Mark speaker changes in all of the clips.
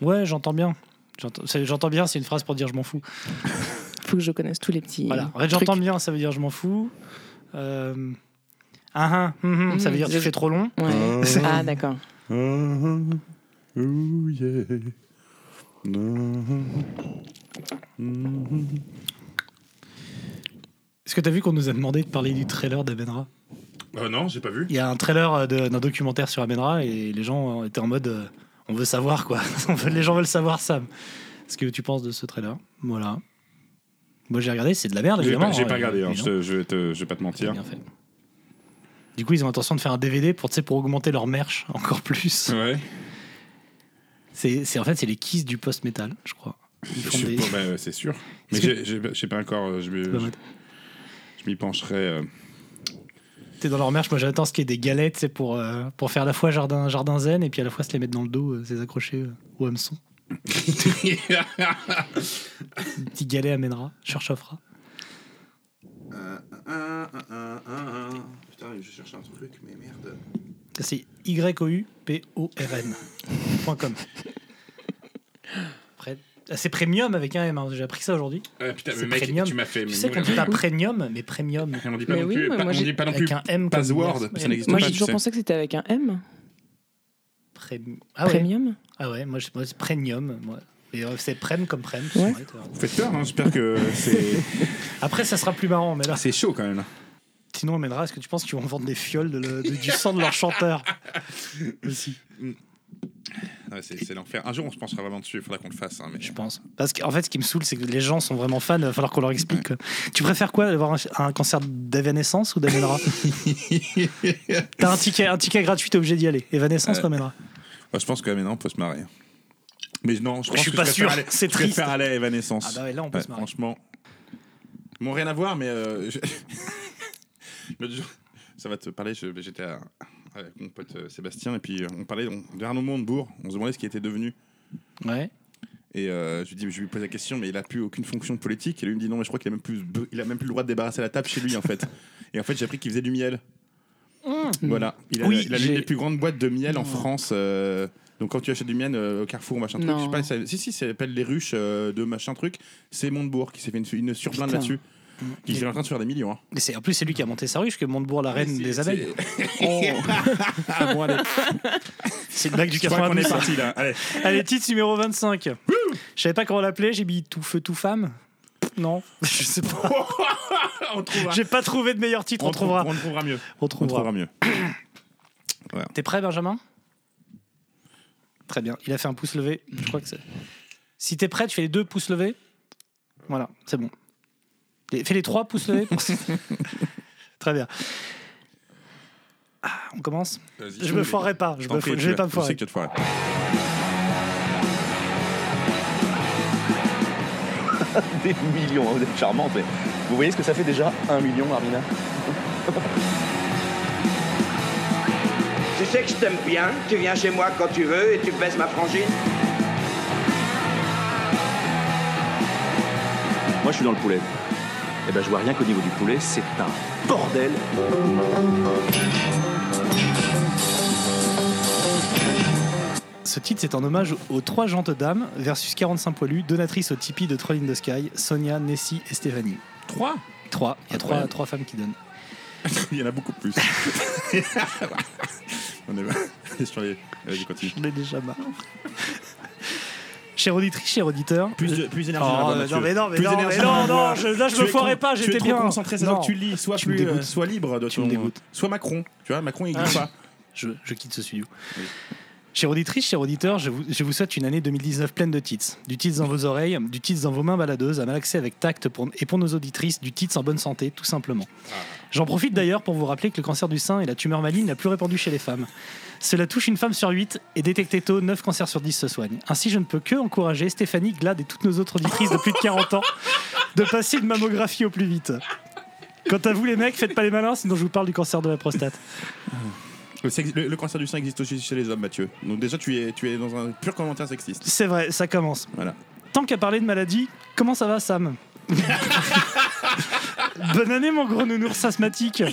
Speaker 1: Ouais, j'entends bien. J'entends- c'est- J'entends bien, c'est une phrase pour dire je m'en fous.
Speaker 2: Faut que je connaisse tous les petits.
Speaker 1: Voilà. En fait,
Speaker 2: trucs.
Speaker 1: j'entends bien, ça veut dire je m'en fous. Euh, ah, ah, hum, hum, ça veut
Speaker 2: Mm,
Speaker 1: dire tu
Speaker 2: je-
Speaker 1: fais trop long.
Speaker 2: Ouais. Ah, d'accord.
Speaker 3: Mmh.
Speaker 4: Ooh, yeah. Mhm. Mhm.
Speaker 1: Est-ce que t'as vu qu'on nous a demandé de parler du trailer d'Amenra
Speaker 3: Euh, non, j'ai pas vu.
Speaker 1: Il y a un trailer euh, de- d'un documentaire sur Amenra et les gens euh, étaient en mode euh, on veut savoir quoi. On veut- les gens veulent savoir Sam. Ce que tu penses de ce trailer Voilà. Moi j'ai regardé, c'est de la merde
Speaker 3: J'ai
Speaker 1: évidemment.
Speaker 3: pas, j'ai
Speaker 1: hein,
Speaker 3: pas regardé,
Speaker 1: les
Speaker 3: hein, je,
Speaker 1: gens.
Speaker 3: te- hein. je vais te- je vais pas te
Speaker 1: C'est
Speaker 3: mentir.
Speaker 1: bien fait. Du coup, ils ont l'intention de faire un DVD pour, tu sais, pour augmenter leur merch encore plus.
Speaker 3: Ouais.
Speaker 1: C'est c'est- en fait, c'est les kisses du post-metal, je crois. Ils
Speaker 3: Je
Speaker 1: font
Speaker 3: suis
Speaker 1: des-
Speaker 3: pas- bah, ouais, c'est sûr. Mais
Speaker 1: Est-ce
Speaker 3: j'ai- j'ai pas- j'ai pas encore. euh, Je m'y-
Speaker 1: pas mal.
Speaker 3: je- je m'y pencherai. euh.
Speaker 1: T'es dans leur merch, moi j'attends ce qu'il y ait des galettes, c'est pour, euh, pour faire à la fois jardin, jardin zen et puis à la fois se les mettre dans le dos, euh, se les accrocher euh, au hameçon. Un petit galet amènera, cherche offra.
Speaker 3: Putain, je cherche un truc, mais merde.
Speaker 1: Ça, C'est Y-O-U-P-O-R-N. point com. Après, ah, c'est premium avec un M, hein, j'ai appris ça aujourd'hui.
Speaker 3: Ah, putain, mais
Speaker 1: C'est
Speaker 3: mec,
Speaker 1: premium.
Speaker 3: tu m'as fait.
Speaker 1: Tu
Speaker 3: mais
Speaker 1: sais qu'on
Speaker 3: mourir
Speaker 1: dit
Speaker 3: de
Speaker 1: pas
Speaker 3: rire.
Speaker 1: premium, mais premium.
Speaker 3: On dit pas
Speaker 2: Mais
Speaker 3: non
Speaker 2: oui,
Speaker 3: plus.
Speaker 2: mais
Speaker 3: pas-
Speaker 2: moi,
Speaker 3: On
Speaker 2: j'ai-
Speaker 3: dit pas non plus.
Speaker 1: Avec un M comme
Speaker 3: Password,
Speaker 1: Mers.
Speaker 3: ça n'existe
Speaker 2: Moi,
Speaker 3: pas.
Speaker 2: j'ai
Speaker 3: tu
Speaker 2: toujours
Speaker 3: sais.
Speaker 2: pensé que c'était avec un M.
Speaker 1: Prém- Ah ouais.
Speaker 2: Premium.
Speaker 1: Ah ouais, moi, je- moi, c'est premium. Moi. Et, euh, c'est prem comme prem.
Speaker 2: Ouais.
Speaker 1: Ouais, t'as raison.
Speaker 3: Faites peur, hein, j'espère que c'est
Speaker 1: Après, ça sera plus marrant, mais là.
Speaker 3: c'est chaud quand même.
Speaker 1: Sinon, Amènera, est-ce que tu penses qu'ils vont vendre des fioles de le- de- du sang de leur chanteur Aussi,
Speaker 3: Ouais, c'est c'est l'enfer. Un jour, on se penchera vraiment dessus. Il faudra qu'on le fasse. hein, mais...
Speaker 1: je pense. Parce qu'en fait, ce qui me saoule, c'est que les gens sont vraiment fans. Il va falloir qu'on leur explique. quoi. Tu préfères quoi Avoir un, un concert d'Evanescence ou d'Amenra T'as un ticket, un ticket gratuit, t'es obligé d'y aller. Evanescence
Speaker 3: Euh,
Speaker 1: ou Amenra
Speaker 3: Ouais, je pense que maintenant, on peut se marrer. Mais non, je pense
Speaker 1: suis
Speaker 3: que
Speaker 1: pas
Speaker 3: je
Speaker 1: sûr,
Speaker 3: préfère aller-
Speaker 1: c'est
Speaker 3: Je préfère
Speaker 1: triste.
Speaker 3: aller à Evanescence.
Speaker 1: Ah bah ouais, là, on peut
Speaker 3: Ouais,
Speaker 1: se marrer.
Speaker 3: Franchement. Bon, rien à voir, mais. euh, je- L'autre jour, Ça va te parler, je- j'étais à- avec mon pote euh, Sébastien, et puis euh, on parlait on- de Arnaud Montebourg, on se demandait ce qu'il était devenu.
Speaker 1: Ouais.
Speaker 3: Et euh, je, lui dis, je lui pose la question, mais il a plus aucune fonction politique. Et lui il me dit non, mais je crois qu'il a même plus, be- il a même plus le droit de débarrasser la table chez lui en fait. Et en fait, j'ai appris qu'il faisait du miel.
Speaker 1: Mmh.
Speaker 3: Voilà, il a,
Speaker 2: Oui,
Speaker 3: il a l'une
Speaker 2: j'ai-
Speaker 3: des plus grandes boîtes de miel en France. euh, donc quand tu achètes du miel euh, au Carrefour, machin truc,
Speaker 2: Non.
Speaker 3: je sais pas, ça- si si, ça s'appelle les ruches euh, de machin truc. C'est Montebourg qui s'est fait une, une surplainte
Speaker 2: Putain.
Speaker 3: là-dessus.
Speaker 1: Mmh.
Speaker 3: Il est en train de se faire des millions. Hein.
Speaker 1: Mais c'est- en plus, c'est lui qui a monté sa ruche, que Montebourg, la reine
Speaker 3: C'est-
Speaker 1: des
Speaker 3: c'est-
Speaker 1: abeilles.
Speaker 3: Ah bon, allez,
Speaker 1: C'est une blague du
Speaker 3: je crois qu'on
Speaker 1: 92.
Speaker 3: est parti là. Allez.
Speaker 1: Allez, titre numéro 25. Je savais pas comment l'appeler, j'ai mis tout feu, tout femme. Non, je sais pas.
Speaker 3: on trouvera.
Speaker 1: J'ai pas trouvé de meilleur titre, on,
Speaker 3: trou-
Speaker 1: trouvera.
Speaker 3: On trouvera mieux.
Speaker 1: On
Speaker 3: On
Speaker 1: trouvera.
Speaker 3: trouvera mieux.
Speaker 1: T'es prêt, Benjamin Très bien. Il a fait un pouce levé. Je crois que c'est. Si t'es prêt, tu fais les deux pouces levés. Voilà, c'est bon. Les- Fais les trois pouces levés. Très bien. Ah, on commence
Speaker 3: Vas-y.
Speaker 1: Je me foirerai pas. Je,
Speaker 3: T'en
Speaker 1: me
Speaker 3: prie,
Speaker 1: fou-
Speaker 3: tu
Speaker 1: je vais
Speaker 3: vas-
Speaker 1: pas me
Speaker 3: Je sais
Speaker 1: foirer.
Speaker 3: que tu vas te foirer.
Speaker 5: des millions. hein, Vous êtes charmante, mais vous voyez ce que ça fait déjà Un million, Armina
Speaker 6: Tu sais que je t'aime bien, tu viens chez moi quand tu veux et tu baisses ma frangine.
Speaker 5: Moi, je suis dans le poulet. Et ben, je vois rien qu'au niveau du poulet, c'est un bordel.
Speaker 1: Ce titre, c'est en hommage aux trois gentes dames versus 45 poilus, donatrices au Tipeee de Trolling the Sky, Sonia, Nessie et Stéphanie.
Speaker 3: Trois
Speaker 1: Trois. Il y a trois,
Speaker 3: Incroyable.
Speaker 1: trois femmes qui donnent.
Speaker 3: Il y en a beaucoup plus. on est on est sur les. Vas-y, continue.
Speaker 1: J'en ai déjà marre. Chère auditrice, cher auditeur,
Speaker 4: Plus, plus d'énergie.
Speaker 1: Oh,
Speaker 4: dans la voix,
Speaker 1: mais
Speaker 4: Mathieu.
Speaker 1: non, mais non, mais
Speaker 4: Plus
Speaker 1: non,
Speaker 4: d'énergie
Speaker 1: mais
Speaker 4: dans la
Speaker 1: non,
Speaker 4: voix.
Speaker 1: non, je- là, je
Speaker 4: Tu
Speaker 1: me
Speaker 4: es
Speaker 1: foirais
Speaker 4: con-
Speaker 1: pas, j'étais
Speaker 4: Tu es
Speaker 1: bien.
Speaker 4: trop concentré, c'est
Speaker 1: Non.
Speaker 4: ça que tu lis. Sois,
Speaker 1: Tu me
Speaker 4: plus, euh,
Speaker 1: dégoûtes.
Speaker 4: sois libre de
Speaker 1: Tu
Speaker 4: ton.
Speaker 1: me dégoûtes.
Speaker 3: Soit Macron, tu vois, Macron il glisse
Speaker 1: Ah.
Speaker 3: pas.
Speaker 1: je, je quitte ce studio. Chère auditrice, chers auditeurs, je vous, je vous souhaite une année 2019 pleine de tits. Du tits dans vos oreilles, du tits dans vos mains baladeuses, à malaxer avec tact pour, et pour nos auditrices, du tits en bonne santé, tout simplement. J'en profite d'ailleurs pour vous rappeler que le cancer du sein est la tumeur maligne la plus répandue chez les femmes. Cela touche une femme sur 8 et détecté tôt, 9 cancers sur 10 se soignent. Ainsi, je ne peux que encourager Stéphanie, Glad et toutes nos autres auditrices de plus de 40 ans de passer une mammographie au plus vite. Quant à vous les mecs, faites pas les malins, sinon je vous parle du cancer de la prostate.
Speaker 3: Le, sexe- le- le cancer du sein existe aussi chez les hommes, Mathieu. Donc déjà, tu es, tu es dans un pur commentaire sexiste.
Speaker 1: C'est vrai, ça commence.
Speaker 3: Voilà.
Speaker 1: Tant qu'à parler de maladie, comment ça va, Sam Bonne année, mon gros nounours asthmatique.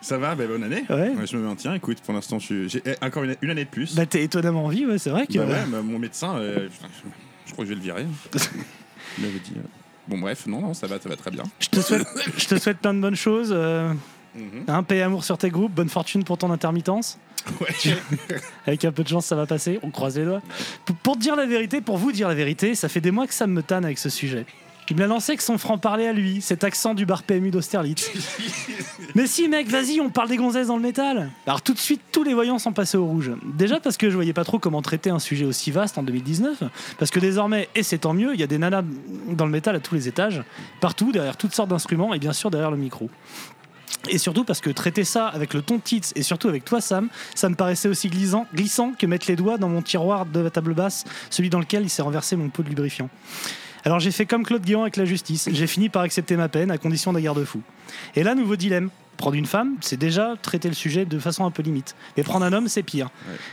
Speaker 3: Ça va, bah, bonne année.
Speaker 1: Ouais.
Speaker 3: Je me maintiens. Écoute, pour l'instant, je suis- j'ai eh, encore une, une année de plus.
Speaker 1: Bah, t'es étonnamment en vie, ouais, c'est vrai que.
Speaker 3: Bah ouais, bah, mon médecin, euh, putain, je, je crois que je vais le virer. Il m'avait dit. euh, Bon, bref, non, non, ça va, ça va très bien.
Speaker 1: Je te souhaite, je te souhaite plein de bonnes choses. euh,
Speaker 3: Mhm.
Speaker 1: hein, paix et amour sur tes groupes, bonne fortune pour ton intermittence.
Speaker 3: Ouais.
Speaker 1: Avec un peu de chance, ça va passer. On croise les doigts. P- pour te dire la vérité, pour vous dire la vérité, ça fait des mois que Sam me tanne avec ce sujet. Il me l'a lancé avec son franc-parler à lui, cet accent du bar PMU d'Austerlitz. Mais si, mec, vas-y, on parle des gonzesses dans le métal. Alors, tout de suite, tous les voyants sont passés au rouge. Déjà parce que je voyais pas trop comment traiter un sujet aussi vaste en 2019. Parce que désormais, et c'est tant mieux, il y a des nanas dans le métal à tous les étages, partout, derrière toutes sortes d'instruments et bien sûr derrière le micro. Et surtout parce que traiter ça avec le ton de Tits et surtout avec toi Sam, ça me paraissait aussi glissant, glissant que mettre les doigts dans mon tiroir de la table basse, celui dans lequel il s'est renversé mon pot de lubrifiant. Alors j'ai fait comme Claude Guéant avec la justice, j'ai fini par accepter ma peine à condition d'un garde-fou. Et là, nouveau dilemme. Prendre une femme, c'est déjà traiter le sujet de façon un peu limite. Mais prendre un homme, c'est pire.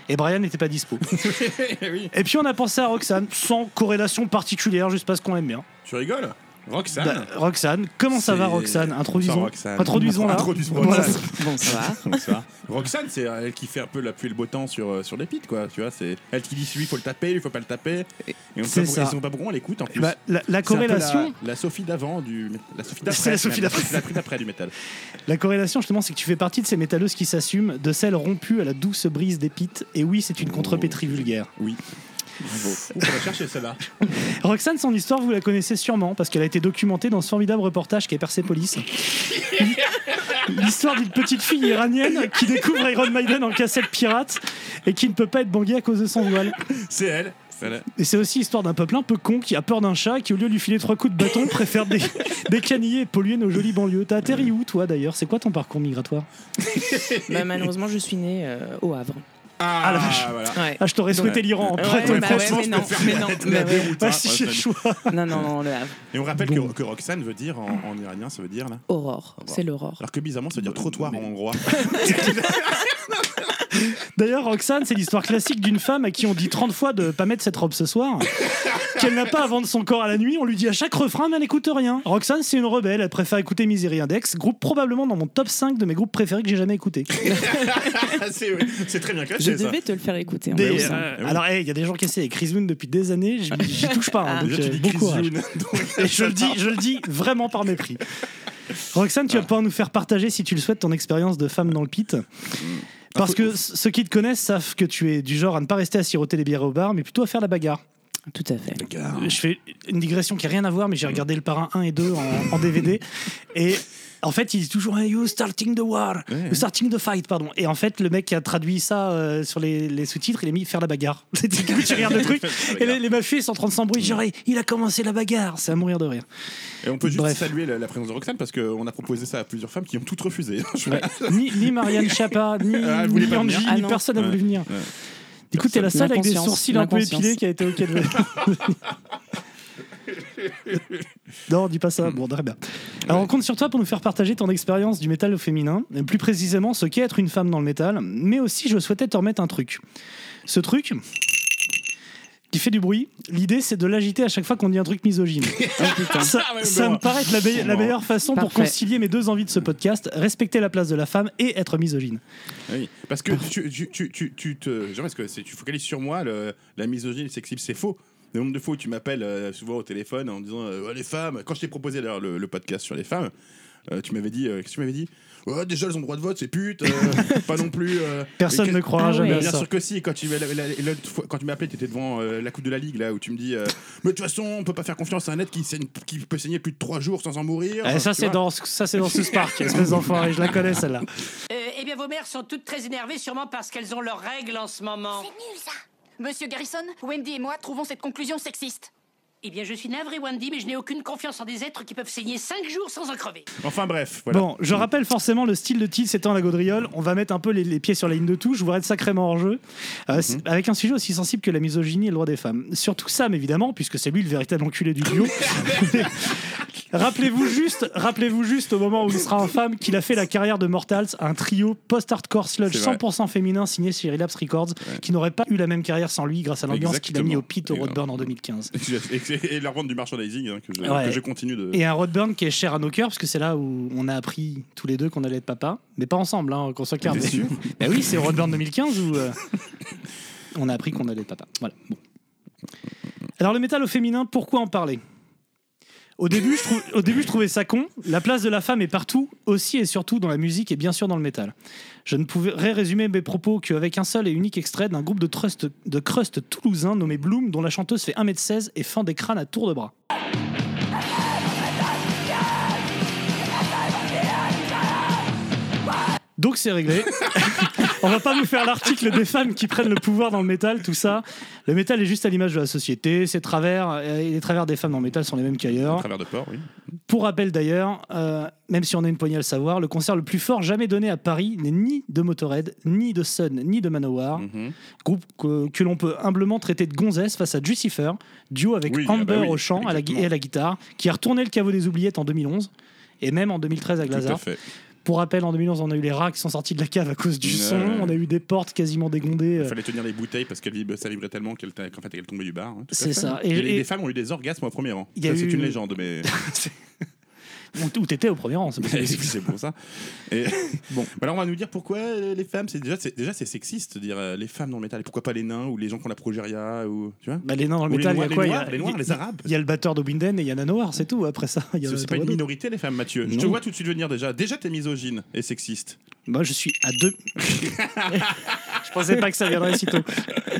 Speaker 1: Et Brian n'était pas dispo.
Speaker 3: oui.
Speaker 1: Et puis on a pensé à Roxane, sans corrélation particulière, juste parce qu'on l'aime bien.
Speaker 3: Tu rigoles Roxane
Speaker 1: Bah, Roxane, comment ça va
Speaker 3: Ah. C'est-
Speaker 1: Roxane Introduisons.
Speaker 3: Bonsoir, Roxane.
Speaker 1: Introduisons-la.
Speaker 3: Introduisons
Speaker 1: Voilà.
Speaker 3: Roxane.
Speaker 2: Bonsoir.
Speaker 3: Bonsoir. Roxane, c'est elle qui fait un peu la pluie et le beau temps sur, euh, sur les pites, quoi. Tu vois, c'est elle qui dit celui, faut le taper, il faut pas le taper. Et on
Speaker 1: C'est
Speaker 3: sait pas,
Speaker 1: ça.
Speaker 3: ils sont pas pourquoi on l'écoute en plus.
Speaker 1: Bah, la, la
Speaker 3: C'est un peu
Speaker 1: corrélation,
Speaker 3: la, la Sophie d'avant du la Sophie d'après
Speaker 1: C'est la Sophie
Speaker 3: même.
Speaker 1: d'après.
Speaker 3: la Sophie d'après du métal
Speaker 1: la corrélation justement, c'est que tu fais partie de ces métalleuses qui s'assument, de celles rompues à la douce brise des pites. Et oui, c'est une contrepétrie vulgaire.
Speaker 3: oui bravo Ouh, on va chercher celle-là
Speaker 1: Roxane, son histoire, vous la connaissez sûrement parce qu'elle a été documentée dans ce formidable reportage qui est Persepolis. L'histoire d'une petite fille iranienne qui découvre Iron Maiden en cassette pirate et qui ne peut pas être banguée à cause de son voile.
Speaker 3: c'est elle Celle-là.
Speaker 1: Et c'est aussi l'histoire d'un peuple un peu con qui a peur d'un chat et qui, au lieu de lui filer trois coups de bâton, préfère des, des canillés et polluer nos jolies banlieues. T'as atterri où, toi, d'ailleurs C'est quoi ton parcours migratoire
Speaker 2: Bah, malheureusement, je suis née euh, au Havre.
Speaker 3: ah,
Speaker 1: la vache.
Speaker 3: voilà
Speaker 2: Ouais.
Speaker 1: Ah, je t'aurais souhaité l'Iran. en prêt,
Speaker 2: ouais,
Speaker 1: ouais,
Speaker 2: bah
Speaker 1: franchement,
Speaker 2: ouais, mais non, mais non, bah ouais.
Speaker 1: pas si j'ai le choix.
Speaker 2: non, non, non, le Havre.
Speaker 3: et on rappelle que-
Speaker 1: Bon.
Speaker 3: que, Roxane veut dire en, en iranien ça veut dire là
Speaker 2: Aurore, c'est l'aurore.
Speaker 3: alors que bizarrement ça veut dire trottoir en hongrois
Speaker 1: D'ailleurs, Roxane, c'est l'histoire classique d'une femme à qui on dit 30 fois de pas mettre cette robe ce soir, qu'elle n'a pas à vendre son corps à la nuit. On lui dit à chaque refrain, mais elle n'écoute rien. Roxane, c'est une rebelle. Elle préfère écouter Misery Index, groupe probablement dans mon top 5 de mes groupes préférés que j'ai jamais écouté.
Speaker 3: Ah, c'est c'est très bien
Speaker 2: Je
Speaker 3: caché ça
Speaker 2: devais te le faire écouter. en
Speaker 1: Des-
Speaker 2: plus, hein.
Speaker 1: euh, alors, hey, il y a des gens qui essaient. Chris Moon depuis des années, j'y- j'y touche pas. hein,
Speaker 2: Ah.
Speaker 1: donc,
Speaker 3: Déjà, tu
Speaker 1: euh,
Speaker 3: dis
Speaker 1: bon
Speaker 3: Chris
Speaker 1: courage.
Speaker 3: Youn. Donc,
Speaker 1: Et je le dis, je le dis vraiment par mépris. Roxane,
Speaker 3: Ah.
Speaker 1: tu vas pouvoir nous faire partager, si tu le souhaites, ton expérience de femme dans le pit.
Speaker 3: Bah,
Speaker 1: Parce que c- ceux qui te connaissent savent que tu es du genre à ne pas rester à siroter les bières au bar, mais plutôt à faire la bagarre.
Speaker 2: Tout à fait.
Speaker 1: Je fais une digression qui n'a rien à voir, mais j'ai regardé le parrain 1 et 2 en, en DVD. Et en fait, il dit toujours hey, You starting the war, you starting the fight, pardon. Et en fait, le mec qui a traduit ça euh, sur les, les sous-titres, il a mis faire la bagarre. C'est du coup, tu regardes le truc. Et les, les mafieux ils sont en train de s'embrouiller. Genre, Hey, il a commencé la bagarre. C'est à mourir de rire.
Speaker 3: Et on peut juste
Speaker 1: Bref.
Speaker 3: saluer la, la présence de Roxane parce qu'on a proposé ça à plusieurs femmes qui ont toutes refusé. Je-
Speaker 1: Ouais. ni, ni Marianne Chapa, ni,
Speaker 3: Ah, elle
Speaker 1: ni
Speaker 3: voulait pas
Speaker 1: Angie,
Speaker 3: venir.
Speaker 2: Ah
Speaker 1: ni
Speaker 2: non.
Speaker 1: personne n'a voulu venir. Du coup, t'es la seule avec des
Speaker 2: L'inconscience,
Speaker 1: sourcils un peu
Speaker 2: l'inconscience.
Speaker 1: épilés qui a été OK de venir. Non, dis pas ça. Bon, très bien. Alors, on compte sur toi pour nous faire partager ton expérience du métal au féminin, et plus précisément ce qu'est être une femme dans le métal, mais aussi je souhaitais te remettre un truc. Ce truc qui fait du bruit, l'idée c'est de l'agiter à chaque fois qu'on dit un truc misogyne.
Speaker 3: Ah,
Speaker 1: Ça, ça me paraît être la, meille- la meilleure façon pour
Speaker 2: Parfait.
Speaker 1: concilier mes deux envies de ce podcast, respecter la place de la femme et être misogyne.
Speaker 3: Oui. Parce que tu, tu, tu, tu, tu te. Genre, est-ce que c'est- tu focalises sur moi le- la misogynie, le sexisme, c'est faux. Le nombre de fois où tu m'appelles euh, souvent au téléphone en me disant euh, Ouais, les femmes, quand je t'ai proposé d'ailleurs le, le podcast sur les femmes, euh, tu m'avais dit, euh, qu'est-ce que tu m'avais dit Ouais, déjà, elles ont le droit de vote, c'est pute, euh, pas non plus. euh,
Speaker 1: Personne
Speaker 3: et
Speaker 1: ne
Speaker 3: que-
Speaker 1: croira
Speaker 2: Ah ouais.
Speaker 1: jamais
Speaker 3: Mais
Speaker 1: à
Speaker 3: bien
Speaker 1: ça.
Speaker 3: sûr que si, quand tu, la- la- la- l'autre fois- quand tu m'as appelé, tu étais devant euh, la Coupe de la Ligue, là, où tu me dis euh, Mais de toute façon, on peut pas faire confiance à un être qui, saigne- qui peut saigner plus de 3 jours sans en mourir.
Speaker 1: Eh, ça
Speaker 3: Tu
Speaker 1: c'est
Speaker 3: vois
Speaker 1: dans ça c'est dans ce Spark, espèce d'enfoiré, je la connais celle-là.
Speaker 7: Euh, eh bien, vos mères sont toutes très énervées, sûrement parce qu'elles ont leurs règles en ce moment.
Speaker 8: nul ça Monsieur Garrison, Wendy et moi trouvons cette conclusion sexiste.
Speaker 7: Eh bien, je suis navré, Wendy, mais je n'ai aucune confiance en des êtres qui peuvent saigner 5 jours sans en crever.
Speaker 3: Enfin, bref. Voilà.
Speaker 1: Bon, je rappelle forcément le style de titre étant la gaudriole. On va mettre un peu les, les pieds sur la ligne de touche, voire être sacrément hors jeu,
Speaker 3: Mhm.
Speaker 1: euh, c'est- avec un sujet aussi sensible que la misogynie et le droit des femmes. Surtout Sam, évidemment, puisque c'est lui le véritable enculé du duo. Rappelez-vous juste, rappelez-vous juste au moment où il sera en femme qu'il a fait la carrière de Mortals, un trio post-hardcore sludge
Speaker 3: C'est vrai.
Speaker 1: 100% féminin signé chez Relapse Records, qui n'aurait pas eu la même carrière sans lui grâce à l'ambiance qu'il a mis au Pit au
Speaker 3: Exactement. euh,
Speaker 1: Roadburn en 2015.
Speaker 3: Et, et leur vente du merchandising hein, que, je,
Speaker 1: Ouais.
Speaker 3: que je continue de.
Speaker 1: Et un Roadburn qui est cher à nos cœurs, parce que c'est là où on a appris tous les deux qu'on allait être papa, mais pas ensemble, hein, qu'on soit clair.
Speaker 3: T'es
Speaker 1: Mais...
Speaker 3: sûr
Speaker 1: Bah oui, c'est au Roadburn 2015 où euh, on a appris qu'on allait être papa. Voilà. Bon. Alors le métal au féminin, pourquoi en parler au début, je trou- au début, je trouvais ça con. La place de la femme est partout, aussi et surtout dans la musique et bien sûr dans le métal. Je ne pourrais résumer mes propos qu'avec un seul et unique extrait d'un groupe de, trust, de crust toulousain nommé Bloom, dont la chanteuse fait 1m16 et fend des crânes à tour de bras. Donc c'est réglé. On va pas vous faire l'article des femmes qui prennent le pouvoir dans le métal, tout ça. Le métal est juste à l'image de la société, ses travers, euh, et les travers des femmes dans le métal sont les mêmes
Speaker 3: À
Speaker 1: qu'ailleurs.
Speaker 3: travers de port, oui.
Speaker 1: Pour rappel d'ailleurs, euh, même si on a une poignée à le savoir, le concert le plus fort jamais donné à Paris n'est ni de Motorhead, ni de Sun, ni de Manowar,
Speaker 3: Mhm.
Speaker 1: groupe que, que l'on peut humblement traiter de gonzesse face à Jucifer, duo avec
Speaker 3: Oui, ah
Speaker 1: Amber
Speaker 3: bah oui,
Speaker 1: au chant à la gui- et à la guitare, qui a retourné le caveau des oubliettes en 2011 et même en 2013 à
Speaker 3: Tout à
Speaker 1: Glazart.
Speaker 3: fait.
Speaker 1: Pour rappel, en 2011, on a eu les rats qui sont sortis de la cave à cause du
Speaker 3: Ouais.
Speaker 1: son, on a eu des portes quasiment dégondées. euh,
Speaker 3: Il fallait tenir les bouteilles parce que ça vibrait tellement qu'elle t'a- qu'en fait elle tombait du bar. hein, tout à
Speaker 1: C'est
Speaker 3: fait.
Speaker 1: ça. Et-
Speaker 3: Et, les-
Speaker 1: et-
Speaker 3: les femmes ont eu des orgasmes au premier rang.
Speaker 1: Il y a
Speaker 3: Ça, C'est
Speaker 1: eu-
Speaker 3: une légende, mais
Speaker 1: Où t- où t'étais au premier rang, c'est possible.
Speaker 3: c'est pour ça. Et... Bon, alors on va nous dire pourquoi euh, les femmes. C'est déjà, c'est déjà c'est sexiste de dire euh, les femmes dans le métal. Et pourquoi pas les nains ou les gens qui ont la progéria ou tu vois.
Speaker 1: Bah, les nains dans le
Speaker 3: Ou les
Speaker 1: métal, il y
Speaker 3: noirs,
Speaker 1: a
Speaker 3: les
Speaker 1: quoi Il y
Speaker 3: noirs,
Speaker 1: a-
Speaker 3: les noirs, les arabes.
Speaker 1: Il y a le batteur d'Obinden et il y a Nanowar, c'est tout. Après ça, il y en a
Speaker 3: C'est pas une
Speaker 1: d'autres.
Speaker 3: minorité les femmes, Mathieu. Je te
Speaker 1: Non.
Speaker 3: vois tout de suite venir déjà. Déjà t'es misogyne et sexiste.
Speaker 1: Moi, je suis à deux. je pensais pas que ça viendrait si tôt.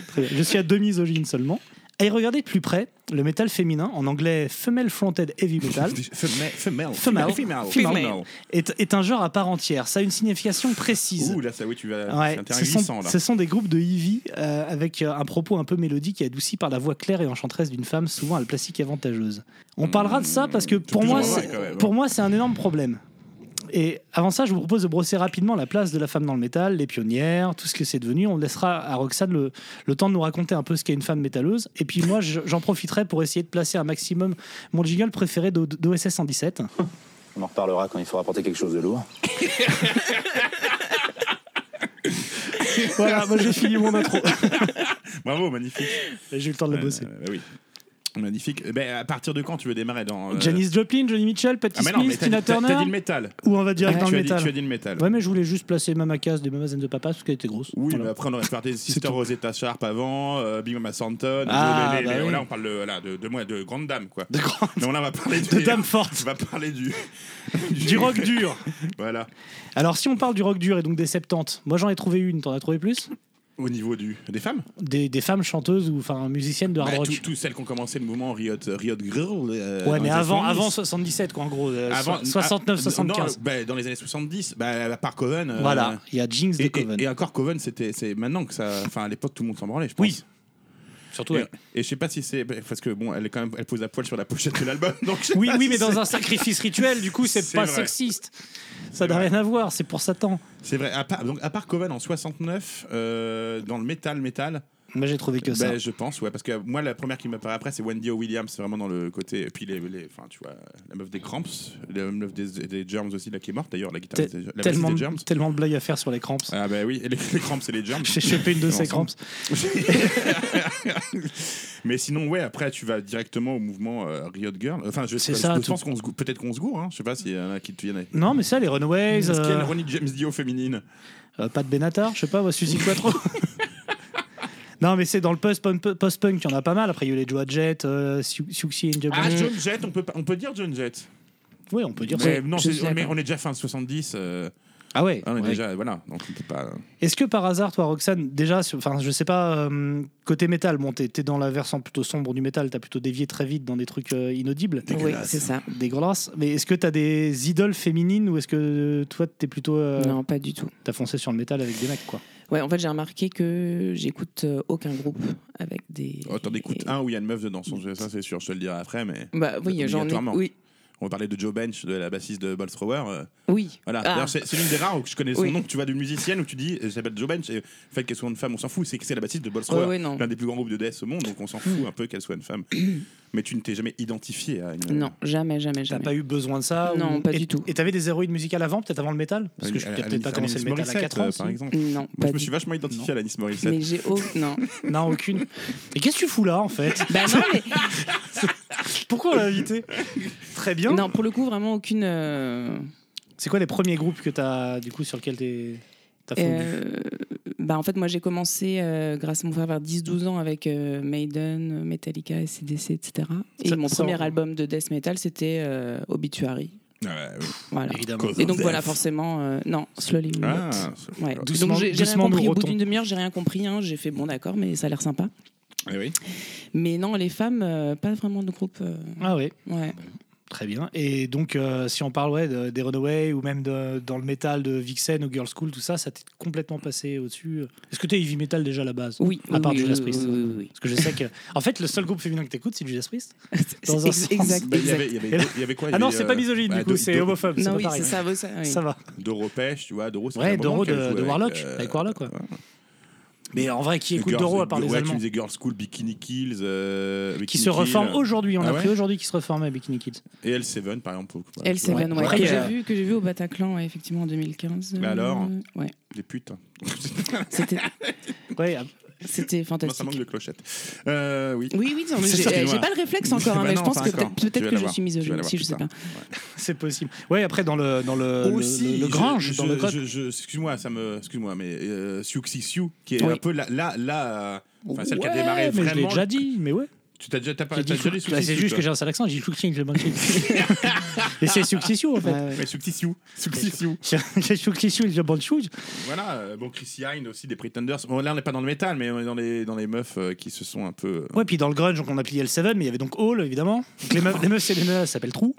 Speaker 1: Très bien. Je suis à deux misogynes seulement. Et regardez de plus près le métal féminin, en anglais female fronted heavy metal,
Speaker 3: Femelle. Femelle.
Speaker 1: Female.
Speaker 3: Female.
Speaker 1: Female. est, est un genre à part entière. Ça a une signification précise.
Speaker 3: Ouh là ça oui tu
Speaker 1: Ouais,
Speaker 3: vas. Bah, c'est un terrain
Speaker 1: ce,
Speaker 3: glissant
Speaker 1: sont,
Speaker 3: là.
Speaker 1: ce sont des groupes de Ivy euh, avec euh, un propos un peu mélodique et adouci par la voix claire et enchanteresse d'une femme, souvent à la plastique avantageuse. On parlera de
Speaker 3: Mmh,
Speaker 1: ça parce que pour
Speaker 3: toujours
Speaker 1: moi,
Speaker 3: vrai,
Speaker 1: c'est-
Speaker 3: quand même. hein.
Speaker 1: pour moi, c'est un énorme problème. Et avant ça, je vous propose de brosser rapidement la place de la femme dans le métal, les pionnières, tout ce que c'est devenu. On laissera à Roxane le, le temps de nous raconter un peu ce qu'est une femme métalleuse. Et puis moi, je- j'en profiterai pour essayer de placer un maximum mon jingle préféré d'O- d'OSS 117.
Speaker 5: On en reparlera quand il faudra porter quelque chose de lourd.
Speaker 1: Voilà, moi j'ai fini mon intro.
Speaker 3: Bravo magnifique.
Speaker 1: J'ai eu le temps de la bosser.
Speaker 3: Euh, bah oui. Magnifique. Eh ben, à partir de quand tu veux démarrer dans. euh,
Speaker 1: Janis Joplin, Johnny Mitchell, Patti
Speaker 3: Ah, mais non, mais
Speaker 1: Smith,
Speaker 3: t'as dit,
Speaker 1: Tina
Speaker 3: t'as-
Speaker 1: Turner.
Speaker 3: t'as dit le métal.
Speaker 1: Ou on va direct
Speaker 3: tu,
Speaker 1: dans le
Speaker 3: as dit, tu as
Speaker 1: métal.
Speaker 3: dit le métal.
Speaker 1: Ouais, mais je voulais juste placer Mama Cass des Mamas and the Papas parce qu'elle était grosse.
Speaker 3: Oui, bah,
Speaker 1: Voilà.
Speaker 3: mais après on aurait parlé de Sister Rosetta Sharp avant, euh, Big Mama Thornton.
Speaker 1: Ah,
Speaker 3: les- les-
Speaker 1: bah
Speaker 3: les-
Speaker 1: oui.
Speaker 3: Là, on parle de, là, de, de moi, de grande dame, quoi.
Speaker 1: De grand-
Speaker 3: Mais on là, on va parler du-
Speaker 1: de dames fortes.
Speaker 3: On va parler du.
Speaker 1: Du rock dur.
Speaker 3: Voilà.
Speaker 1: Alors, si on parle du rock dur et donc des 70, moi j'en ai trouvé une, t'en as trouvé plus
Speaker 3: Au niveau du, des femmes
Speaker 1: des, des femmes chanteuses ou enfin musiciennes de hard
Speaker 3: Bah,
Speaker 1: rock.
Speaker 3: tout- Toutes celles qui ont commencé le mouvement Riot, Riot Girl. euh, dans
Speaker 1: ouais,
Speaker 3: les
Speaker 1: mais
Speaker 3: années
Speaker 1: avant,
Speaker 3: 70.
Speaker 1: avant 77, quoi, en gros. euh,
Speaker 3: Avant-
Speaker 1: so- 69,
Speaker 3: ah,
Speaker 1: 75.
Speaker 3: non, bah, dans les années 70, bah, à part Coven. euh,
Speaker 1: voilà, il y a Jinx de
Speaker 3: Et,
Speaker 1: Coven.
Speaker 3: et- et encore Coven, c'était c'est maintenant que ça. Enfin, à l'époque, tout le monde s'en branlait, je pense.
Speaker 1: Oui. Surtout,
Speaker 3: Et, et je sais pas si c'est bah, parce que bon, elle est quand même, elle pose la poil sur la pochette de l'album. Donc je sais
Speaker 1: Oui,
Speaker 3: pas
Speaker 1: oui,
Speaker 3: si
Speaker 1: mais dans
Speaker 3: c'est-
Speaker 1: un sacrifice rituel, du coup, c'est
Speaker 3: C'est
Speaker 1: pas
Speaker 3: vrai.
Speaker 1: sexiste. Ça
Speaker 3: C'est
Speaker 1: n'a
Speaker 3: vrai.
Speaker 1: rien à voir, c'est pour Satan.
Speaker 3: C'est vrai. À part, donc à part Coven en 69, euh, dans le métal, métal.
Speaker 1: Moi j'ai trouvé que ça.
Speaker 3: Ben, je pense, ouais, parce que moi la première qui m'apparaît après, c'est Wendy O. Williams, c'est vraiment dans le côté. Et puis les, les- enfin, tu vois, la meuf des Cramps, la meuf des, des Germs aussi, là qui est morte d'ailleurs, la guitare,
Speaker 1: Te-
Speaker 3: la bassiste
Speaker 1: tellement,
Speaker 3: des Germs.
Speaker 1: tellement de blagues à faire sur les cramps.
Speaker 3: Ah bah oui, et les, les Cramps et les Germs.
Speaker 1: J'ai chopé une de ces
Speaker 3: Ensemble.
Speaker 1: cramps.
Speaker 3: Mais sinon, ouais, après, tu vas directement au mouvement euh, Riot Girl. Enfin, je,
Speaker 1: C'est
Speaker 3: je
Speaker 1: ça,
Speaker 3: pense qu'on se gou- peut-être qu'on se gourre. Hein. Je sais pas s'il y en a qui te viennent.
Speaker 1: Non, mais ça, les Runaways,
Speaker 3: Est-ce qu'il y a une
Speaker 1: euh,
Speaker 3: Ronnie James Dio féminine
Speaker 1: euh, Pat Benatar, je sais pas, ouais, Suzy Quattro. non, mais c'est dans le post-punk, post-punk, il y en a pas mal. Après, il y a eu les Joa Jett, euh, Siu- Siouxsie and
Speaker 3: Ah,
Speaker 1: Japan.
Speaker 3: John Jett, on peut, pas- on peut dire John Jett.
Speaker 1: Oui, on peut dire ça.
Speaker 3: Mais, non,
Speaker 2: je
Speaker 3: c'est-
Speaker 2: suis d'accord.
Speaker 3: mais on est déjà fin 70. euh,
Speaker 1: Ah ouais.
Speaker 3: on est
Speaker 1: ouais.
Speaker 3: déjà, voilà, donc on peut pas.
Speaker 1: Est-ce que par hasard, toi, Roxane, déjà, sur- enfin, je sais pas, euh, côté métal, bon, t'es t'es dans la versant plutôt sombre du métal, t'as plutôt dévié très vite dans des trucs euh, inaudibles.
Speaker 2: Oui, c'est ça.
Speaker 1: Dégueulasse. Mais est-ce que t'as des idoles féminines ou est-ce que euh, toi, t'es plutôt. euh,
Speaker 2: Non, pas du tout.
Speaker 1: T'as foncé sur le métal avec des mecs, quoi.
Speaker 2: Ouais, en fait, j'ai remarqué que j'écoute euh, aucun groupe avec des.
Speaker 3: Euh, Oh, t'en écoutes un où il y a une meuf dedans, son- ça c'est sûr, je te le dirai après, mais.
Speaker 2: Bah oui, j'en ai.
Speaker 3: Obligatoirement.
Speaker 2: Oui,
Speaker 3: On parlait de Joe Bench, de la bassiste de Ball Thrower. euh,
Speaker 2: Oui.
Speaker 3: voilà.
Speaker 2: Ah.
Speaker 3: D'ailleurs, c'est c'est l'une des rares où je connais son
Speaker 2: Oui.
Speaker 3: nom, tu vois, d'une musicienne où tu dis, euh, s'appelle Joe Bench, et le fait qu'elle soit une femme, on s'en fout. C'est que c'est la bassiste de Ball Thrower,
Speaker 2: ouais, non. Hmm.
Speaker 3: l'un des plus grands groupes de death au monde, donc on s'en fout un peu qu'elle soit une femme. Mais tu ne t'es jamais identifié à une.
Speaker 2: Non, jamais, jamais,
Speaker 1: T'as
Speaker 2: jamais.
Speaker 1: pas eu besoin de ça
Speaker 2: Non,
Speaker 1: ou- euh,
Speaker 2: pas
Speaker 1: et-
Speaker 2: du tout.
Speaker 1: Et t'avais des héroïnes musicales avant, peut-être avant le métal Parce que je
Speaker 3: à-
Speaker 1: t'ai
Speaker 3: à
Speaker 1: peut-être pas
Speaker 3: Alanis-
Speaker 1: commencé le métal à
Speaker 3: Morissette,
Speaker 1: 4
Speaker 3: euh,
Speaker 1: ans.
Speaker 3: par
Speaker 1: si.
Speaker 3: exemple.
Speaker 2: Non,
Speaker 3: Moi,
Speaker 2: pas
Speaker 3: je me
Speaker 2: du
Speaker 3: suis vachement identifié à Alanis
Speaker 2: tout.
Speaker 3: Morissette.
Speaker 2: Mais j'ai au- non.
Speaker 1: Non, aucune. Et qu'est-ce que tu fous là, en fait
Speaker 2: Bah non, mais-
Speaker 1: Pourquoi on l'a invité Très bien.
Speaker 2: non, pour le coup, vraiment aucune. euh,
Speaker 1: C'est quoi les premiers groupes que t'as, du coup, sur lesquels t'es- t'as fondu
Speaker 2: euh, Bah en fait, moi, j'ai commencé euh, grâce à mon frère vers 10-12 ans avec euh, Maiden, Metallica, SCDC, etc. Et
Speaker 1: Ça-
Speaker 2: mon
Speaker 1: ça-
Speaker 2: premier album de death metal, c'était euh, Obituary.
Speaker 3: Ah ouais, oui.
Speaker 2: Voilà.
Speaker 1: Évidemment.
Speaker 2: Et donc
Speaker 3: Death.
Speaker 2: voilà, forcément, euh, non, Slowly We
Speaker 3: Ah,
Speaker 2: Rot.
Speaker 3: c'est-
Speaker 2: Ouais.
Speaker 1: Doucement-
Speaker 2: donc j'ai j'ai rien
Speaker 1: doucement, nous
Speaker 2: compris. Au bout
Speaker 1: rotons.
Speaker 2: d'une demi-heure, j'ai rien compris. hein. J'ai fait bon, d'accord, mais ça a l'air sympa.
Speaker 3: eh oui.
Speaker 2: Mais non, les femmes, euh, pas vraiment de groupe. euh,
Speaker 1: Ah oui,
Speaker 2: ouais.
Speaker 1: très bien. Et donc, euh, si on parle ouais, de- des Runaways ou même de- dans le métal de Vixen ou Girl School, tout ça, ça t'est complètement passé au-dessus. Est-ce que t'es heavy metal déjà à la base
Speaker 2: Oui,
Speaker 1: À part
Speaker 2: oui,
Speaker 1: Judas
Speaker 2: oui,
Speaker 1: Priest.
Speaker 2: oui, oui, oui.
Speaker 1: Parce que je sais que. En fait, le seul groupe féminin que t'écoutes, c'est Judas Priest. Dans
Speaker 2: C'est
Speaker 1: un
Speaker 2: ex-
Speaker 1: sens.
Speaker 2: exact,
Speaker 3: Bah, Il y
Speaker 2: exact.
Speaker 3: avait- il y avait- il y avait quoi Il y
Speaker 1: Ah non,
Speaker 3: avait,
Speaker 1: c'est
Speaker 3: euh,
Speaker 1: pas misogyne
Speaker 3: bah,
Speaker 1: du coup,
Speaker 3: Do-
Speaker 1: c'est
Speaker 3: Do-
Speaker 1: homophobe, c'est
Speaker 2: Non,
Speaker 1: pas
Speaker 2: oui,
Speaker 1: pareil.
Speaker 2: c'est ça, vaut ça. oui.
Speaker 1: Ça va.
Speaker 3: Doro Pêche, tu vois, Doro, c'est
Speaker 1: Ouais,
Speaker 3: un moment
Speaker 1: Doro
Speaker 3: qu'elle
Speaker 1: de-
Speaker 3: joue
Speaker 1: de Warlock,
Speaker 3: euh,
Speaker 1: avec Warlock, ouais. Mais en vrai, qui
Speaker 3: Les
Speaker 1: écoute
Speaker 3: Girls-
Speaker 1: Doro à part les
Speaker 3: ouais,
Speaker 1: Allemands
Speaker 3: Tu disais Girl School, Bikini Kills. euh,
Speaker 1: Qui
Speaker 3: Bikini
Speaker 1: se reforment
Speaker 3: Kill,
Speaker 1: aujourd'hui, on
Speaker 3: Ah
Speaker 1: a
Speaker 3: ouais
Speaker 1: appris aujourd'hui qu'ils se reformaient à Bikini Kids.
Speaker 3: Et L7, par exemple. pour- pour-
Speaker 2: L7, ouais,
Speaker 1: Après,
Speaker 2: que
Speaker 1: il y
Speaker 2: j'ai
Speaker 1: a-
Speaker 2: vu, que j'ai vu au Bataclan, ouais, effectivement, en 2015.
Speaker 3: euh, Mais alors
Speaker 2: euh, ouais.
Speaker 3: Des putes.
Speaker 2: C'était-
Speaker 1: Ouais, ah,
Speaker 2: C'était
Speaker 3: Moi, ça
Speaker 2: fantastique.
Speaker 3: manque de clochettes. Euh, oui.
Speaker 2: Oui, oui, non, mais
Speaker 3: C'est
Speaker 2: j'ai
Speaker 3: ça,
Speaker 2: euh,
Speaker 3: tu
Speaker 2: j'ai
Speaker 3: vois.
Speaker 2: pas le réflexe encore, hein,
Speaker 3: Bah
Speaker 2: mais
Speaker 3: non,
Speaker 2: je pense
Speaker 3: pas
Speaker 2: que
Speaker 3: encore.
Speaker 2: peut-être peut-être
Speaker 3: Tu
Speaker 2: que
Speaker 3: vas
Speaker 2: je
Speaker 3: l'avoir.
Speaker 2: suis
Speaker 3: Tu vas
Speaker 2: misogyne aussi, je
Speaker 3: l'avoir
Speaker 2: sais
Speaker 3: plus
Speaker 2: pas.
Speaker 1: c'est possible. Ouais, après, dans le, dans
Speaker 3: Euh,
Speaker 1: le, le- le, le
Speaker 3: je-
Speaker 1: Grange,
Speaker 3: je-
Speaker 1: dans le code.
Speaker 3: je- je- excuse-moi, ça me, excuse-moi, mais euh, Siouxsie Sioux, qui est
Speaker 2: Oui.
Speaker 3: un peu la, la, la, euh, enfin celle qui a
Speaker 1: Ouais,
Speaker 3: démarré
Speaker 1: mais Je l'ai
Speaker 3: vraiment.
Speaker 1: déjà dit, mais ouais.
Speaker 3: Tu t'as déjà, t'as pas,
Speaker 1: J'ai
Speaker 3: t'as
Speaker 1: dit
Speaker 3: déjà
Speaker 1: Fou-
Speaker 3: dit
Speaker 1: Bah,
Speaker 3: Siouxsie
Speaker 1: c'est
Speaker 3: Sioux,
Speaker 1: juste
Speaker 3: toi.
Speaker 1: que j'ai un sale accent, j'ai dit Fouxing, je le manque. Et c'est Succession en fait.
Speaker 2: Ouais, ouais.
Speaker 3: Mais Siouxsie Sioux, Siouxsie Sioux.
Speaker 1: J'ai Succession, je bonne chose.
Speaker 3: Voilà, euh, bon Chris Hine aussi des Pretenders. Bon, là on n'est pas dans le métal, mais on est dans les dans les meufs euh, qui se sont un peu.
Speaker 1: Ouais, puis dans le grunge, donc on a plié le 7, mais il y avait donc Hall, évidemment. Donc les meufs, les meufs c'est les meufs, elles s'appellent Trou.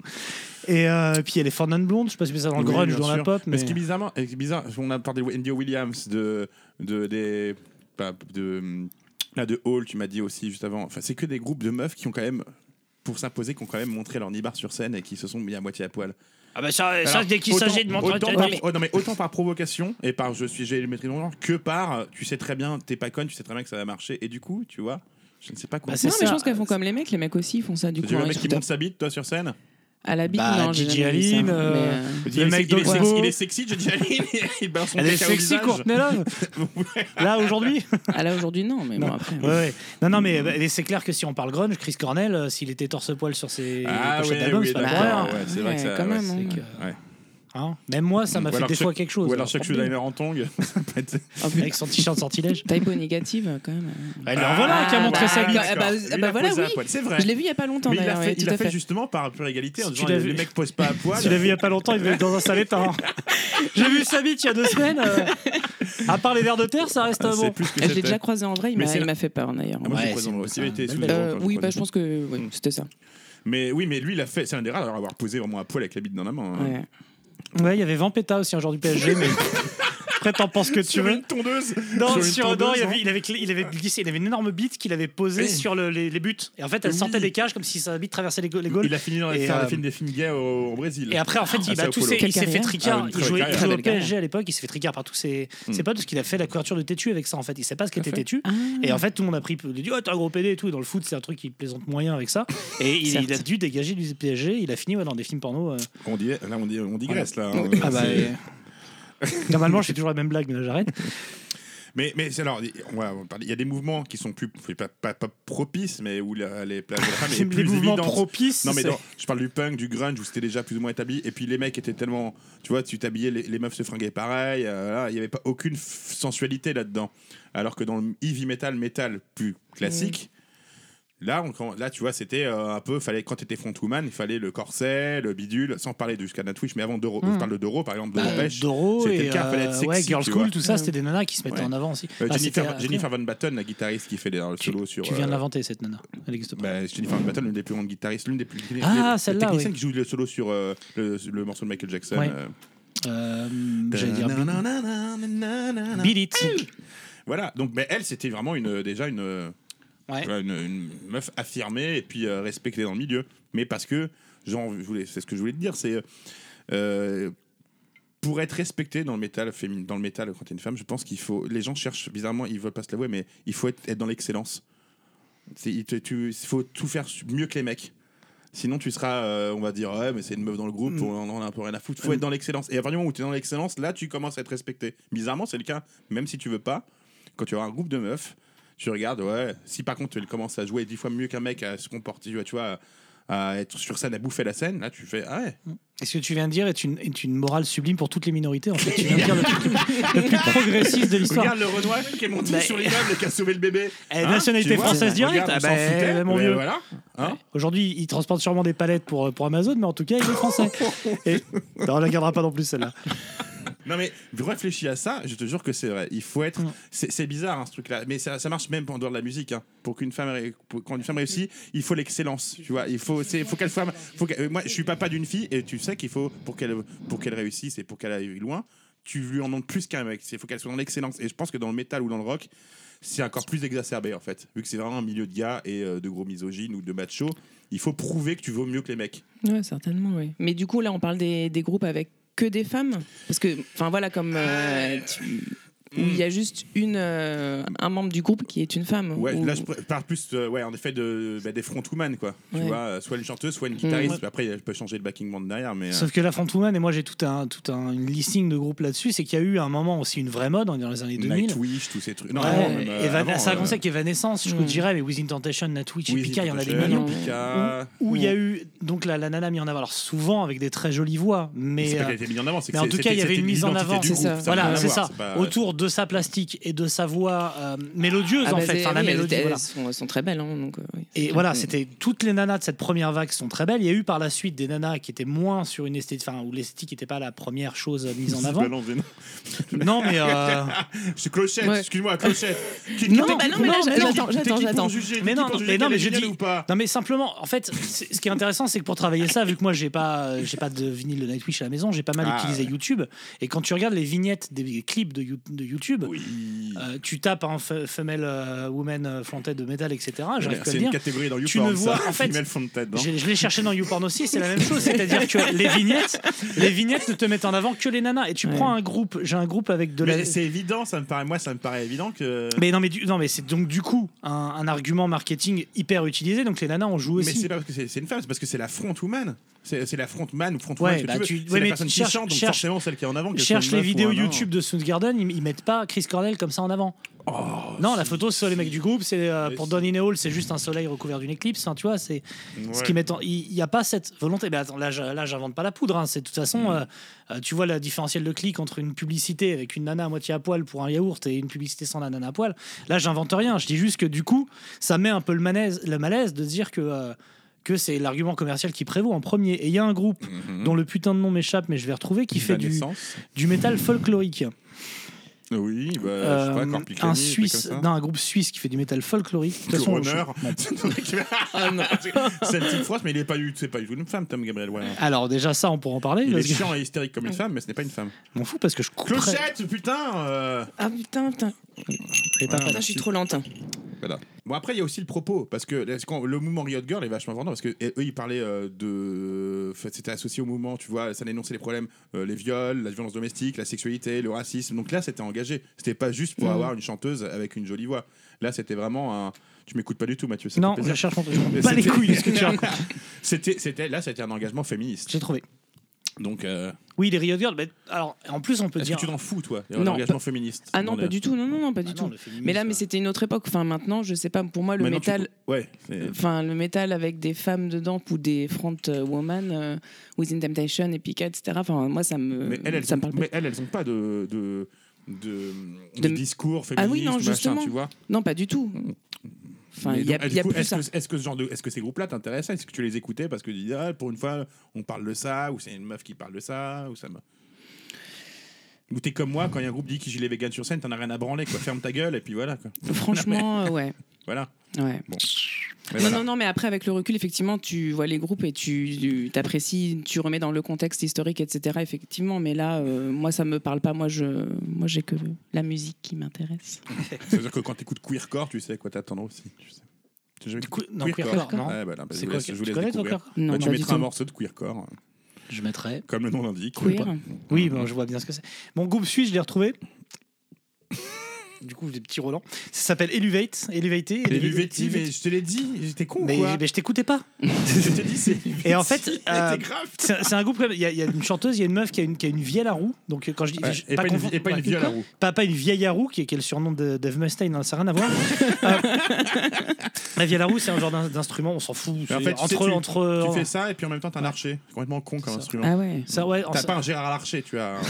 Speaker 1: Et euh, puis il y a les Fernand Blonde, je sais pas si c'est ça dans le
Speaker 3: Oui,
Speaker 1: grunge
Speaker 3: bien
Speaker 1: ou dans la
Speaker 3: sûr.
Speaker 1: pop. Mais,
Speaker 3: ce qui est bizarrement, et ce qui est bizarre, on a parlé de Andy Williams, de, de des pas- de là de Hall, tu m'as dit aussi juste avant. Enfin, c'est que des groupes de meufs qui ont quand même pour s'imposer, qui ont quand même montré leur nibar sur scène et qui se sont mis à moitié à poil.
Speaker 1: Ah bah ça,
Speaker 3: Alors, autant- autant par- oh, non, mais autant par provocation et par je suis j'ai le maîtrise de mon genre que par euh, tu sais très bien t'es pas conne, tu sais très bien que ça va marcher et du coup tu vois je ne sais pas quoi.
Speaker 1: Bah, c'est
Speaker 2: Non, mais
Speaker 1: ça.
Speaker 2: je pense qu'elles font comme les mecs, les mecs aussi ils font ça du
Speaker 3: Tu
Speaker 2: coup.
Speaker 3: veux le
Speaker 2: hein,
Speaker 3: mec
Speaker 2: ils
Speaker 3: qui
Speaker 2: sont
Speaker 3: monte sa bite toi sur scène
Speaker 2: À la bite,
Speaker 1: Bah,
Speaker 2: non, j'ai
Speaker 1: DJ
Speaker 2: jamais vu ça,
Speaker 1: Aline,
Speaker 2: mais,
Speaker 1: euh,
Speaker 2: euh,
Speaker 3: Il
Speaker 1: Le
Speaker 3: est-
Speaker 1: mec
Speaker 3: il est,
Speaker 1: d'Oxbow.
Speaker 3: sexy, il est sexy, je dis il, il balance son
Speaker 1: Elle est
Speaker 3: caca au
Speaker 1: sexy,
Speaker 3: visage.
Speaker 1: Courtney Love Là, aujourd'hui
Speaker 2: euh, à là aujourd'hui non, mais bon après. hein.
Speaker 1: Ouais, ouais. Non, non, mais, mais c'est clair que si on parle grunge, Chris Cornell, euh, s'il était torse-poil sur ses
Speaker 3: Ah
Speaker 1: pochettes
Speaker 3: ouais,
Speaker 1: d'albums,
Speaker 3: oui,
Speaker 1: c'est pas
Speaker 3: d'accord,
Speaker 1: pour rien.
Speaker 3: ouais, c'est vrai que ça-
Speaker 2: quand
Speaker 3: ouais,
Speaker 2: même,
Speaker 3: c'est
Speaker 2: hein.
Speaker 1: C'est que-
Speaker 3: Ouais.
Speaker 1: Hein Même moi, ça m'a
Speaker 3: Ou
Speaker 1: fait
Speaker 3: alors
Speaker 1: des
Speaker 3: Chuck-
Speaker 1: fois quelque chose.
Speaker 3: Ou alors
Speaker 1: hein. Ah
Speaker 3: Chuck Schuldiner en tongue. Ça peut être-
Speaker 2: En plus,
Speaker 1: Avec son t-shirt sortilège.
Speaker 2: Typo négative quand même. euh.
Speaker 3: Ah
Speaker 1: Alors voilà qui a montré
Speaker 2: bah,
Speaker 1: sa
Speaker 2: bah,
Speaker 1: gueule.
Speaker 2: bah,
Speaker 3: Lui, il a
Speaker 2: bah, voilà,
Speaker 3: posé à
Speaker 2: oui.
Speaker 3: poil, C'est vrai.
Speaker 2: Je l'ai vu il y a pas longtemps
Speaker 3: Mais il l'a
Speaker 2: d'ailleurs.
Speaker 3: fait,
Speaker 2: ouais,
Speaker 3: il
Speaker 2: tout
Speaker 3: l'a
Speaker 2: à
Speaker 3: fait
Speaker 2: fait.
Speaker 3: justement par pure égalité en
Speaker 1: Si
Speaker 3: disant
Speaker 1: tu l'as
Speaker 3: les les
Speaker 1: vu-
Speaker 3: mecs posent pas à poil.
Speaker 1: Tu l'as vu il y a pas longtemps, il devait être dans un sale état. hein. J'ai vu sa bite il y a deux semaines. euh, À part les vers de terre, ça reste euh,
Speaker 3: C'est
Speaker 1: bon.
Speaker 3: plus que
Speaker 2: Ah, je l'ai
Speaker 3: c'était.
Speaker 2: déjà croisé en vrai, il
Speaker 3: Mais
Speaker 2: m'a
Speaker 3: c'est
Speaker 2: il
Speaker 3: la-
Speaker 2: m'a fait peur d'ailleurs.
Speaker 3: Ah, Moi
Speaker 1: Ouais,
Speaker 3: j'ai
Speaker 1: c'est
Speaker 3: croisé en
Speaker 1: une-
Speaker 3: aussi, j'ai été
Speaker 1: belle
Speaker 3: sous
Speaker 1: belle.
Speaker 3: le
Speaker 2: Euh,
Speaker 3: vent quand
Speaker 2: oui,
Speaker 3: j'ai
Speaker 2: bah,
Speaker 3: croisé.
Speaker 2: je pense que oui, c'était ça.
Speaker 3: Mais oui, mais lui il a fait, c'est un des rares à l'avoir posé vraiment à poil avec la bite dans la main. hein.
Speaker 2: Ouais.
Speaker 1: Ouais, il y avait Vampeta aussi hein, un joueur du PSG, mais après t'en penses que tu
Speaker 3: Sur
Speaker 1: veux.
Speaker 3: une tondeuse.
Speaker 1: Non,
Speaker 3: une
Speaker 1: sur, non,
Speaker 3: tondeuse,
Speaker 1: il,
Speaker 3: hein.
Speaker 1: avait, il, avait, clé- il avait glissé, il avait une énorme bite qu'il avait posée
Speaker 3: Oui.
Speaker 1: sur le- les, les buts. Et en fait, elle
Speaker 3: Oui.
Speaker 1: sortait des cages comme si sa bite traversait les, go- les goals.
Speaker 3: Il a fini dans
Speaker 1: Et,
Speaker 3: les faire
Speaker 1: euh,
Speaker 3: des films des films gays au au Brésil.
Speaker 1: Et après, en fait,
Speaker 3: Ah,
Speaker 1: il, bah,
Speaker 3: Sao
Speaker 1: tous
Speaker 3: Paulo.
Speaker 1: ses- il
Speaker 2: Quelle
Speaker 1: s'est fait
Speaker 2: carrière.
Speaker 1: tricard.
Speaker 3: Ah, une
Speaker 1: il
Speaker 3: très
Speaker 1: jouait,
Speaker 3: belle
Speaker 1: il jouait au
Speaker 2: carrière.
Speaker 1: PSG à l'époque, il s'est fait tricard par tous ses, ses
Speaker 3: Hmm.
Speaker 1: potes parce qu'il a fait la couverture de Tétu avec ça. En fait, il sait pas ce qu'était
Speaker 3: fait.
Speaker 1: Tétu.
Speaker 2: Ah.
Speaker 1: Et en fait, tout le monde a pris, il a dit, oh, t'es un gros PD et tout. Et dans le foot, c'est un truc qui plaisante moyen avec ça. Et il, il a dû dégager du PSG. Il a fini ouais, dans des films porno. euh.
Speaker 3: On dit, là on dit, on digresse là. hein.
Speaker 1: Ah bah,
Speaker 3: Ah, C'est-
Speaker 1: euh, Normalement, je fais toujours la même blague, mais là, j'arrête.
Speaker 3: Mais, mais c'est alors, on va- on va parler- il y a des mouvements qui sont plus, pas, pas- pas propices, mais où la- les plages de la femme est
Speaker 1: Les
Speaker 3: plus
Speaker 1: mouvements
Speaker 3: évidente.
Speaker 1: propices.
Speaker 3: Non, mais
Speaker 1: c'est-
Speaker 3: non, je parle du punk, du grunge, où c'était déjà plus ou moins établi. Et puis les mecs étaient tellement. Tu vois, tu t'habillais, les, les meufs se fringuaient pareil. euh, voilà, il n'y avait pas aucune f- sensualité là-dedans. Alors que dans le heavy metal, metal plus classique. Là, on, quand- là, tu vois, c'était euh, un peu, fallait, quand t'étais frontwoman, il fallait le corset, le bidule, sans parler du Scana Twitch, mais avant Doro,
Speaker 1: Mm.
Speaker 3: je parle de Doro, par exemple, de
Speaker 1: Bah,
Speaker 3: Lopech.
Speaker 1: Doro
Speaker 3: c'était
Speaker 1: et
Speaker 3: le cas, fallait être
Speaker 1: euh,
Speaker 3: sexy,
Speaker 1: ouais, Girl
Speaker 3: tu
Speaker 1: School,
Speaker 3: vois.
Speaker 1: tout ça, c'était des nanas qui se mettaient
Speaker 3: Ouais.
Speaker 1: en avant aussi.
Speaker 3: Euh,
Speaker 1: Ah,
Speaker 3: Jennifer,
Speaker 1: c'était-
Speaker 3: Jennifer Van Batten, la guitariste qui fait les- le solo sur.
Speaker 1: tu viens de
Speaker 3: euh,
Speaker 1: l'inventer cette nana. Elle existe pas.
Speaker 3: bah, Jennifer Van Batten, l'une des plus grandes guitaristes, l'une des plus.
Speaker 1: Ah,
Speaker 3: les-
Speaker 1: celle-là,
Speaker 3: La technicienne
Speaker 1: oui.
Speaker 3: qui joue le solo sur euh, le, le morceau de Michael Jackson.
Speaker 1: Ouais.
Speaker 3: euh.
Speaker 1: Euh, J'allais dire Beat-
Speaker 3: Nananananananana.
Speaker 1: Beat It.
Speaker 3: Voilà, donc, mais elle, c'était vraiment une, déjà une.
Speaker 1: Ouais.
Speaker 3: Tu vois, une, une meuf affirmée et puis euh, respectée dans le milieu. Mais parce que, genre, je voulais- c'est ce que je voulais te dire, c'est. euh, pour être respectée dans le métal féminin, dans le métal quand t'es une femme, je pense qu'il faut. Les gens cherchent bizarrement, ils veulent pas se l'avouer, mais il faut être, être dans l'excellence. C'est- Il te- tu- il faut tout faire su- mieux que les mecs. Sinon, tu seras, euh, on va dire, ouais, mais c'est une meuf dans le groupe,
Speaker 1: Mm.
Speaker 3: on en a un peu rien à foutre. faut être dans l'excellence. Et à partir du moment où tu es dans l'excellence, là, tu commences à être respecté. Bizarrement, c'est le cas, même si tu veux pas, quand tu auras un groupe de meufs, tu regardes, ouais, si par contre, elle commence à jouer dix fois mieux qu'un mec, à se comporter, tu vois, tu vois, à être sur scène, à bouffer la scène, là, tu fais, ah ouais.
Speaker 1: Et ce que tu viens de dire est une, est une morale sublime pour toutes les minorités. En fait, tu viens de dire le truc le plus progressiste de l'histoire.
Speaker 3: Regarde le Renoir qui est monté
Speaker 1: Bah,
Speaker 3: sur l'immeuble et qui a sauvé le bébé. Hein,
Speaker 1: Eh, nationalité
Speaker 3: tu vois,
Speaker 1: française
Speaker 3: regarde,
Speaker 1: directe.
Speaker 3: on
Speaker 1: Ah
Speaker 3: s'en
Speaker 1: bah,
Speaker 3: foutait,
Speaker 1: mon
Speaker 3: mais
Speaker 1: vieux.
Speaker 3: Voilà. Hein
Speaker 1: Aujourd'hui, ils transportent sûrement des palettes pour, euh, pour Amazon, mais en tout cas, il est français. Et, non, on ne la gardera pas non plus celle-là.
Speaker 3: Non mais réfléchis à ça, je te jure que c'est vrai. Il faut être,
Speaker 1: Mm.
Speaker 3: c'est c'est bizarre hein, ce truc-là, mais ça, ça marche même en dehors de la musique. hein. Pour qu'une femme, ré- pour- quand une femme réussit, il faut l'excellence, tu vois. Il faut, c'est, faut qu'elle soit, faut qu'elle- euh, moi je suis papa d'une fille et tu sais qu'il faut pour qu'elle, pour qu'elle réussisse et pour qu'elle aille loin, tu lui en demandes plus qu'un mec. Il faut qu'elle soit dans l'excellence. Et je pense que dans le métal ou dans le rock, c'est encore plus exacerbé en fait, vu que c'est vraiment un milieu de gars et euh, de gros misogynes ou de machos. Il faut prouver que tu vaux mieux que les mecs.
Speaker 2: Ouais, certainement, oui. Mais du coup, là, on parle des, des groupes avec que des femmes Parce que, enfin voilà, comme. euh, tu- où il y a juste une, euh, un membre du groupe qui est une femme.
Speaker 3: Ouais,
Speaker 2: Ou-
Speaker 3: là je pr- parle plus euh, ouais, en effet de, bah, des frontwoman quoi. Tu
Speaker 2: Ouais.
Speaker 3: vois, euh, soit une chanteuse, soit une guitariste. Après, elle peut changer de backing band derrière, mais. euh,
Speaker 1: Sauf que la Frontwoman, et moi j'ai tout un, tout un listing de groupes là-dessus, c'est qu'il y a eu à un moment aussi une vraie mode on est dans les années 2000.
Speaker 3: Nightwish, tous ces trucs. Non,
Speaker 1: Ouais,
Speaker 3: avant, même, euh,
Speaker 1: Evan-
Speaker 3: avant,
Speaker 1: ça a
Speaker 3: euh,
Speaker 1: commencé avec Evanescence, je
Speaker 2: Mm.
Speaker 1: vous dirais, mais Within Temptation, Nightwish, et
Speaker 3: Wheezy,
Speaker 1: Pika, il y en a des
Speaker 3: Temptation,
Speaker 1: millions.
Speaker 3: Pika.
Speaker 1: Où il y a eu, donc la, la nana mis en avant, alors souvent avec des très jolies voix,
Speaker 3: C'est
Speaker 1: mais.
Speaker 3: pas
Speaker 1: euh,
Speaker 3: qu'elle était mise en avant, c'est que
Speaker 1: mais en
Speaker 3: c'est-
Speaker 1: tout cas, il y
Speaker 3: c'était-
Speaker 1: avait une
Speaker 3: c'était
Speaker 1: mise en
Speaker 3: l'identité
Speaker 1: avant,
Speaker 3: du
Speaker 2: c'est
Speaker 3: groupe,
Speaker 2: ça.
Speaker 3: n'a rien
Speaker 1: Voilà,
Speaker 3: à
Speaker 1: c'est
Speaker 3: voir,
Speaker 1: ça.
Speaker 3: c'est pas-
Speaker 1: Autour de sa plastique et de sa voix euh, mélodieuse,
Speaker 2: Ah
Speaker 1: en
Speaker 2: bah,
Speaker 1: fait.
Speaker 2: c'est-
Speaker 1: Enfin, la
Speaker 2: oui, elles-
Speaker 1: mélodie,
Speaker 2: elles,
Speaker 1: voilà.
Speaker 2: sont, elles sont très belles. hein, donc, euh, oui.
Speaker 1: Et voilà, c'était toutes les nanas de cette première vague sont très belles. Il y a eu par la suite des nanas qui étaient moins sur une esthétique, enfin où l'esthétique n'était pas la première chose mise en
Speaker 3: Je
Speaker 1: avant.
Speaker 3: balance des noms.
Speaker 1: Non, mais euh,
Speaker 3: Je suis Clochette,
Speaker 2: Ouais.
Speaker 3: excuse-moi, Clochette. Qui-
Speaker 2: Non,
Speaker 3: qui-
Speaker 2: bah
Speaker 3: qui-
Speaker 2: non, mais là,
Speaker 3: qui-
Speaker 2: j'attends,
Speaker 3: qui- qui-
Speaker 2: j'attends,
Speaker 3: qui pour
Speaker 2: j'attends.
Speaker 3: juger,
Speaker 1: Mais
Speaker 3: qui
Speaker 1: non, mais
Speaker 3: pour
Speaker 1: non,
Speaker 3: juger qu'elle
Speaker 1: mais
Speaker 3: est
Speaker 1: je
Speaker 3: géniale
Speaker 1: dis-
Speaker 3: ou pas
Speaker 1: non mais simplement, en fait, c'est- ce qui est intéressant, c'est que pour travailler ça, vu que moi j'ai pas, euh, j'ai pas de vinyle de Nightwish à la maison, j'ai pas mal
Speaker 3: Ah,
Speaker 1: utilisé
Speaker 3: ouais.
Speaker 1: YouTube. Et quand tu regardes les vignettes des clips de, You- de YouTube.
Speaker 3: Oui.
Speaker 1: euh, tu tapes en femelle euh, woman euh, frontée de métal etc j'arrive plus à
Speaker 3: Eh ben, C'est
Speaker 1: le
Speaker 3: une hein.
Speaker 1: dire
Speaker 3: catégorie dans
Speaker 1: Tu
Speaker 3: YouPorn,
Speaker 1: ne vois-
Speaker 3: ça.
Speaker 1: en fait,
Speaker 3: Female Fountain, non
Speaker 1: Je, je l'ai cherché dans YouPorn aussi, c'est la même chose, c'est-à-dire que les vignettes, les vignettes ne te mettent en avant que les nanas. Et tu prends un groupe, j'ai un groupe avec de la.
Speaker 3: Mais c'est évident, ça me paraît, moi, ça me paraît évident que.
Speaker 1: Mais non, mais du- non, mais c'est donc du coup un, un argument marketing hyper utilisé. Donc les nanas on joue
Speaker 3: Mais c'est
Speaker 1: aussi.
Speaker 3: pas parce que c'est c'est une femme, c'est parce que c'est la front woman. C'est c'est la front man ou front
Speaker 1: Ouais,
Speaker 3: woman. que
Speaker 1: bah
Speaker 3: tu veux.
Speaker 1: tu-
Speaker 3: C'est
Speaker 1: ouais,
Speaker 3: la
Speaker 1: mais
Speaker 3: personne
Speaker 1: cherche-
Speaker 3: qui chante, donc
Speaker 1: cherche-
Speaker 3: forcément celle qui est en avant. qu'elle soit
Speaker 1: Cherche
Speaker 3: une
Speaker 1: les
Speaker 3: meuf ou
Speaker 1: vidéos
Speaker 3: un
Speaker 1: YouTube de Soundgarden, ils, ils mettent pas Chris Cornell comme ça en avant. non, la photo c'est les mecs du groupe, c'est euh,
Speaker 3: Oh, Mais
Speaker 1: pour
Speaker 3: si.
Speaker 1: Donny Hall, c'est juste un soleil recouvert d'une éclipse. Enfin, tu vois, c'est
Speaker 3: nain.
Speaker 1: Ce
Speaker 3: Ouais.
Speaker 1: qui met en- il n'y a pas cette volonté. Mais attends, là, je- là, j'invente pas la poudre. hein. C'est de toute
Speaker 3: Mm.
Speaker 1: façon, euh, euh, tu vois la différentiel de clic entre une publicité avec une nana à moitié à poil pour un yaourt et une publicité sans la nana à poil. Là, j'invente rien. Je dis juste que du coup, ça met un peu le malaise, le malaise de dire que. euh, que c'est l'argument commercial qui prévaut en premier. Et il y a un groupe
Speaker 3: Mm-hmm.
Speaker 1: dont le putain de nom m'échappe, mais je vais retrouver, qui fait du,
Speaker 3: naissance.
Speaker 1: du métal folklorique.
Speaker 3: Oui, bah, je sais
Speaker 1: Euh,
Speaker 3: pas, Corpicani,
Speaker 1: un
Speaker 3: des trucs
Speaker 1: Suisse,
Speaker 3: comme ça.
Speaker 1: non, un groupe suisse qui fait du métal folklorique. De toute
Speaker 3: Le
Speaker 1: façon, je-
Speaker 3: runner.
Speaker 2: Ah,
Speaker 3: C'est une petite France, mais il est pas du, c'est pas du tout une femme, Tom Gabriel Warner.
Speaker 1: Alors déjà ça, on pourra en parler.
Speaker 3: Il est
Speaker 1: parce que-
Speaker 3: chiant et hystérique comme une femme, mais ce n'est pas une femme.
Speaker 1: Je m'en fous parce que je couperais-
Speaker 3: Clochette, putain euh,
Speaker 2: Ah putain, putain,
Speaker 1: Et pas-
Speaker 2: putain, je suis trop lente.
Speaker 3: Voilà. Bon, après, il y a aussi le propos, parce que là, ce qu'on- le mouvement Riot Girl est vachement vendant, parce que eh, eux, ils parlaient euh, de. enfin, C'était associé au mouvement, tu vois, ça dénonçait les problèmes, euh, les viols, la violence domestique, la sexualité, le racisme. Donc là, c'était engagé. C'était pas juste
Speaker 1: Mm.
Speaker 3: pour
Speaker 2: Mhm.
Speaker 3: avoir une chanteuse avec une jolie voix. Là, c'était vraiment un. Tu m'écoutes pas du tout, Mathieu. ça
Speaker 1: Non,
Speaker 3: fait
Speaker 1: je
Speaker 3: plaisir.
Speaker 1: cherche mon truc. Je m'en
Speaker 3: Mais
Speaker 1: bats les
Speaker 3: c'était-
Speaker 1: couilles de ce que tu racontes.
Speaker 3: C'était, c'était, là, c'était un engagement féministe.
Speaker 1: J'ai trouvé.
Speaker 3: Donc, euh,
Speaker 1: Oui, les Riot Girls. mais alors, en plus, on peut
Speaker 3: est-ce
Speaker 1: dire.
Speaker 3: que tu t'en fous, toi,
Speaker 2: Non,
Speaker 3: un engagement
Speaker 2: pas-
Speaker 3: féministe
Speaker 2: Ah non, pas du tout, non, non, non, pas
Speaker 1: Ah
Speaker 2: du
Speaker 1: non,
Speaker 2: tout.
Speaker 1: le féminisme,
Speaker 2: Mais là, mais c'était une autre époque. Enfin, maintenant, je sais pas. Pour moi, le métal,
Speaker 3: Ouais. c'est-
Speaker 2: enfin, le métal avec des femmes dedans ou des front euh, woman, euh, Within Temptation, et Pika, etc. Enfin, moi, ça me,
Speaker 3: Mais elles, elles,
Speaker 2: Euh, ça me
Speaker 3: ont,
Speaker 2: parle pas.
Speaker 3: mais elles, elles ont pas de, de, de,
Speaker 2: De-
Speaker 3: de discours
Speaker 2: Ah
Speaker 3: féministe,
Speaker 2: oui, non,
Speaker 3: machin,
Speaker 2: justement.
Speaker 3: tu vois.
Speaker 2: Non, pas du tout. Enfin,
Speaker 3: Mais
Speaker 2: il y a,
Speaker 3: donc, du
Speaker 2: il y a
Speaker 3: coup,
Speaker 2: plus
Speaker 3: est-ce
Speaker 2: ça.
Speaker 3: que, est-ce que ce genre de, est-ce que ces groupes-là t'intéressaient Est-ce que tu les écoutais parce que tu disais, ah, pour une fois, on parle de ça, ou c'est une meuf qui parle de ça, ou ça me. Ou t'es comme moi, quand il y a un groupe dit qu'il est vegan sur scène, t'en as rien à branler, quoi. Ferme ta gueule, et puis voilà, quoi.
Speaker 2: Franchement, euh, ouais,
Speaker 3: Voilà.
Speaker 2: ouais.
Speaker 3: Mais
Speaker 2: non,
Speaker 3: voilà.
Speaker 2: non, non, mais après, avec le recul, effectivement, tu vois les groupes et tu tu t'apprécies, tu remets dans le contexte historique, etc. Effectivement, mais là, euh, moi, ça me parle pas. Moi, je, moi, j'ai que la musique qui m'intéresse.
Speaker 3: C'est-à-dire que quand t'écoutes queercore, tu sais à quoi t'attendre aussi. tu sais. T'as jamais
Speaker 1: Du coup,
Speaker 3: écouté
Speaker 1: non, Queercore, non.
Speaker 3: Ah, bah, non, bah, je
Speaker 1: C'est
Speaker 3: vous
Speaker 1: quoi
Speaker 3: laisse, je
Speaker 1: Tu
Speaker 3: vous laisse
Speaker 1: connais toi,
Speaker 3: découvrir.
Speaker 1: Queercore
Speaker 2: Non,
Speaker 3: Bah, tu
Speaker 2: pas du
Speaker 3: mettras un
Speaker 2: tout.
Speaker 3: morceau de queercore, hein,
Speaker 1: Je mettrais.
Speaker 3: comme le nom l'indique.
Speaker 2: Queer.
Speaker 1: Oui, bon, je vois bien ce que c'est. Mon groupe suisse, je l'ai retrouvé. du coup, j'ai des petits Roland. Ça s'appelle Eluvate. Eluvate.
Speaker 3: Les Luvetti, mais je te l'ai dit, j'étais con
Speaker 1: Mais,
Speaker 3: ou quoi
Speaker 1: mais je t'écoutais pas.
Speaker 3: Je te dis, c'est.
Speaker 1: Et en fait, euh,
Speaker 3: c'était grave.
Speaker 1: C'est un- c'est un groupe. Il y, a, il y a une chanteuse, il y a une meuf qui a une, qui a une vieille à roue. Donc euh, quand je dis
Speaker 3: Ouais,
Speaker 1: je-
Speaker 3: et pas une
Speaker 1: confondre-
Speaker 3: vie- et pas une
Speaker 1: ouais,
Speaker 3: vieille à
Speaker 1: quoi
Speaker 3: roue.
Speaker 1: Pas, pas une vieille à roue qui est, qui est le surnom de Dave Mustaine. hein, ça n'a rien à voir. Euh, la vieille à roue, c'est un genre d'in- d'instrument. On s'en fout.
Speaker 3: Mais en
Speaker 1: c'est
Speaker 3: fait, tu
Speaker 1: entre
Speaker 3: sais, tu-
Speaker 1: entre.
Speaker 3: Tu fais ça et puis en même temps t'as un archer. C'est complètement con comme
Speaker 1: euh, Ça.
Speaker 3: instrument.
Speaker 2: Ah ouais.
Speaker 1: ça, ouais, en-
Speaker 3: T'as pas un Gérard Larcher, tu as. un-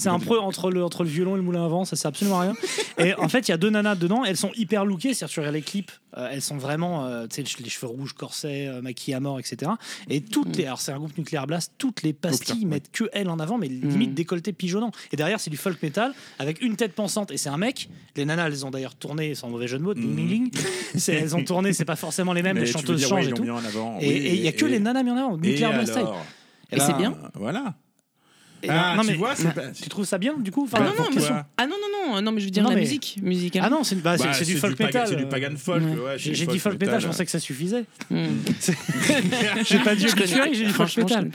Speaker 1: c'est un peu entre le, entre le violon et le moulin à vent, ça c'est absolument rien. Et en fait, il y a deux nanas dedans, elles sont hyper lookées, c'est-à-dire tu regardes les clips, euh, elles sont vraiment, euh, tu sais, les che- les cheveux rouges, corsets, euh, maquillées à mort, etc. Et toutes
Speaker 3: Mm.
Speaker 1: les, alors c'est un groupe nucléaire blast, toutes les pastilles
Speaker 3: putain, ouais.
Speaker 1: mettent que elles en avant, mais
Speaker 3: Mm.
Speaker 1: limite décolleté pigeonnant. Et derrière, c'est du folk metal avec une tête pensante et c'est un mec. Les nanas, elles ont d'ailleurs tourné, sans mauvais jeu de mots, ding, ding, ding. C'est- elles ont tourné, c'est pas forcément les mêmes,
Speaker 3: Mm. Mais
Speaker 1: les
Speaker 3: tu veux
Speaker 1: chanteuses
Speaker 3: dire, ouais,
Speaker 1: changent
Speaker 3: ils
Speaker 1: et
Speaker 3: l'ont
Speaker 1: tout.
Speaker 3: mis en avant.
Speaker 1: Et
Speaker 3: Oui,
Speaker 1: et il y a que les nanas mis en avant,
Speaker 3: Et
Speaker 1: nucléaire blast. ben,
Speaker 3: alors
Speaker 2: Et c'est bien
Speaker 3: Voilà.
Speaker 1: Et
Speaker 3: Ah,
Speaker 1: alors- non,
Speaker 3: tu
Speaker 1: mais- bah,
Speaker 3: vois, c'est pas.
Speaker 1: Tu trouves ça bien du coup Enfin,
Speaker 2: Ah
Speaker 3: Bah,
Speaker 2: non, non, mais
Speaker 3: pourquoi
Speaker 2: son- ah non, non, non, non, mais je veux dire
Speaker 1: Non,
Speaker 2: la
Speaker 1: mais-
Speaker 2: musique, hein. musicalement.
Speaker 1: Ah non, c'est bah, c'est-
Speaker 3: Bah,
Speaker 1: c'est du folk
Speaker 3: pagan-
Speaker 1: metal.
Speaker 3: C'est du
Speaker 1: euh.
Speaker 3: pagan folk.
Speaker 2: Ouais.
Speaker 3: ouais, c'est
Speaker 1: J'ai j'ai
Speaker 3: du
Speaker 1: dit folk metal, je
Speaker 3: euh.
Speaker 1: pensais que ça suffisait.
Speaker 2: Mm.
Speaker 1: J'ai pas dit obituary, j'ai dit folk
Speaker 2: Franchement,
Speaker 1: metal.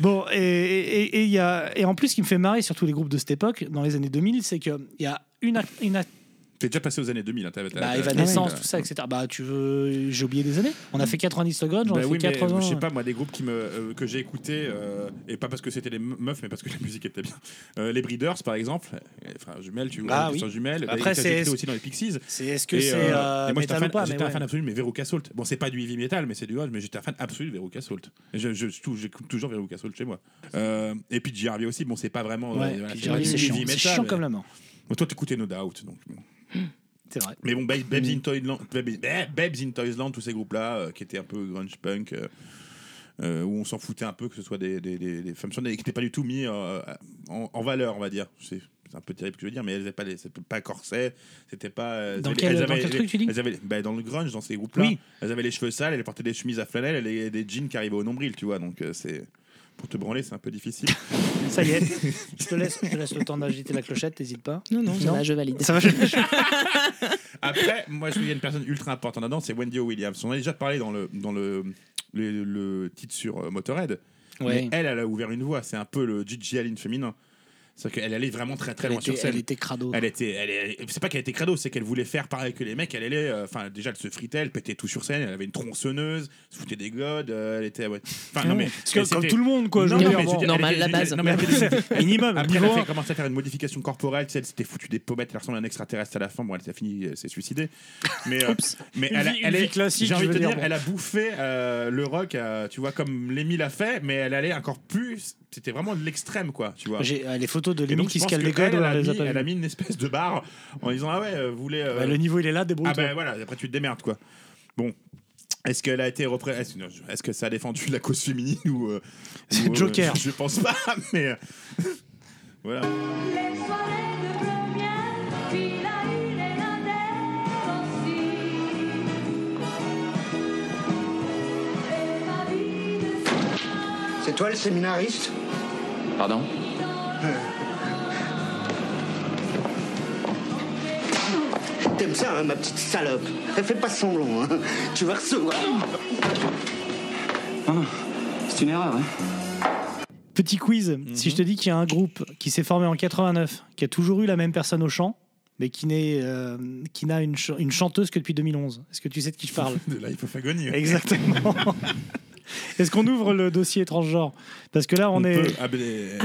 Speaker 1: Bon, et, et, et- et il y a, et en plus, ce qui me fait marrer sur tous les groupes de cette époque, dans les années 2000, c'est qu'il y a une, ac- une ac-
Speaker 3: T'es déjà passé aux années 2000. hein, t'as-
Speaker 1: bah,
Speaker 3: t'as- t'as-
Speaker 1: évanescence,
Speaker 3: t'as-
Speaker 1: tout ça, etc. Bah, tu veux. J'ai oublié des années. On a fait 90 secondes, j'en
Speaker 3: Bah
Speaker 1: ai
Speaker 3: oui,
Speaker 1: fait
Speaker 3: mais
Speaker 1: 80.
Speaker 3: je sais pas, moi, des groupes qui me, euh, que j'ai écoutés, euh, et pas parce que c'était les me- meufs, mais parce que la musique était bien. Euh, les Breeders, par exemple, euh, frères jumelles, tu vois,
Speaker 1: Ah
Speaker 3: les
Speaker 1: oui.
Speaker 3: sœurs jumelles,
Speaker 1: Après,
Speaker 3: d'ailleurs,
Speaker 1: c'est-
Speaker 3: j'écoutais aussi dans les Pixies.
Speaker 1: C'est est-ce que
Speaker 3: Et,
Speaker 1: c'est
Speaker 3: euh,
Speaker 1: euh,
Speaker 3: et moi, j'étais un
Speaker 1: métal
Speaker 3: fan,
Speaker 1: ou pas mais
Speaker 3: j'étais un
Speaker 1: ouais.
Speaker 3: fan absolu, mais Veruca Salt. Bon, c'est pas du heavy metal, mais c'est du rock, mais j'étais un fan absolu de Veruca Salt. Et je- je- tout- J'écoute toujours Veruca Salt chez moi. Euh, et puis JRV aussi, bon, c'est pas vraiment. euh,
Speaker 1: Ouais,
Speaker 3: voilà,
Speaker 1: puis
Speaker 3: c'est
Speaker 1: j'ai
Speaker 3: pas
Speaker 1: envie,
Speaker 3: du
Speaker 1: c'est
Speaker 3: heavy
Speaker 1: chiant, c'est
Speaker 3: metal,
Speaker 1: chiant
Speaker 3: mais-
Speaker 1: comme la mort.
Speaker 3: Bon, Toi, t'écoutais No Doubt, donc. bon.
Speaker 1: C'est vrai.
Speaker 3: Mais bon, Ba-
Speaker 1: Mm.
Speaker 3: Babes in Toyland, Babes, Ba- Babes in Toyland, tous ces groupes-là euh, qui étaient un peu grunge punk, euh, euh, où on s'en foutait un peu que ce soit des, des, des, des femmes sur qui n'étaient pas du tout mis euh, en, en valeur, on va dire. C'est c'est un peu terrible ce que je veux dire, mais elles n'avaient pas, les- c'était pas corset, c'était pas. euh,
Speaker 1: Dans
Speaker 3: elles-
Speaker 1: quel-
Speaker 3: elles
Speaker 1: dans quel truc, tu dis
Speaker 3: elles avaient- bah, Dans le grunge, dans ces groupes-là.
Speaker 1: Oui.
Speaker 3: Elles avaient les cheveux sales, elles portaient des chemises à flanelle, elles avaient des jeans qui arrivaient au nombril, tu vois. Donc euh, c'est. Pour te branler, c'est un peu difficile.
Speaker 1: Ça y est, je te laisse, je te laisse le temps d'agiter la clochette, t'hésites pas.
Speaker 2: Non, non,
Speaker 1: Non.
Speaker 2: là, je valide.
Speaker 1: Ça va, je-
Speaker 3: Après, moi, je trouve qu'il y a une personne ultra importante là-dedans, c'est Wendy O. Williams. On en a déjà parlé dans le, dans le, le, le titre sur euh, Motorhead.
Speaker 1: Ouais.
Speaker 3: Mais elle, elle a ouvert une voie. C'est un peu le Gigi Allen féminin. C'est-à-dire qu'elle allait vraiment très très
Speaker 1: Elle
Speaker 3: loin
Speaker 1: était,
Speaker 3: sur
Speaker 1: elle
Speaker 3: scène.
Speaker 1: était crado.
Speaker 3: Elle était, elle, est- c'est pas qu'elle était crado, c'est qu'elle voulait faire pareil que les mecs. Elle allait, euh, enfin, déjà, elle se fritait, elle pétait tout sur scène, elle avait une tronçonneuse, elle se foutait des godes, euh, elle était. ouais. Enfin, non, mais.
Speaker 1: Ah Parce que
Speaker 3: elle
Speaker 1: comme
Speaker 3: s'était-
Speaker 1: tout le monde, quoi. je
Speaker 3: Non,
Speaker 1: veux
Speaker 3: mais
Speaker 1: dire,
Speaker 3: je veux
Speaker 1: bon.
Speaker 3: dire,
Speaker 2: Normal,
Speaker 3: elle
Speaker 2: la
Speaker 3: était géniale.
Speaker 2: base.
Speaker 3: Non, mais elle était-
Speaker 1: Minimum,
Speaker 3: Après, elle a
Speaker 1: niveau
Speaker 3: fait
Speaker 1: un.
Speaker 3: commencer à faire une modification corporelle. tu sais, Elle s'était foutue des pommettes. Elle ressemble à un extraterrestre à la fin. Bon, elle s'est fini, elle s'est suicidée. Mais, euh, mais
Speaker 1: Une
Speaker 3: elle, a-
Speaker 1: vie- une
Speaker 3: elle
Speaker 1: vie
Speaker 3: est
Speaker 1: classique,
Speaker 3: J'ai envie
Speaker 1: je
Speaker 3: de te
Speaker 1: veux
Speaker 3: dire,
Speaker 1: dire, bon.
Speaker 3: elle a bouffé euh, le rock, euh, tu vois, comme Lémi l'a fait, mais elle allait encore plus. C'était vraiment de l'extrême, quoi, tu vois.
Speaker 1: J'ai euh, les photos de
Speaker 3: Et
Speaker 1: Lemmy
Speaker 3: donc,
Speaker 1: qui se
Speaker 3: je pense
Speaker 1: cale
Speaker 3: que
Speaker 1: les codes,
Speaker 3: elle,
Speaker 1: on
Speaker 3: a
Speaker 1: les a
Speaker 3: mis-
Speaker 1: pas
Speaker 3: elle a
Speaker 1: vus.
Speaker 3: mis une espèce de barre en disant ah ouais, euh, vous voulez. euh,
Speaker 1: Bah, Le niveau il est là, débrouille.
Speaker 3: ah ben voilà, après tu te démerdes quoi. Bon. Est-ce qu'elle a été repré... Est-ce non, je- est-ce que ça a défendu la cause féminine ou. euh,
Speaker 1: C'est
Speaker 3: ou, euh,
Speaker 1: Joker.
Speaker 3: je, je pense pas, mais. euh, voilà.
Speaker 6: C'est toi le séminariste
Speaker 5: Pardon
Speaker 6: T'aimes ça, hein, ma petite salope Elle fait pas semblant, hein. Tu vas recevoir.
Speaker 5: C'est une erreur, hein
Speaker 3: bah,
Speaker 1: Petit quiz. Si je
Speaker 3: mm-hmm.
Speaker 1: te dis qu'il y a un groupe qui s'est formé en 89, qui a toujours eu la même personne au chant, mais qui n'est euh, qui n'a une, ch- une chanteuse que depuis 2011, est-ce que tu sais de qui je parle
Speaker 3: De la hypophagonie. ouais.
Speaker 1: Exactement. est-ce qu'on ouvre le dossier transgenre Parce que là on, est.
Speaker 3: peut- ah, ben, euh,
Speaker 2: Ah,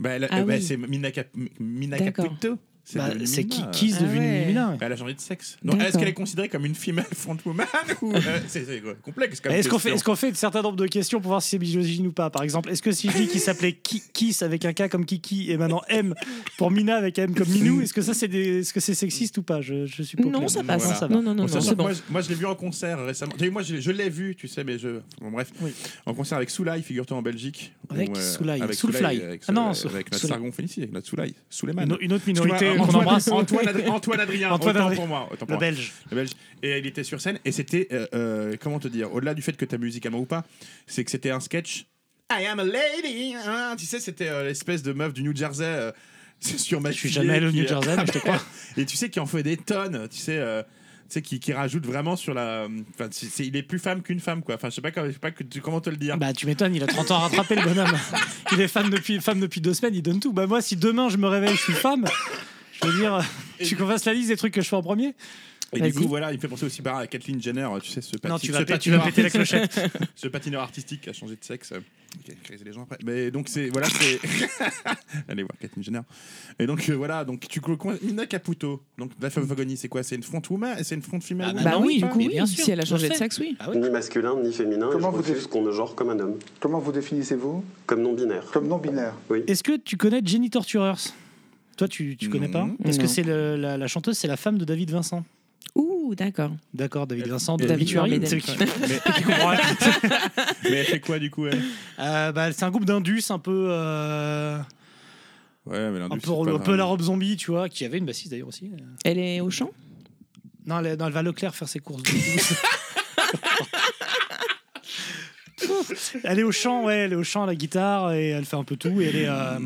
Speaker 3: ben, elle-
Speaker 2: Ah
Speaker 3: euh, ben,
Speaker 2: oui.
Speaker 3: c'est Mina, Cap- M- Mina
Speaker 2: D'accord.
Speaker 3: Caputo. C'est
Speaker 1: bah,
Speaker 3: devenu
Speaker 1: c'est qui
Speaker 3: Mina.
Speaker 1: qui
Speaker 2: Ah
Speaker 1: est devenu
Speaker 2: ouais.
Speaker 1: Mina
Speaker 3: Elle a changé de sexe. Donc, est-ce
Speaker 2: D'accord.
Speaker 3: qu'elle est considérée comme une female frontwoman ou euh, c'est c'est complexe comme
Speaker 1: Est-ce qu'on fait,
Speaker 3: question.
Speaker 1: est qu'on fait un certain nombre de questions pour voir si c'est misogyne ou pas Par exemple, est-ce que si je dis qu'il s'appelait Ki- Kiss avec un K comme Kiki et maintenant M pour Mina avec M comme Minou, est-ce que ça c'est des... est-ce que c'est sexiste ou pas Je, je suis pas au
Speaker 2: non,
Speaker 1: clair.
Speaker 2: ça passe.
Speaker 1: Non, ça va.
Speaker 2: Non, non, non,
Speaker 3: Bon,
Speaker 2: non,
Speaker 3: sachant
Speaker 2: c'est
Speaker 3: que
Speaker 2: bon.
Speaker 3: Moi, je, moi, je l'ai vu en concert récemment. T'as vu, moi, je, je l'ai vu, tu sais, mais je. Bon, bref.
Speaker 1: Oui.
Speaker 3: En concert avec Soulaï, figure-toi, en Belgique.
Speaker 1: Avec
Speaker 3: Où,
Speaker 1: Soulaï.
Speaker 3: Avec
Speaker 1: Soulfly.
Speaker 3: Soulaï, Avec,
Speaker 1: Ah non,
Speaker 3: avec
Speaker 1: Soul-
Speaker 3: notre
Speaker 1: Soul-
Speaker 3: Sargon Félicie, avec notre Soulaï. Souleyman.
Speaker 1: Bah, Une, une autre
Speaker 3: Excuse-moi,
Speaker 1: minorité qu'on
Speaker 3: Antoine-
Speaker 1: embrasse,
Speaker 3: Antoine, Adri- Antoine Adrien.
Speaker 1: Antoine
Speaker 3: autant
Speaker 1: Adrien.
Speaker 3: pour moi. autant pour
Speaker 1: le
Speaker 3: moi.
Speaker 1: belge.
Speaker 3: Le Belge. Et il était sur scène et c'était, euh, euh, comment te dire, au-delà du fait que t'as musicalement ou pas, c'est que c'était un sketch. I am a lady. hein. tu sais, c'était euh, l'espèce de meuf du New Jersey. euh, sur ma euh,
Speaker 1: Je suis jamais allé au New Jersey, mais je te crois.
Speaker 3: Et tu sais qu'il en fait des tonnes, tu sais. euh, sais, qui, qui rajoute vraiment sur la. Enfin, c'est- c'est- il est plus femme qu'une femme, quoi. Enfin, je sais pas, comment- je sais pas que- comment te le dire.
Speaker 1: Bah tu m'étonnes, il a 30 ans à rattraper le bonhomme. Il est femme depuis, femme depuis deux semaines, il donne tout. Bah moi si demain je me réveille, je suis femme, je veux dire, tu qu'on fasse la liste des trucs que je fais en premier
Speaker 3: Et du
Speaker 2: Vas-y.
Speaker 3: coup, voilà, il me fait penser aussi par à Kathleen Jenner, Bah, tu sais, ce, pati-
Speaker 1: Non, tu
Speaker 3: ce
Speaker 1: vas, pé- tu vas
Speaker 3: patineur,
Speaker 1: péter la clochette.
Speaker 3: ce patineur artistique qui a changé de sexe, euh, qui a crisé les gens après. Mais donc, c'est. Voilà, c'est. Allez voir Kathleen Jenner. Et donc, euh, voilà, donc tu connais Mina Caputo. Donc, la femme Vagoni, c'est quoi C'est une front woman C'est une front female
Speaker 1: Ah,
Speaker 3: woman
Speaker 1: bah
Speaker 2: Bah
Speaker 1: non,
Speaker 2: oui,
Speaker 1: pas.
Speaker 2: du coup,
Speaker 1: Mais
Speaker 2: oui.
Speaker 1: bien sûr,
Speaker 2: si elle a changé
Speaker 1: je
Speaker 2: de
Speaker 1: sais.
Speaker 2: sexe, oui.
Speaker 9: Ni masculin, ni féminin, et
Speaker 10: Comment
Speaker 9: je
Speaker 10: vous
Speaker 9: refuse qu'on me genre comme un homme,
Speaker 10: Comment vous définissez-vous
Speaker 9: comme non-binaire.
Speaker 10: Comme non-binaire.
Speaker 1: Est-ce que tu connais Jenny Torturers Toi tu, tu connais pas
Speaker 3: Non.
Speaker 1: Parce que
Speaker 2: Non.
Speaker 1: c'est le- la, la chanteuse, c'est la femme de David Vincent.
Speaker 2: Ouh, d'accord.
Speaker 1: D'accord, David
Speaker 3: Euh,
Speaker 1: Vincent de
Speaker 2: David
Speaker 1: Obituary,
Speaker 2: Orleden.
Speaker 1: c'est qui-
Speaker 3: Mais, mais elle fait quoi, du coup elle
Speaker 1: Euh, bah, c'est un groupe d'indus un peu euh,
Speaker 3: Ouais, Ah, mais l'indus,
Speaker 1: un
Speaker 3: c'est pas
Speaker 1: peu, un peu
Speaker 3: vraiment-
Speaker 1: la robe zombie tu vois qui avait une bassiste d'ailleurs aussi
Speaker 2: Elle est au champ
Speaker 1: non elle, est- non, elle va à Leclerc faire ses courses elle est au chant ouais elle est au chant à la guitare et elle fait un peu tout et elle est euh,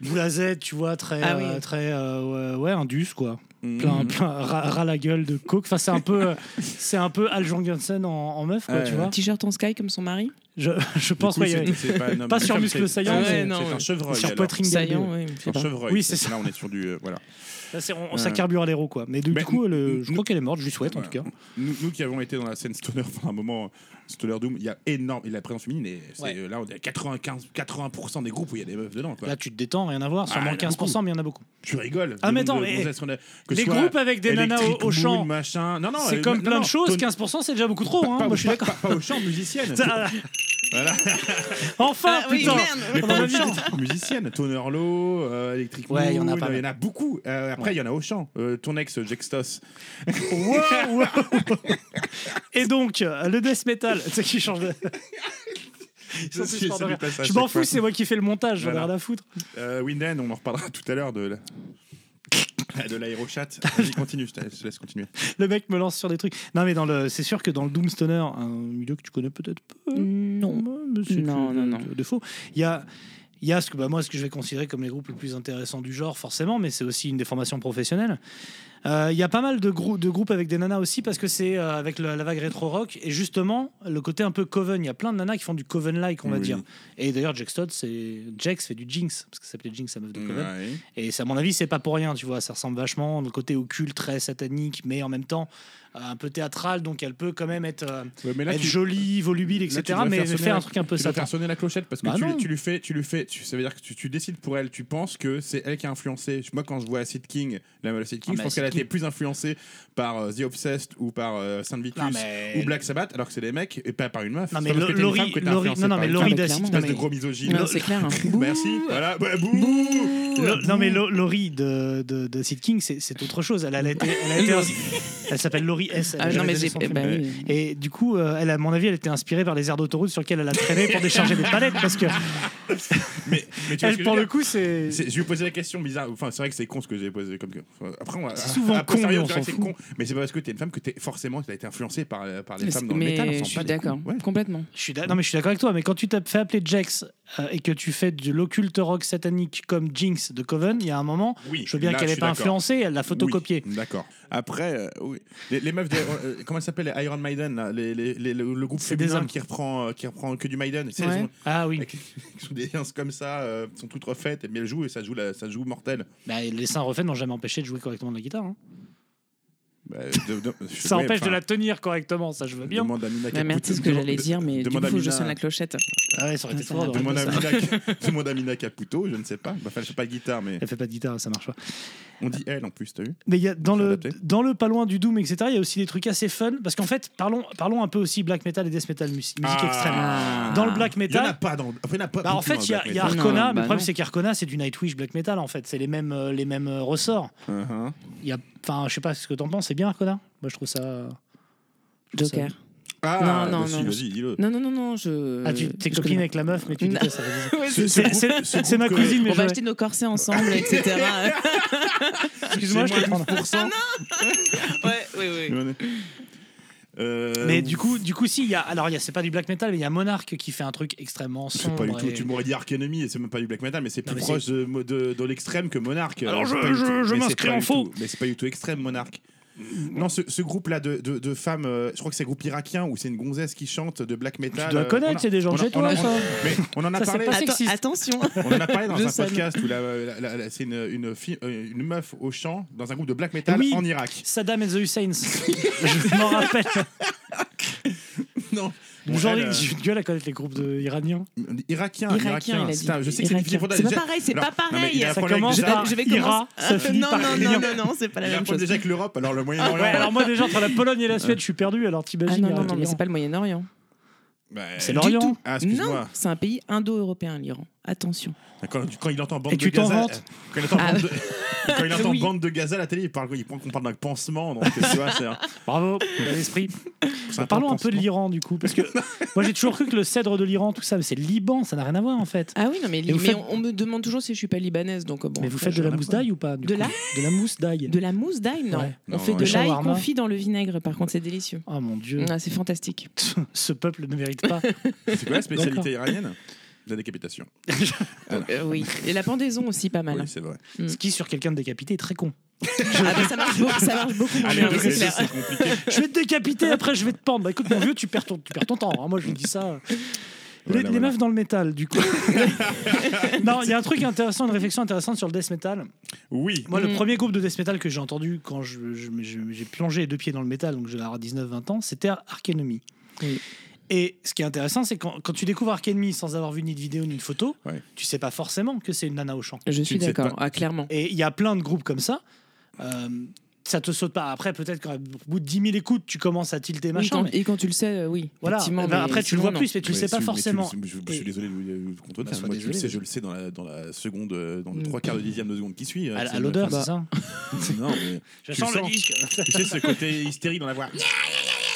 Speaker 1: boule à Z tu vois très
Speaker 2: Ah oui.
Speaker 1: euh, très euh, ouais, ouais, indus quoi
Speaker 3: Mhm.
Speaker 1: plein plein ras, ras la gueule de coke enfin c'est un peu euh, c'est un peu Al Jorgensen en, en meuf quoi
Speaker 3: Ouais,
Speaker 1: tu
Speaker 3: ouais.
Speaker 1: vois
Speaker 2: T-shirt en sky comme son mari
Speaker 1: je, je
Speaker 3: Du
Speaker 1: pense
Speaker 3: coup,
Speaker 1: ouais,
Speaker 3: c'est-
Speaker 1: ouais.
Speaker 3: c'est pas un homme.
Speaker 1: Pas sur
Speaker 3: Comme
Speaker 1: muscle
Speaker 3: c'est-
Speaker 1: saillant,
Speaker 3: c'est-
Speaker 2: mais-
Speaker 3: c'est
Speaker 2: non,
Speaker 3: un
Speaker 2: ouais.
Speaker 3: chevreuil.
Speaker 1: Sur
Speaker 3: alors.
Speaker 1: poitrine galbée, ouais.
Speaker 2: Saillant, oui. je
Speaker 3: C'est
Speaker 2: sais
Speaker 3: un
Speaker 2: pas.
Speaker 3: chevreuil.
Speaker 1: Oui, c'est ça.
Speaker 3: Là, on est sur du. euh, voilà.
Speaker 1: Là, c'est- on,
Speaker 3: Euh.
Speaker 1: ça carbure l'héros quoi mais du
Speaker 3: Mais-
Speaker 1: coup le- je crois qu'elle est morte je lui souhaite en
Speaker 3: Ouais.
Speaker 1: tout cas
Speaker 3: Nous, nous qui avons été dans la scène stoner pendant un moment, stoner doom, il y a énorme, et la présence féminine et c'est
Speaker 1: Ouais.
Speaker 3: euh, là on est à 95, 80% des groupes où il y a des meufs dedans. Quoi.
Speaker 1: Là, tu te détends, rien à voir.
Speaker 3: Ah,
Speaker 1: Sûrement
Speaker 3: il y en a
Speaker 1: 15%, mais il y en a beaucoup.
Speaker 3: tu rigoles.
Speaker 1: Ah,
Speaker 3: Le
Speaker 1: mais attends,
Speaker 3: nombre de
Speaker 1: mais-
Speaker 3: gonzesses qu'on a- que
Speaker 1: les
Speaker 3: soit
Speaker 1: groupes avec des nanas au,
Speaker 3: Electric
Speaker 1: au chant,
Speaker 3: Moon, machin. Non, non,
Speaker 1: c'est
Speaker 3: euh,
Speaker 1: comme
Speaker 3: non,
Speaker 1: plein
Speaker 3: non,
Speaker 1: de choses.
Speaker 3: Tony-
Speaker 1: 15%, c'est déjà beaucoup trop. hein.
Speaker 3: pas,
Speaker 1: Moi, je suis
Speaker 3: pas-
Speaker 1: d'accord.
Speaker 3: pas- pas au chant, musicienne.
Speaker 1: Ça-
Speaker 3: voilà.
Speaker 1: Enfin,
Speaker 2: Ah oui,
Speaker 1: putain.
Speaker 2: merde.
Speaker 3: Mais
Speaker 1: On
Speaker 3: pas
Speaker 1: en
Speaker 3: au
Speaker 1: a
Speaker 3: chant,
Speaker 1: mis-
Speaker 3: musicienne. Tonerlo, euh, Electric
Speaker 1: Ouais, il y en a
Speaker 3: Moon,
Speaker 1: pas
Speaker 3: Il y en
Speaker 1: mal.
Speaker 3: a beaucoup. Euh, après, il y en a au chant. Euh, ton ex, Jextos.
Speaker 1: Wow, wow. Et donc, euh, le death metal, tu sais qui change de. Ils sont
Speaker 3: Ça,
Speaker 1: tous
Speaker 3: c'est-
Speaker 1: morts de
Speaker 3: ça lui
Speaker 1: rire.
Speaker 3: passe à
Speaker 1: Je
Speaker 3: chaque
Speaker 1: m'en
Speaker 3: fois.
Speaker 1: fous, c'est moi qui fais le montage, j'en ai
Speaker 3: Voilà.
Speaker 1: rien à foutre.
Speaker 3: Euh, Winden, on en reparlera tout à l'heure de la... de l'aérochat. Vas-y, continue, je te je te laisse continuer.
Speaker 1: Le mec me lance sur des trucs. Non, mais dans le, c'est sûr que dans le Doomstoner, un milieu que tu connais peut-être peu.
Speaker 2: Non.
Speaker 1: mais c'est
Speaker 2: Mm. Non,
Speaker 1: de-
Speaker 2: non, non.
Speaker 1: de- de faux. Il y a, il y a ce que bah, moi, ce que je vais considérer comme les groupes les plus intéressants du genre, forcément, mais c'est aussi une déformation professionnelle. Euh, Il y a pas mal de, grou- de groupes avec des nanas aussi parce que c'est euh, avec le- la vague rétro rock et justement le côté un peu coven. Il y a plein de nanas qui font du coven like, on va
Speaker 3: Oui.
Speaker 1: dire. Et d'ailleurs, Jack Stott, c'est Jax fait du Jinx parce que ça s'appelait Jinx, sa meuf de coven.
Speaker 3: Ouais.
Speaker 1: Et c'est- à mon avis, c'est pas pour rien, tu vois. Ça ressemble vachement le côté occulte, très satanique, mais en même temps euh, un peu théâtral, donc elle peut quand même être, euh,
Speaker 3: Ouais, mais
Speaker 1: être
Speaker 3: tu-
Speaker 1: jolie, volubile,
Speaker 3: là, tu
Speaker 1: etc.
Speaker 3: dois
Speaker 1: mais
Speaker 3: faire
Speaker 1: faire,
Speaker 3: sonner la-
Speaker 1: un truc un peu
Speaker 3: tu dois
Speaker 1: satan.
Speaker 3: faire sonner la clochette parce que
Speaker 1: Bah
Speaker 3: tu,
Speaker 1: non.
Speaker 3: tu lui fais, tu lui fais, tu- ça veut dire que tu, tu décides pour elle, tu penses que c'est elle qui a influencé. Moi, quand je vois Sid King, la la Sid King,
Speaker 1: Ah,
Speaker 3: je
Speaker 1: mais
Speaker 3: pense qu'elle a
Speaker 1: Sid King.
Speaker 3: été plus influencée par euh, The Obsessed ou par euh, Saint Vitus
Speaker 1: Non, mais-
Speaker 3: ou Black Sabbath, alors que c'est des mecs et pas par une meuf.
Speaker 1: Non,
Speaker 3: C'est
Speaker 1: mais
Speaker 3: pas parce que t'es une femme
Speaker 1: Laurie,
Speaker 3: que t'es
Speaker 1: Laurie-
Speaker 3: influencée
Speaker 1: non, non,
Speaker 3: par
Speaker 1: mais
Speaker 3: une
Speaker 1: Laurie
Speaker 3: femme.
Speaker 2: clairement.
Speaker 1: d'Acide, non,
Speaker 3: Espèce
Speaker 1: mais-
Speaker 3: de gros misogyne.
Speaker 2: Non, c'est clair. hein.
Speaker 3: Merci. Voilà. Bah, bouh.
Speaker 2: euh,
Speaker 1: Lo- non, mais Lo- Laurie de, de, de Sid King, c'est c'est autre chose. Elle, elle, a été- elle, a été ins- elle s'appelle Laurie S. elle a
Speaker 2: Ah, non,
Speaker 1: jamais
Speaker 2: mais
Speaker 1: donné
Speaker 2: j'ai.
Speaker 1: son
Speaker 2: eh
Speaker 1: film.
Speaker 2: ben oui.
Speaker 1: Et du coup, euh, elle, à mon avis, elle était inspirée par les aires d'autoroute sur lesquelles elle a traîné pour décharger des palettes parce que
Speaker 3: Mais, mais tu vois ce que
Speaker 1: elle,
Speaker 3: je
Speaker 1: pour
Speaker 3: veux
Speaker 1: le coup, c'est.
Speaker 3: C'est- Je lui ai posé la question bizarre. Enfin, c'est vrai que c'est con ce que j'ai posé comme. enfin, Après, on va.
Speaker 1: C'est souvent
Speaker 3: après,
Speaker 1: con,
Speaker 3: sérieux,
Speaker 1: mais on
Speaker 3: c'est vrai que
Speaker 1: s'en
Speaker 3: c'est con. Mais c'est pas parce que t'es une femme que t'es forcément t'as été influencée par, euh, par les femmes dans le métal. on
Speaker 2: Mais je
Speaker 3: s'en bat
Speaker 2: suis
Speaker 3: les couilles.
Speaker 2: d'accord,
Speaker 3: Ouais.
Speaker 2: complètement.
Speaker 1: Je suis d'a- non mais je suis d'accord avec toi, mais quand tu t'as fait appeler Jax euh, et que tu fais de l'occulte rock satanique comme Jinx de Coven, il y a un moment,
Speaker 3: Oui,
Speaker 1: je veux bien
Speaker 3: là,
Speaker 1: qu'elle n'ait
Speaker 3: je suis
Speaker 1: pas
Speaker 3: d'accord.
Speaker 1: influencée, elle l'a photocopiée.
Speaker 3: Oui, D'accord. Après, euh, oui. les, les meufs, des- euh, comment ça s'appelle les Iron Maiden, là, les- les- les- le, le groupe
Speaker 1: C'est des
Speaker 3: féminin
Speaker 1: hommes.
Speaker 3: qui reprend, euh, qui reprend que du Maiden. tu sais,
Speaker 2: Ouais.
Speaker 3: elles ont-
Speaker 1: Ah oui,
Speaker 3: avec- elles sont des danses comme ça, euh, elles sont toutes refaites, mais elles jouent et ça joue, la- ça joue mortel.
Speaker 1: Bah, les seins refaits n'ont jamais empêché de jouer correctement de la guitare. hein.
Speaker 3: Bah, de- de-
Speaker 1: Ça
Speaker 3: ouais,
Speaker 1: empêche de
Speaker 3: enfin,
Speaker 1: la tenir correctement, ça je veux bien.
Speaker 3: Demande à Mina
Speaker 2: La merde,
Speaker 3: Caputo-
Speaker 2: c'est Bah, ce que j'allais
Speaker 3: de-
Speaker 2: dire, mais du
Speaker 3: demande à
Speaker 2: coup, je
Speaker 3: Mina-
Speaker 2: sonne la clochette.
Speaker 1: Ah ouais, ça aurait été
Speaker 2: Ça
Speaker 1: fort de
Speaker 2: va.
Speaker 1: rendre
Speaker 3: Demande à
Speaker 1: ça.
Speaker 3: Mina, demande à Mina Caputo, je ne sais pas. Enfin, je sais pas de guitare, mais
Speaker 1: Elle fait pas de guitare, ça marche pas.
Speaker 3: on dit elle en plus, t'as vu
Speaker 1: Mais il y a, dans,
Speaker 3: Faut
Speaker 1: le,
Speaker 3: adapter.
Speaker 1: dans le pas loin du Doom, etc., il y a aussi des trucs assez fun. Parce qu'en fait, parlons, parlons un peu aussi black metal et death metal, mus- musique extrême. Dans le black
Speaker 3: Ah. Il y en a
Speaker 1: metal,
Speaker 3: pas dans. Enfin, il y en a pas
Speaker 1: Bah, en
Speaker 3: beaucoup dans
Speaker 1: fait,
Speaker 3: le
Speaker 1: il y a,
Speaker 3: black
Speaker 1: il y a
Speaker 3: metal.
Speaker 2: metal.
Speaker 1: Arcona,
Speaker 2: Non,
Speaker 1: mais
Speaker 2: bah
Speaker 1: le problème
Speaker 2: non.
Speaker 1: c'est qu'Arcona c'est du Nightwish black metal en fait, c'est les mêmes, euh, les mêmes euh, ressorts.
Speaker 3: Uh-huh.
Speaker 1: Il y a, enfin, je sais pas ce que t'en penses, c'est bien Arcona Moi je trouve
Speaker 2: Euh,
Speaker 1: ça. je trouve ça-
Speaker 2: Joker.
Speaker 3: Ah,
Speaker 2: Non, non,
Speaker 3: vas-y,
Speaker 2: non.
Speaker 3: vas-y, dis-le.
Speaker 2: Non, non, non, non, je.
Speaker 1: Ah, tu t'es
Speaker 2: je
Speaker 1: copine
Speaker 2: connais
Speaker 1: avec la meuf, mais tu
Speaker 2: Non. bah,
Speaker 1: détestes, ça fait bizarre.
Speaker 2: pas. Ouais,
Speaker 3: Ce-
Speaker 2: c'est-
Speaker 3: ce
Speaker 1: C'est-
Speaker 3: groupe-
Speaker 1: c'est-
Speaker 3: ce
Speaker 1: C'est ma
Speaker 3: groupe que-
Speaker 1: cousine, mais
Speaker 2: On va
Speaker 1: je-
Speaker 2: acheter nos corsets ensemble, etc.
Speaker 1: excuse-moi, je
Speaker 3: C'est
Speaker 1: te
Speaker 3: moins
Speaker 1: prends.
Speaker 3: 12%.
Speaker 2: ouais, oui, oui.
Speaker 3: Euh,
Speaker 1: Mais du coup, du coup, si, il y a, alors il y a- c'est pas du black metal, mais il y a Monarch qui fait un truc extrêmement
Speaker 3: c'est
Speaker 1: sombre.
Speaker 3: pas du tout.
Speaker 1: et-
Speaker 3: Tu m'aurais dit Ark Enemy et c'est même pas du black metal, mais c'est
Speaker 1: Non,
Speaker 3: plus
Speaker 1: mais
Speaker 3: proche de, de, de l'extrême que Monarch.
Speaker 1: Alors,
Speaker 3: Euh,
Speaker 1: je-
Speaker 3: c'est pas du
Speaker 1: je-
Speaker 3: tout-
Speaker 1: je
Speaker 3: mais c'est
Speaker 1: m'inscris
Speaker 3: pas
Speaker 1: en
Speaker 3: du
Speaker 1: faux.
Speaker 3: tout- Mais c'est pas du tout extrême Monarch. Non, ce, ce groupe-là de, de, de femmes, euh, je crois que c'est un groupe irakien où c'est une gonzesse qui chante de black metal.
Speaker 1: Tu dois
Speaker 3: euh,
Speaker 1: connaître,
Speaker 3: on a-
Speaker 1: c'est des gens de
Speaker 3: on a-
Speaker 1: chez
Speaker 3: on a-
Speaker 1: toi,
Speaker 3: on a-
Speaker 1: ça.
Speaker 3: Mais on en a
Speaker 1: Ça, c'est
Speaker 3: parlé.
Speaker 1: pas
Speaker 2: Attends,
Speaker 1: sexiste.
Speaker 2: attention.
Speaker 3: On en a parlé dans
Speaker 2: Je
Speaker 3: un
Speaker 2: sonne.
Speaker 3: podcast où la- la- la- la- c'est une, une, fille- euh, une meuf au chant dans un groupe de black metal
Speaker 1: Oui.
Speaker 3: en Irak.
Speaker 1: Saddam et the Hussein. je m'en rappelle.
Speaker 3: Non, Bon,
Speaker 1: Genre,
Speaker 3: elle, euh,
Speaker 1: j'ai eu du mal à connaître les groupes de iraniens.
Speaker 2: Irakien,
Speaker 3: irakien, Ah, irakien.
Speaker 2: il a dit.
Speaker 3: C'est un- Je sais que c'est une fille
Speaker 2: Irakien.
Speaker 3: faudra-
Speaker 2: C'est pas
Speaker 3: déjà-
Speaker 2: pareil, c'est
Speaker 3: Alors,
Speaker 2: pas
Speaker 3: non, mais il a
Speaker 2: pareil.
Speaker 3: un
Speaker 1: Ça
Speaker 3: problème
Speaker 1: commence
Speaker 3: déjà-
Speaker 1: par
Speaker 2: Je vais
Speaker 1: Ira,
Speaker 2: commencer-
Speaker 1: ça
Speaker 2: Euh,
Speaker 1: finit
Speaker 2: non,
Speaker 1: par
Speaker 2: non,
Speaker 1: Iran.
Speaker 2: non, non, non, c'est pas la
Speaker 3: Il a un
Speaker 2: même
Speaker 3: problème
Speaker 2: chose.
Speaker 3: déjà avec l'Europe, alors le Moyen-Orient.
Speaker 1: Ouais, alors moi déjà entre la Pologne et la Suède, je suis perdu. Alors
Speaker 2: Ah
Speaker 1: t'imagines
Speaker 2: non, non, non,
Speaker 1: l'Iran.
Speaker 2: mais c'est pas le Moyen-Orient.
Speaker 3: Bah,
Speaker 1: C'est
Speaker 3: du
Speaker 1: l'Orient.
Speaker 3: tout. Ah,
Speaker 2: Non,
Speaker 3: excuse-moi.
Speaker 2: c'est un pays indo-européen, l'Iran. Attention.
Speaker 3: Quand, quand il entend bande
Speaker 1: Et
Speaker 3: de
Speaker 1: tu t'en
Speaker 3: Gaza,
Speaker 1: vantes
Speaker 3: quand il entend,
Speaker 2: Ah.
Speaker 3: bande, de, quand il entend
Speaker 2: Oui.
Speaker 3: bande de Gaza à la télé, il parle, il pense qu'on parle d'un pansement. Donc, tu vois, c'est un-
Speaker 1: Bravo, bel esprit.
Speaker 3: c'est un
Speaker 1: Parlons un
Speaker 3: pansement.
Speaker 1: peu de l'Iran du coup, parce que moi j'ai toujours cru que le cèdre de l'Iran, tout ça, mais c'est le Liban, ça n'a rien à voir en fait.
Speaker 2: Ah oui, non, mais,
Speaker 1: Et vous
Speaker 2: mais
Speaker 1: faites-
Speaker 2: on, on me demande toujours si je suis pas libanaise. Donc, euh, bon,
Speaker 1: mais vous
Speaker 2: après,
Speaker 1: faites de
Speaker 2: je-
Speaker 1: la mousse d'ail ou pas du
Speaker 2: De
Speaker 1: coup
Speaker 2: la
Speaker 1: De la mousse d'ail.
Speaker 2: De la mousse d'ail, non.
Speaker 1: Ouais.
Speaker 2: On
Speaker 3: Non,
Speaker 2: fait
Speaker 3: ouais.
Speaker 2: de
Speaker 1: Le
Speaker 2: l'ail
Speaker 1: shawarma.
Speaker 2: confit dans le vinaigre, par contre, c'est délicieux.
Speaker 1: Oh mon dieu,
Speaker 2: Ah, c'est fantastique.
Speaker 1: ce peuple ne mérite pas.
Speaker 3: C'est quoi la spécialité iranienne La décapitation.
Speaker 2: Euh, oui. Et la pendaison aussi, pas mal.
Speaker 3: Oui, c'est vrai.
Speaker 1: Ce qui sur quelqu'un de décapité est très con.
Speaker 2: Ah bah, ça marche beaucoup, ça marche beaucoup moins
Speaker 3: Allez,
Speaker 2: bien,
Speaker 3: deux,
Speaker 2: c'est
Speaker 3: les deux,
Speaker 2: clair.
Speaker 3: c'est compliqué.
Speaker 1: Je vais te décapiter, après je vais te pendre. Bah, écoute mon vieux, tu perds ton, tu perds ton temps. hein. Moi je vous dis ça. Les,
Speaker 3: Voilà,
Speaker 1: les
Speaker 3: voilà.
Speaker 1: meufs dans le métal du coup. non, il y a un truc intéressant, une réflexion intéressante sur le death metal.
Speaker 3: Oui.
Speaker 1: Moi, le
Speaker 2: Mm.
Speaker 1: premier groupe de death metal que j'ai entendu quand je- je- je- j'ai plongé les deux pieds dans le métal, donc j'ai 19-20 ans, c'était Ar- Arch Enemy.
Speaker 2: Oui.
Speaker 1: Et ce qui est intéressant, c'est quand, quand tu découvres Arch Enemy sans avoir vu ni de vidéo ni de photo,
Speaker 3: Ouais.
Speaker 1: tu sais pas forcément que c'est une nana au chant.
Speaker 2: Je
Speaker 3: Tu
Speaker 2: suis
Speaker 3: ne sais
Speaker 2: d'accord,
Speaker 3: pas.
Speaker 2: ah, clairement.
Speaker 1: Et il y a plein de groupes comme ça. euh, ça te saute pas. Après, peut-être qu'au bout de 10 000 écoutes, tu commences à tilter
Speaker 2: Oui,
Speaker 1: machin.
Speaker 2: quand-
Speaker 1: mais
Speaker 2: Et quand tu le sais, euh, oui.
Speaker 1: voilà.
Speaker 2: Effectivement,
Speaker 1: Ben,
Speaker 2: mais
Speaker 1: après, tu le
Speaker 2: sinon,
Speaker 1: vois
Speaker 2: non.
Speaker 1: plus, mais tu le
Speaker 3: Mais
Speaker 1: sais pas
Speaker 3: mais
Speaker 1: forcément.
Speaker 3: tu le- je, je suis
Speaker 1: Et-
Speaker 3: désolé de vous- de vous contredire.
Speaker 1: Bah, sois
Speaker 3: Moi, je le
Speaker 1: désolé.
Speaker 3: sais, je le sais dans la, dans la seconde, euh, dans le
Speaker 2: Mm.
Speaker 3: trois quarts de dixième de seconde qui suit. euh,
Speaker 1: À,
Speaker 3: c'est
Speaker 1: à
Speaker 3: le-
Speaker 1: l'odeur,
Speaker 3: Bah,
Speaker 1: c'est ça
Speaker 3: Non, mais
Speaker 1: Je
Speaker 3: tu le
Speaker 1: sens le
Speaker 3: sens.
Speaker 1: disque.
Speaker 3: tu sais, ce côté hystérie dans la voix.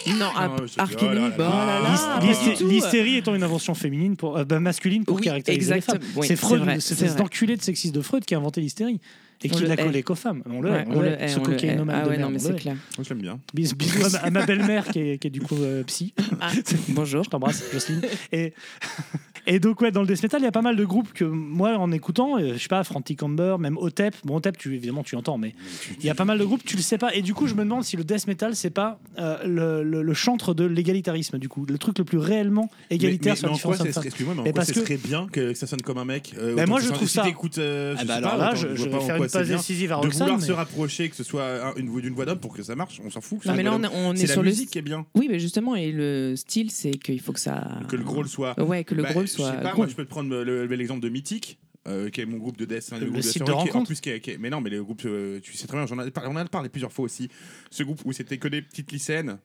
Speaker 2: Non, ah,
Speaker 3: Non, je te dis,
Speaker 2: Archénie,
Speaker 3: oh là là.
Speaker 2: bah, oh là là,
Speaker 3: Ah,
Speaker 2: pas
Speaker 1: L'hysté-
Speaker 2: du
Speaker 3: l'hysté-
Speaker 1: l'hystérie-
Speaker 2: tout.
Speaker 1: L'hystérie étant une invention féminine pour, euh, bah, masculine pour
Speaker 2: Oui,
Speaker 1: caractériser les femmes.
Speaker 2: exactement. Oui,
Speaker 1: c'est Freud,
Speaker 2: c'est vrai,
Speaker 1: ce
Speaker 2: c'est
Speaker 1: espèce
Speaker 2: vrai.
Speaker 1: d'enculé de sexiste de Freud qui a inventé l'hystérie et
Speaker 2: On
Speaker 1: qui
Speaker 2: le
Speaker 1: l'a
Speaker 2: hait.
Speaker 1: collé qu'aux femmes. On le,
Speaker 2: Ouais,
Speaker 1: hait, on le
Speaker 2: on le
Speaker 1: hait,
Speaker 2: hait,
Speaker 1: ce
Speaker 2: on le hait.
Speaker 1: cocaïnomane
Speaker 2: Ah
Speaker 1: de
Speaker 2: ouais,
Speaker 1: merde,
Speaker 2: non, mais
Speaker 1: on
Speaker 2: c'est
Speaker 1: le hait.
Speaker 2: clair.
Speaker 3: Moi, je l'aime bien.
Speaker 1: Bis- Bisous à ma, à ma belle-mère qui, est- qui est du coup euh, psy.
Speaker 2: Ah, bonjour.
Speaker 1: Je t'embrasse, Jocelyne. Et, et donc, ouais, dans le death metal, il y a pas mal de groupes que moi, en écoutant, euh, je sais pas, Frantic Amber, même Otep. Bon, Otep, tu, évidemment, tu entends, mais il y a pas mal de groupes, tu le sais pas. Et du coup, je me demande si le death metal, c'est pas euh, le, le- le chantre de l'égalitarisme, du coup, le truc le plus réellement égalitaire
Speaker 3: mais, mais
Speaker 1: sur la
Speaker 3: en quoi
Speaker 1: différence
Speaker 3: c'est-
Speaker 1: homme-femme.
Speaker 3: Excuse-moi, mais en
Speaker 1: Mais
Speaker 3: quoi
Speaker 1: parce
Speaker 3: ce
Speaker 1: que-
Speaker 3: serait bien que, que ça sonne comme un mec euh,
Speaker 1: Bah,
Speaker 3: autant
Speaker 1: moi,
Speaker 3: que
Speaker 1: je
Speaker 3: soit-
Speaker 1: trouve
Speaker 3: si
Speaker 1: ça-
Speaker 3: t'écoutes, euh, je
Speaker 1: Ah bah
Speaker 3: sais
Speaker 1: alors
Speaker 3: pas,
Speaker 1: là,
Speaker 3: autant
Speaker 1: je,
Speaker 3: vois
Speaker 1: je
Speaker 3: pas
Speaker 1: vais
Speaker 3: en
Speaker 1: faire
Speaker 3: quoi
Speaker 1: une
Speaker 3: c'est
Speaker 1: passe
Speaker 3: bien.
Speaker 1: décisive à
Speaker 3: De
Speaker 1: Roxane.
Speaker 3: vouloir
Speaker 1: mais-
Speaker 3: se rapprocher, que ce soit un- une voix d'une voix d'homme pour que ça marche, on s'en fout. que ce
Speaker 2: Non, mais
Speaker 3: soit
Speaker 2: là,
Speaker 3: un
Speaker 2: on,
Speaker 3: voix
Speaker 2: on
Speaker 3: d'homme.
Speaker 2: est
Speaker 3: c'est la
Speaker 2: sur le.
Speaker 3: musique qui est bien.
Speaker 2: Oui, mais justement, et le style, c'est qu'il faut que ça.
Speaker 3: Que le
Speaker 1: Ah.
Speaker 3: gros le soit.
Speaker 2: Ouais, que le
Speaker 3: Bah,
Speaker 2: gros
Speaker 3: je sais
Speaker 2: soit.
Speaker 3: pas,
Speaker 2: gros.
Speaker 3: moi, je peux te prendre euh, le- le- l'exemple de Mythique. euh, qui est mon groupe de death, hein,
Speaker 1: Le
Speaker 3: groupe
Speaker 1: site
Speaker 3: death
Speaker 1: de
Speaker 3: rock, qui est- en
Speaker 1: rencontre.
Speaker 3: plus qui est- qui est- mais non mais le groupe euh, tu sais très bien j'en ai parlé- on en a parlé plusieurs fois aussi ce groupe où c'était que des petites lycéennes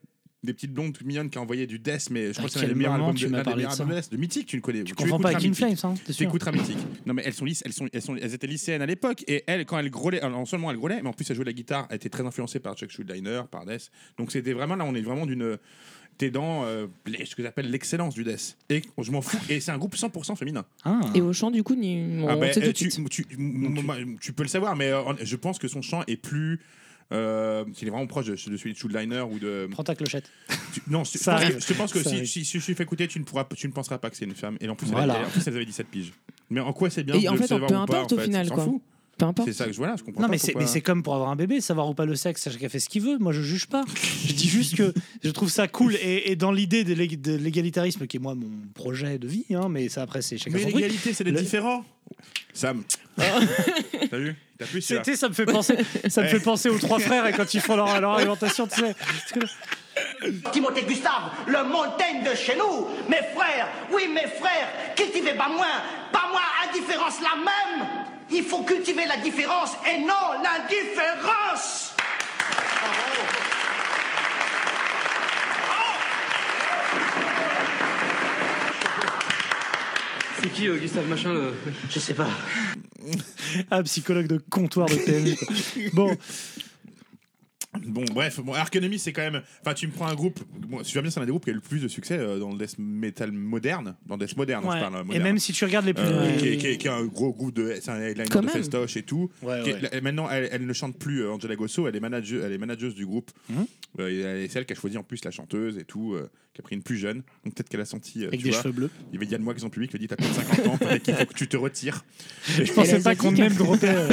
Speaker 3: des petites blondes toutes mignonnes qui envoyaient du death mais je
Speaker 1: À
Speaker 3: crois que c'est
Speaker 1: quel
Speaker 3: le meilleur
Speaker 1: moment
Speaker 3: album
Speaker 1: tu
Speaker 3: de,
Speaker 1: m'as
Speaker 3: un des
Speaker 1: parlé de
Speaker 3: meilleurs
Speaker 1: ça
Speaker 3: albums de death de Mythique tu ne connais
Speaker 1: Tu confonds pas
Speaker 3: écouteras
Speaker 1: avec In
Speaker 3: Mythique.
Speaker 1: Flames, hein, t'es
Speaker 3: Tu
Speaker 1: sûr
Speaker 3: écouteras Mythique. Non, mais elles sont lisses, elles, sont, elles, sont, elles étaient lycéennes à l'époque. Et elles, quand elles grôlaient, alors, non seulement elles grôlaient, mais en plus elles jouaient de la guitare, elles étaient très influencées par Chuck Schuldiner, par Death. Donc c'était vraiment là, on est vraiment d'une. T'es dans euh, les- ce que j'appelle l'excellence du Death. Et je m'en fous. Et c'est un groupe 100% féminin.
Speaker 1: Ah.
Speaker 2: Et au chant, du coup, ni- on
Speaker 3: Ah ben,
Speaker 2: sait tout
Speaker 3: euh,
Speaker 2: de
Speaker 3: tu,
Speaker 2: suite.
Speaker 3: tu- m- m- tu peux le savoir, mais euh, en- je pense que son chant est plus. Euh, il est vraiment proche de, de celui de Schuldiner ou de.
Speaker 1: Prends ta clochette.
Speaker 3: tu- non, je, je
Speaker 1: Ça
Speaker 3: pense que,
Speaker 1: arrive.
Speaker 3: je pense que
Speaker 1: Ça
Speaker 3: si,
Speaker 1: arrive.
Speaker 3: si, si je suis fait écouter, tu ne, pourras, tu ne penseras pas que c'est une femme. Et en plus,
Speaker 1: Voilà.
Speaker 3: elle, avait- en plus, elle avait 17 piges. Mais en quoi c'est bien
Speaker 2: Et
Speaker 3: de
Speaker 2: en
Speaker 3: le
Speaker 2: fait, on-
Speaker 3: savoir
Speaker 2: peu
Speaker 3: ou pas,
Speaker 2: importe
Speaker 3: en
Speaker 2: au
Speaker 3: fait
Speaker 2: final,
Speaker 3: On s'en
Speaker 2: quoi.
Speaker 3: fout.
Speaker 2: Peu importe.
Speaker 3: C'est ça que je, voilà, je comprends
Speaker 1: Non,
Speaker 3: pas
Speaker 1: mais c'est,
Speaker 3: pourquoi-
Speaker 1: mais c'est comme pour avoir un bébé, savoir ou pas le sexe, chacun fait ce qu'il veut. Moi, je juge pas. Je dis juste que je trouve ça cool. Et, et dans l'idée de l'ég- de l'égalitarisme, qui est moi mon projet de vie, hein, mais ça après, c'est chacun
Speaker 3: Mais
Speaker 1: son truc.
Speaker 3: l'égalité, c'est d'être
Speaker 1: Le-
Speaker 3: différent. Sam.
Speaker 2: Ah.
Speaker 3: T'as vu T'as plus celui-là.
Speaker 1: C'était, ça me fait penser, ça me fait penser aux trois frères et quand ils font leur, leur alimentation, tu sais.
Speaker 6: Timothée Gustave, le montagne de chez nous. Mes frères, oui, mes frères, cultivez pas moins, pas moins indifférence la même. Il faut cultiver la différence et non l'indifférence.
Speaker 10: C'est qui euh, Gustave Machin le...
Speaker 6: Je sais pas.
Speaker 1: Un Ah, psychologue de comptoir de PMU. quoi. Bon,
Speaker 3: Bon, bref, bon, Arconomy, c'est quand même. Enfin, tu me prends un groupe. bon, si je vois bien, c'est l'un des groupes qui a eu le plus de succès euh, dans le death metal moderne. Dans le death moderne,
Speaker 1: Ouais.
Speaker 3: je parle. euh,
Speaker 1: Et
Speaker 3: moderne.
Speaker 1: même si tu regardes les plus.
Speaker 3: Euh, qui, est, qui est- qui est un gros groupe de c'est un headliner
Speaker 2: Quand
Speaker 3: de
Speaker 2: même.
Speaker 3: festoche et tout
Speaker 1: Ouais,
Speaker 3: Qui est-
Speaker 1: ouais.
Speaker 3: la- maintenant elle, elle ne chante plus euh, Angela Gosso elle est manager elle est manageuse du groupe
Speaker 1: Mhm.
Speaker 3: Euh, et elle est celle qui a choisi en plus la chanteuse et tout euh, qui a pris une plus jeune donc peut-être qu'elle a senti euh,
Speaker 1: Avec
Speaker 3: tu
Speaker 1: des
Speaker 3: vois,
Speaker 1: cheveux bleus.
Speaker 3: il y avait Yann Moix dans le public qui lui dit t'as plus de 50 ans peut-être qu'il faut que tu te retires
Speaker 1: Je pensais
Speaker 2: est
Speaker 1: pas qu'on aime dropper. euh,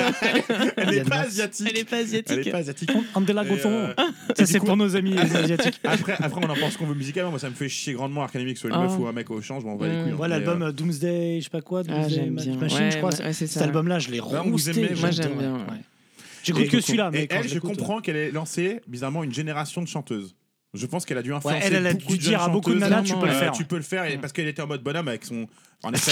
Speaker 3: elle n'est
Speaker 1: Yann
Speaker 3: pas
Speaker 1: Moix.
Speaker 3: asiatique
Speaker 2: Elle est pas asiatique.
Speaker 3: Elle est pas asiatique
Speaker 1: Andela
Speaker 3: Et,
Speaker 1: Gothon.
Speaker 3: euh,
Speaker 1: Ça,
Speaker 3: et du
Speaker 1: c'est
Speaker 3: coup-
Speaker 1: pour nos amis les asiatiques.
Speaker 3: après, après, on en pense qu'on veut musicalement. Moi, ça me fait chier grandement Arcanimic sur une
Speaker 2: Ah.
Speaker 3: meuf ou un mec au change. Bon, on va les
Speaker 2: Mm.
Speaker 3: couilles. hein.
Speaker 1: Voilà
Speaker 3: Mais,
Speaker 1: l'album euh, Doomsday, je sais pas quoi,
Speaker 2: Ah,
Speaker 1: Doomsday
Speaker 2: j'aime
Speaker 1: Ma-
Speaker 2: bien.
Speaker 1: Machine,
Speaker 2: Ouais,
Speaker 1: je crois.
Speaker 2: ouais, ouais, c'est
Speaker 1: Cet
Speaker 2: ça.
Speaker 1: album-là, je l'ai
Speaker 3: Là, on vous
Speaker 1: rousté.
Speaker 3: aimez,
Speaker 2: Moi,
Speaker 1: j'adore.
Speaker 2: j'aime bien, ouais.
Speaker 1: Ouais. J'écoute que celui-là, mais
Speaker 3: Et
Speaker 1: quand euh.
Speaker 3: elle,
Speaker 1: je
Speaker 3: je
Speaker 1: l'écoute,
Speaker 3: comprends qu'elle ait lancé bizarrement une génération de chanteuses. Je pense qu'elle a dû
Speaker 1: Ouais,
Speaker 3: influencer
Speaker 1: elle, elle a
Speaker 3: beaucoup
Speaker 1: dû
Speaker 3: de jeunes
Speaker 1: dire à beaucoup de
Speaker 3: chanteuses.
Speaker 1: nanas, tu peux le
Speaker 3: Euh,
Speaker 1: faire.
Speaker 3: Tu peux le faire et- parce qu'elle était en mode bonhomme avec son. En effet,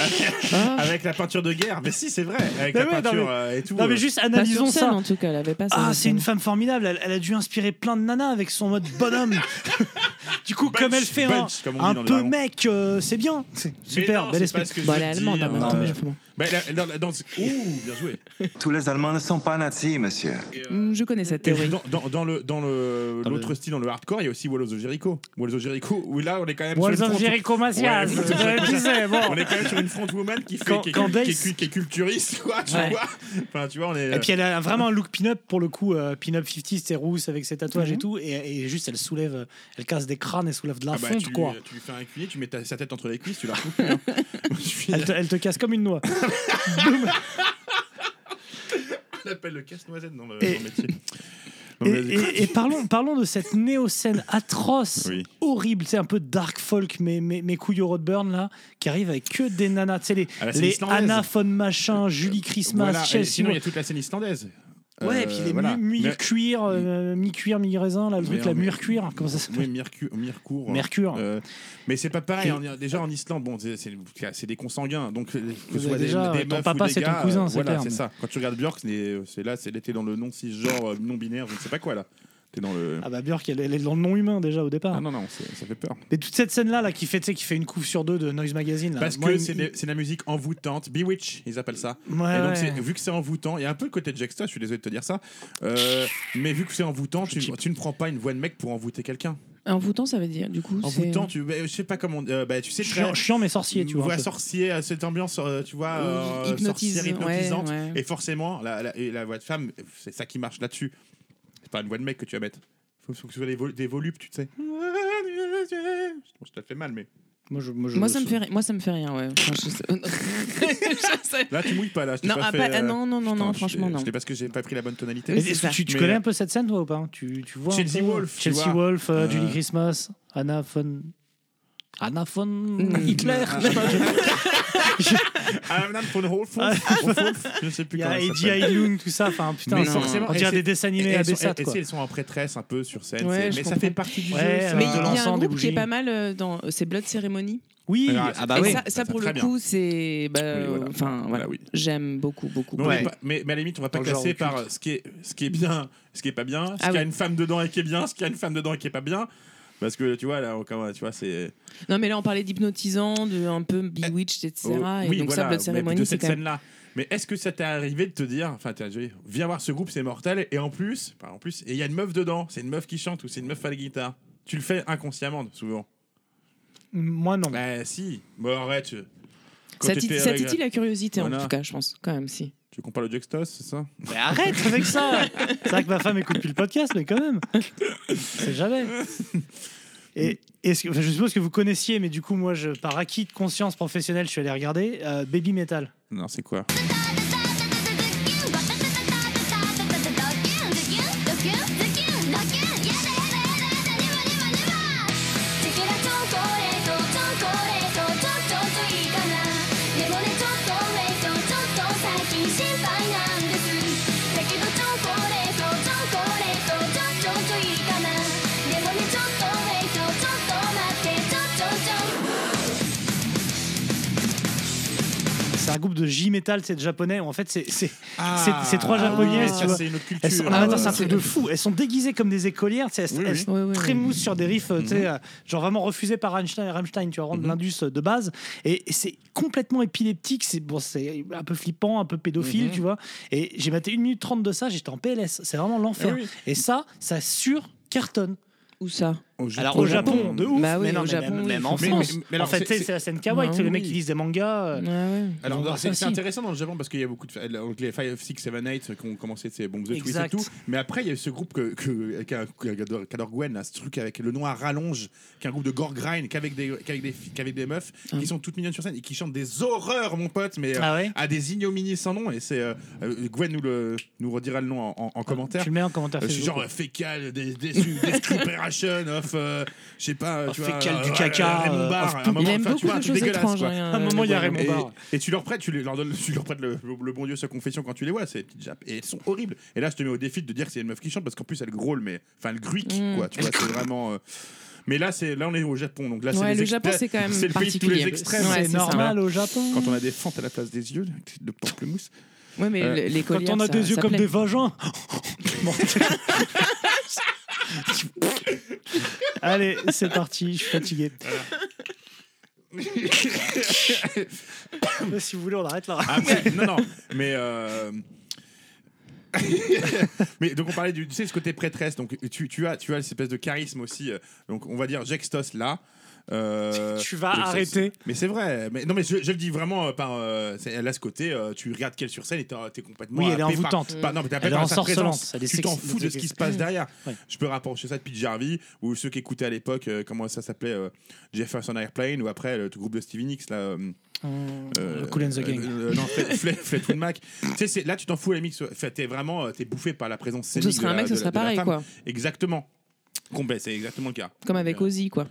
Speaker 3: avec,
Speaker 2: Ah.
Speaker 3: avec la peinture de guerre. Mais si, c'est vrai. Avec
Speaker 1: Mais
Speaker 3: la
Speaker 1: oui, non,
Speaker 3: peinture
Speaker 1: mais-
Speaker 3: euh, et tout.
Speaker 1: Non, mais
Speaker 3: euh,
Speaker 1: juste
Speaker 2: Pas sur
Speaker 1: analysons
Speaker 2: scène,
Speaker 1: ça.
Speaker 2: en hein, tout cas, elle avait pas ça.
Speaker 1: Ah,
Speaker 2: sur
Speaker 1: c'est une
Speaker 2: scène.
Speaker 1: femme formidable. Elle, elle a dû inspirer plein de nanas avec son mode bonhomme. du coup, comme elle fait un,
Speaker 3: bunch, comme on dit
Speaker 1: un
Speaker 3: dans le
Speaker 1: peu
Speaker 3: jargon.
Speaker 1: mec, euh, c'est bien. C'est Super,
Speaker 3: non,
Speaker 1: bel
Speaker 3: c'est
Speaker 1: esprit.
Speaker 3: pas ce que je
Speaker 2: Bon,
Speaker 3: veux
Speaker 2: elle est allemande,
Speaker 3: dire,
Speaker 2: en même
Speaker 3: euh,
Speaker 2: temps, mais enfin bon.
Speaker 3: mais la- la- la- dans- Ouh, bien joué.
Speaker 5: Tous les Allemands ne sont pas nazis, monsieur.
Speaker 2: Mm, Je connais cette théorie.
Speaker 3: Dans, dans, dans le dans le
Speaker 1: Eh Dans
Speaker 3: l'autre
Speaker 1: le-
Speaker 3: style, dans le hardcore, il y a aussi Wallows of Jericho. Wallows of Jericho, où là, on est quand même.
Speaker 1: Walls
Speaker 3: sur une
Speaker 1: of
Speaker 3: fronte-
Speaker 1: Jericho Macias,
Speaker 3: Ouais,
Speaker 1: je le disais, bon.
Speaker 3: On est quand même sur une frontwoman qui fait
Speaker 1: Quand-
Speaker 3: qui, est-
Speaker 1: quand
Speaker 3: qui est- qui est-
Speaker 1: Dace-
Speaker 3: qui est- qui est culturiste, quoi, tu
Speaker 1: Ouais.
Speaker 3: vois. Enfin, tu vois, on est.
Speaker 1: Et puis elle a vraiment un look pin-up pour le coup, euh, pin-up 50, c'est rousse avec ses tatouages
Speaker 2: Mhm.
Speaker 1: et tout, et, et juste elle soulève, euh, elle casse des crânes et soulève de la
Speaker 3: Ah bah,
Speaker 1: fonte
Speaker 3: tu,
Speaker 1: quoi.
Speaker 3: tu lui fais un incliné, tu mets ta- sa tête entre les cuisses, tu la coupes. hein. Je suis-
Speaker 1: Elle te, elle te casse comme une noix.
Speaker 3: On appelle le casse-noisette dans le
Speaker 1: Et-
Speaker 3: dans le métier.
Speaker 1: Et,
Speaker 3: Dans le-
Speaker 1: et- et parlons, parlons de cette néo-scène atroce,
Speaker 3: Oui.
Speaker 1: horrible, c'est un peu dark folk, mais, mais, mais couilles au Rodburn là, qui arrive avec que des nanas, tu sais, les,
Speaker 3: Ah, la scène
Speaker 1: les
Speaker 3: islandaise.
Speaker 1: Anna von Machin, Julie Christmas,
Speaker 3: Voilà, et
Speaker 1: Chelsea.
Speaker 3: sinon, il y a toute la scène islandaise.
Speaker 1: Ouais, et
Speaker 3: Euh,
Speaker 1: puis les
Speaker 3: voilà.
Speaker 1: mu- mur
Speaker 3: Mais-
Speaker 1: cuir, euh, mi-cuir, mi-raisin, là, le
Speaker 3: Mais
Speaker 1: truc, la
Speaker 3: on-
Speaker 1: mur cuir, comment ça s'appelle
Speaker 3: Oui, Mercure. Mercure.
Speaker 1: Mercure.
Speaker 3: Euh, mais c'est pas pareil.
Speaker 1: Et-
Speaker 3: en- déjà en Islande, bon, c'est- c'est c'est des consanguins. Donc, euh, que
Speaker 1: Vous
Speaker 3: ce soit
Speaker 1: avez
Speaker 3: des,
Speaker 1: déjà,
Speaker 3: des
Speaker 1: euh, ton
Speaker 3: meufs ou
Speaker 1: papa,
Speaker 3: des
Speaker 1: c'est ton
Speaker 3: gars, euh,
Speaker 1: cousin, c'est
Speaker 3: Voilà,
Speaker 1: clair,
Speaker 3: c'est
Speaker 1: mais-
Speaker 3: ça. Quand tu regardes Björk, c'est c'est là, c'est là, t'es dans le non cisgenre, euh, non binaire, je ne sais pas quoi là. T'es dans le.
Speaker 1: Ah bah Björk, elle, elle est dans le non humain déjà au départ.
Speaker 3: Ah non, non, c'est- ça fait peur.
Speaker 1: Mais toute cette scène-là, là, qui fait, tu sais, qui fait une couve sur deux de Noise Magazine. Là.
Speaker 3: Parce
Speaker 1: Moi,
Speaker 3: que
Speaker 1: il-
Speaker 3: c'est des- c'est de la musique envoûtante. Bewitch, ils appellent ça.
Speaker 1: Ouais,
Speaker 3: et donc,
Speaker 1: ouais.
Speaker 3: c'est- vu que c'est envoûtant, il y a un peu le côté de Jexta, je suis désolé de te dire ça. euh, mais vu que c'est envoûtant, tu, tu ne prends pas une voix de mec pour envoûter quelqu'un.
Speaker 2: Envoûtant, ça veut dire, du coup. c'est-
Speaker 3: Envoûtant, tu, bah, je sais pas comment. euh, bah, tu sais,
Speaker 1: Chiant,
Speaker 3: très-
Speaker 1: chiant, mais sorcier, tu vois. un peu.
Speaker 3: sorcier, euh, cette ambiance, euh, tu vois, euh,
Speaker 2: Hypnotise,
Speaker 3: sorcière hypnotisante.
Speaker 2: ouais, ouais.
Speaker 3: Et forcément, la, la- et la voix de femme, c'est ça qui marche là-dessus. C'est pas une voix de mec que tu vas mettre. Faut, faut que ce soit des, vol- des volupes, tu sais. Bon, je te fait mal, mais.
Speaker 1: Moi, je- moi, je-
Speaker 2: Moi ça, me fait, ri- moi, ça me fait rien, ouais. Enfin, je sais- Je sais-
Speaker 3: Là, tu mouilles pas, là. je t'ai
Speaker 2: Non,
Speaker 3: pas
Speaker 2: ah,
Speaker 3: fait,
Speaker 2: pas-
Speaker 3: euh,
Speaker 2: ah, non, non, non,
Speaker 3: putain,
Speaker 2: non,
Speaker 3: je
Speaker 2: franchement,
Speaker 3: l'ai-
Speaker 2: non.
Speaker 3: Je l'ai parce que j'ai pas pris la bonne tonalité.
Speaker 1: Mais
Speaker 2: c'est
Speaker 1: est-ce que
Speaker 2: ça.
Speaker 1: tu, tu
Speaker 3: Mais,
Speaker 1: connais
Speaker 3: euh,
Speaker 1: un peu cette scène, toi, ou pas hein tu, tu vois un
Speaker 3: Chelsea
Speaker 1: peu
Speaker 3: Wolfe, tu
Speaker 1: Chelsea
Speaker 3: vois.
Speaker 1: Wolfe, euh,
Speaker 3: Euh,
Speaker 1: Julie Christmas, Anna von. Anna von
Speaker 2: Mm.
Speaker 1: Hitler
Speaker 3: Ah, madame von Holf, je sais
Speaker 1: Il
Speaker 3: plus
Speaker 1: y
Speaker 3: comment
Speaker 1: a
Speaker 3: elle
Speaker 1: Eddie
Speaker 3: s'appelle.
Speaker 1: Heilung, tout ça, enfin putain,
Speaker 2: Mais
Speaker 1: non,
Speaker 2: forcément,
Speaker 1: on
Speaker 3: et
Speaker 1: dirait
Speaker 3: c'est-
Speaker 1: des dessins
Speaker 3: Et
Speaker 1: animés
Speaker 3: elles
Speaker 1: à
Speaker 3: sont-
Speaker 1: Bessat
Speaker 3: et- et
Speaker 1: quoi.
Speaker 3: si elles sont en prêtresse un peu sur scène,
Speaker 2: Ouais,
Speaker 3: c'est-
Speaker 2: je
Speaker 3: mais ça
Speaker 2: comprends.
Speaker 3: fait partie du jeu.
Speaker 1: Ouais,
Speaker 3: ça.
Speaker 2: Mais
Speaker 1: Euh, de
Speaker 2: il y a un
Speaker 1: l'encens, des
Speaker 2: groupe qui est
Speaker 1: bougies.
Speaker 2: pas mal euh, dans. C'est Blood Ceremony.
Speaker 1: Oui,
Speaker 3: Alors,
Speaker 1: ah bah
Speaker 2: et
Speaker 1: oui.
Speaker 2: ça, ça,
Speaker 3: ça,
Speaker 2: pour
Speaker 3: c'est
Speaker 2: le
Speaker 3: très
Speaker 2: coup, c'est. bah,
Speaker 3: Oui, voilà.
Speaker 2: Enfin,
Speaker 3: Bah
Speaker 2: voilà.
Speaker 3: oui.
Speaker 2: J'aime beaucoup, beaucoup.
Speaker 3: Mais, on
Speaker 2: beaucoup.
Speaker 3: est pas- mais, mais à la limite, on va pas
Speaker 1: Dans le genre
Speaker 3: classer par
Speaker 1: occulte.
Speaker 3: euh, ce qui, est, ce qui est bien, ce qui est pas bien, ce
Speaker 2: Ah
Speaker 3: qui a
Speaker 2: oui.
Speaker 3: une femme dedans et qui est bien, ce qui a une femme dedans et qui est pas bien. Parce que tu vois, là, on- comment- tu vois, c'est.
Speaker 2: Non, mais là, on parlait d'hypnotisant, de un peu bewitched, etc.
Speaker 3: Oh,
Speaker 2: et
Speaker 3: oui,
Speaker 2: donc, ça,
Speaker 3: voilà,
Speaker 2: Blood
Speaker 3: mais
Speaker 2: Ceremony,
Speaker 3: de
Speaker 2: c'est
Speaker 3: cette
Speaker 2: quand même.
Speaker 3: scène-là. Mais est-ce que ça t'est arrivé de te dire, enfin, t'as déjà eu, viens voir ce groupe, c'est mortel, et en plus, enfin, en plus, et il y a une meuf dedans, c'est une meuf qui chante ou c'est une meuf à la guitare. Tu le fais inconsciemment, souvent.
Speaker 1: Moi non.
Speaker 3: Bah si, bon arrête. tu- Quand
Speaker 2: Ça,
Speaker 3: t'étais
Speaker 2: titille- ça
Speaker 3: avec-
Speaker 2: titille la curiosité, en
Speaker 3: Voilà.
Speaker 2: tout cas, je pense, quand même, si.
Speaker 3: Tu compares le Juxtos, c'est ça
Speaker 1: Mais arrête avec ça C'est vrai que ma femme écoute plus le podcast, mais quand même C'est jamais et, est-ce que, enfin, Je suppose que vous connaissiez, mais du coup, moi, je, par acquis de conscience professionnelle, je suis allé regarder euh, Baby Metal.
Speaker 3: Non, c'est quoi
Speaker 1: C'est un groupe de J-Metal, c'est de japonais. où En fait, c'est, c'est,
Speaker 3: Ah,
Speaker 1: c'est- c'est trois
Speaker 3: oui,
Speaker 1: japonaises,
Speaker 3: mais
Speaker 1: tu
Speaker 3: ça,
Speaker 1: vois.
Speaker 3: C'est une autre
Speaker 1: Elles sont,
Speaker 3: culture.
Speaker 1: ah, attends,
Speaker 3: euh,
Speaker 1: c'est un truc de fou. Elles sont déguisées comme des écolières. tu sais, Elles,
Speaker 3: Oui, Mhm. oui.
Speaker 1: elles
Speaker 2: Ouais, ouais,
Speaker 1: très
Speaker 2: ouais.
Speaker 1: mousse sur des riffs, euh, tu sais, euh, genre vraiment refusé par Einstein, Rammstein, tu vois, rendre
Speaker 3: Mhm.
Speaker 1: l'indus euh, de base. Et, et c'est complètement épileptique, c'est bon, c'est un peu flippant, un peu
Speaker 3: Mhm.
Speaker 1: pédophile, tu vois. Et j'ai maté 1 minute
Speaker 3: Eh
Speaker 1: 30 de ça, j'étais en PLS, c'est vraiment l'enfer.
Speaker 3: Ah oui.
Speaker 1: Et ça, ça sur cartonne.
Speaker 2: Où ça
Speaker 1: Alors au Japon, de ouf.
Speaker 2: Bah oui,
Speaker 1: mais non,
Speaker 2: au
Speaker 1: mais
Speaker 2: Japon,
Speaker 1: même,
Speaker 2: oui,
Speaker 1: même
Speaker 2: ils
Speaker 1: en
Speaker 2: font
Speaker 1: France.
Speaker 3: ça. Mais- mais- mais
Speaker 1: en
Speaker 3: alors,
Speaker 1: fait,
Speaker 3: c'est- Ah
Speaker 1: tu sais, c'est la scène kawaii,
Speaker 2: Bah
Speaker 1: c'est les mecs
Speaker 3: oui.
Speaker 1: qui lisent des mangas. euh,
Speaker 2: ouais.
Speaker 1: Ils vont
Speaker 3: Alors,
Speaker 1: voir
Speaker 3: c'est
Speaker 1: ça
Speaker 3: c'est
Speaker 1: aussi.
Speaker 3: intéressant dans le Japon parce qu'il y a beaucoup de. fa- Donc, les 5, 6, 7, 8 qui ont commencé ces bombes de twist et
Speaker 1: Exact.
Speaker 3: tout. Mais après, il y a eu ce groupe que, que, qui a- qui adore- qui adore Gwen, là, ce truc avec le nom à rallonge, qui est un groupe de gore grind, qu'avec des, qu'avec des, filles- qu'avec des meufs, qui sont toutes mignonnes sur scène et qui chantent des horreurs, mon pote, mais euh,
Speaker 1: Ah ouais
Speaker 3: à des ignominies sans nom. Et c'est. euh, euh, Gwen nous, le, nous redira le nom en, en- en commentaire.
Speaker 1: Ah, Tu le mets en commentaire.
Speaker 3: Euh, c'est
Speaker 1: Facebook.
Speaker 3: genre euh, fécal, des, des, des scruperation of, euh, je sais pas, tu vois,
Speaker 1: fécal Oh, du
Speaker 3: euh,
Speaker 1: caca,
Speaker 3: Raymond
Speaker 1: euh,
Speaker 3: Barre,
Speaker 1: of
Speaker 3: à un
Speaker 1: tout.
Speaker 3: moment,
Speaker 2: Il aime
Speaker 3: enfin, tu
Speaker 2: beaucoup
Speaker 3: vois, un
Speaker 2: de
Speaker 3: truc
Speaker 2: choses
Speaker 3: dégueulasse,
Speaker 2: étranges.
Speaker 3: quoi.
Speaker 2: hein,
Speaker 1: À un moment, il y a
Speaker 2: Gwen.
Speaker 1: Raymond
Speaker 3: Et-
Speaker 1: Barre.
Speaker 3: Et, tu leur prêtes, tu leur donnes, tu leur prêtes le, le- le bon Dieu sa confession quand tu les vois, ces petites jappes. Et elles sont horribles. Et là, je te mets au défi de dire que c'est une meuf qui chante parce qu'en plus elle grôle, mais enfin elle gruique,
Speaker 2: Mm.
Speaker 3: quoi. Tu vois, c'est vraiment. euh, Mais là, c'est là on est au Japon, donc là c'est
Speaker 2: Ouais,
Speaker 3: les
Speaker 2: le Japon,
Speaker 3: extrêmes-
Speaker 2: c'est quand même
Speaker 3: c'est le pays de tous les
Speaker 2: particulier.
Speaker 3: extrêmes.
Speaker 2: Ouais,
Speaker 1: c'est
Speaker 2: c'est ça.
Speaker 1: normal au Japon.
Speaker 3: Quand on a des fentes à la place des yeux, de pamplemousse.
Speaker 2: Ouais, mais
Speaker 3: Euh,
Speaker 2: le- les
Speaker 1: Quand
Speaker 2: colliers.
Speaker 1: on a
Speaker 2: ça-
Speaker 1: des yeux
Speaker 2: ça
Speaker 1: comme
Speaker 2: plaît.
Speaker 1: des vagins. Allez, c'est parti, je suis fatigué. si vous voulez, on l'arrête là.
Speaker 3: Après, non, non, mais. euh, mais donc on parlait du, tu sais, ce côté prêtresse. Donc tu, tu as, tu as cette espèce de charisme aussi. euh, Donc on va dire Jextos là. euh,
Speaker 1: Tu vas
Speaker 3: Jextos.
Speaker 1: arrêter.
Speaker 3: Mais c'est vrai. Mais non, mais je, je le dis vraiment euh, par. euh, c'est- elle a ce côté. euh, tu regardes qu'elle sur scène et t'es t'es complètement.
Speaker 1: Oui, elle est
Speaker 3: happé par-
Speaker 1: envoûtante.
Speaker 3: par- non, mais t'es happé
Speaker 1: Elle est
Speaker 3: par sa
Speaker 1: ensorcelante,
Speaker 3: présence.
Speaker 1: elle est
Speaker 3: Tu t'en
Speaker 1: sexy.
Speaker 3: fous de ce qui se passe derrière.
Speaker 1: Ouais.
Speaker 3: Je peux rapprocher ça de Pete Jarvie ou ceux qui écoutaient à l'époque. euh, comment ça s'appelait euh, Jefferson Airplane ou après le groupe de Stevie Nicks là. euh, euh,
Speaker 1: Cool and the Gang.
Speaker 3: euh, euh, non, Fle- Fle- Fleetwood Mac. tu sais, c'est- là, tu t'en fous à la mix. Enfin, t'es vraiment, euh, t'es bouffé par la présence
Speaker 2: Ce
Speaker 3: scénique.
Speaker 2: serait
Speaker 3: de
Speaker 2: un
Speaker 3: la-
Speaker 2: mec, ce
Speaker 3: de la-
Speaker 2: serait
Speaker 3: de la
Speaker 2: pareil,
Speaker 3: femme.
Speaker 2: quoi.
Speaker 3: Exactement. Complet, c'est exactement le cas.
Speaker 2: Comme avec
Speaker 3: Euh,
Speaker 2: Ozzy, quoi.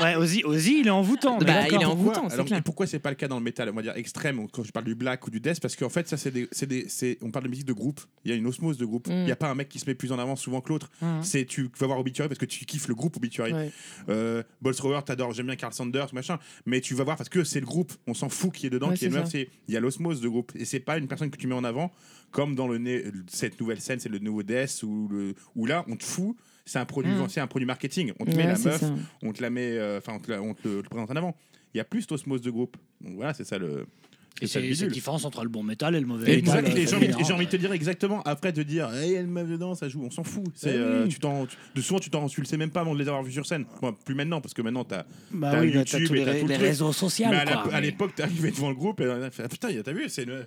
Speaker 1: Ouais, Ozzy, Ozzy, il est envoûtant. mais
Speaker 2: Bah,
Speaker 1: d'accord.
Speaker 2: il est
Speaker 3: Pourquoi
Speaker 2: envoûtant, c'est
Speaker 3: Alors,
Speaker 2: clair.
Speaker 3: et pourquoi c'est pas le cas dans le métal, on va dire extrême, ou quand je parle du black ou du death Parce qu'en fait, ça, c'est des, c'est des- c'est- on parle de musique de groupe. Il y a une osmose de groupe. Il
Speaker 2: Mm.
Speaker 3: n'y a pas un mec qui se met plus en avant souvent que l'autre.
Speaker 2: Mm.
Speaker 3: C'est tu vas voir Obituary parce que tu kiffes le groupe Obituary.
Speaker 2: Ouais.
Speaker 3: Euh, Bolstrower, t'adores, j'aime bien Carl Sanders, machin. Mais tu vas voir parce que c'est le groupe. On s'en fout qui est dedans,
Speaker 2: Ouais,
Speaker 3: qui est
Speaker 2: c'est
Speaker 3: meuf.
Speaker 2: ça.
Speaker 3: c'est- Il y a l'osmose de groupe. Et c'est pas une personne que tu mets en avant comme dans le nez- cette nouvelle scène, c'est le nouveau death ou le- ou là, on te fout. C'est un produit,
Speaker 2: Mm.
Speaker 3: c'est un produit marketing. On te met
Speaker 2: Ouais,
Speaker 3: la
Speaker 2: c'est
Speaker 3: meuf
Speaker 2: ça.
Speaker 3: on te la met, euh, enfin on, te la- on te le présente en avant. Il y a plus d'osmose de groupe. Donc voilà, c'est ça le.
Speaker 1: Et
Speaker 3: ça le
Speaker 1: C'est c'est la
Speaker 3: bidule.
Speaker 1: différence entre le bon métal et le mauvais métal.
Speaker 3: Exact. Et j'ai
Speaker 1: euh,
Speaker 3: envie, et j'ai
Speaker 1: général.
Speaker 3: envie de te dire exactement après de dire, hey, elle meuf dedans, ça joue, on s'en fout. C'est,
Speaker 2: Bah
Speaker 1: Eh
Speaker 3: euh,
Speaker 1: oui.
Speaker 3: tu t'en, tu- de souvent tu t'en, tu le sais même pas avant de les avoir vus sur scène. Enfin, plus maintenant parce que maintenant t'as.
Speaker 1: Bah
Speaker 3: T'as
Speaker 1: oui, là,
Speaker 3: YouTube
Speaker 1: t'as tous
Speaker 3: et
Speaker 1: les,
Speaker 3: t'as tout le
Speaker 1: les
Speaker 3: truc.
Speaker 1: réseaux sociaux.
Speaker 3: mais à, la-
Speaker 1: quoi,
Speaker 3: à
Speaker 1: mais-
Speaker 3: l'époque t'es arrivé devant le groupe et on a fait, ah, putain, t'as vu, c'est une,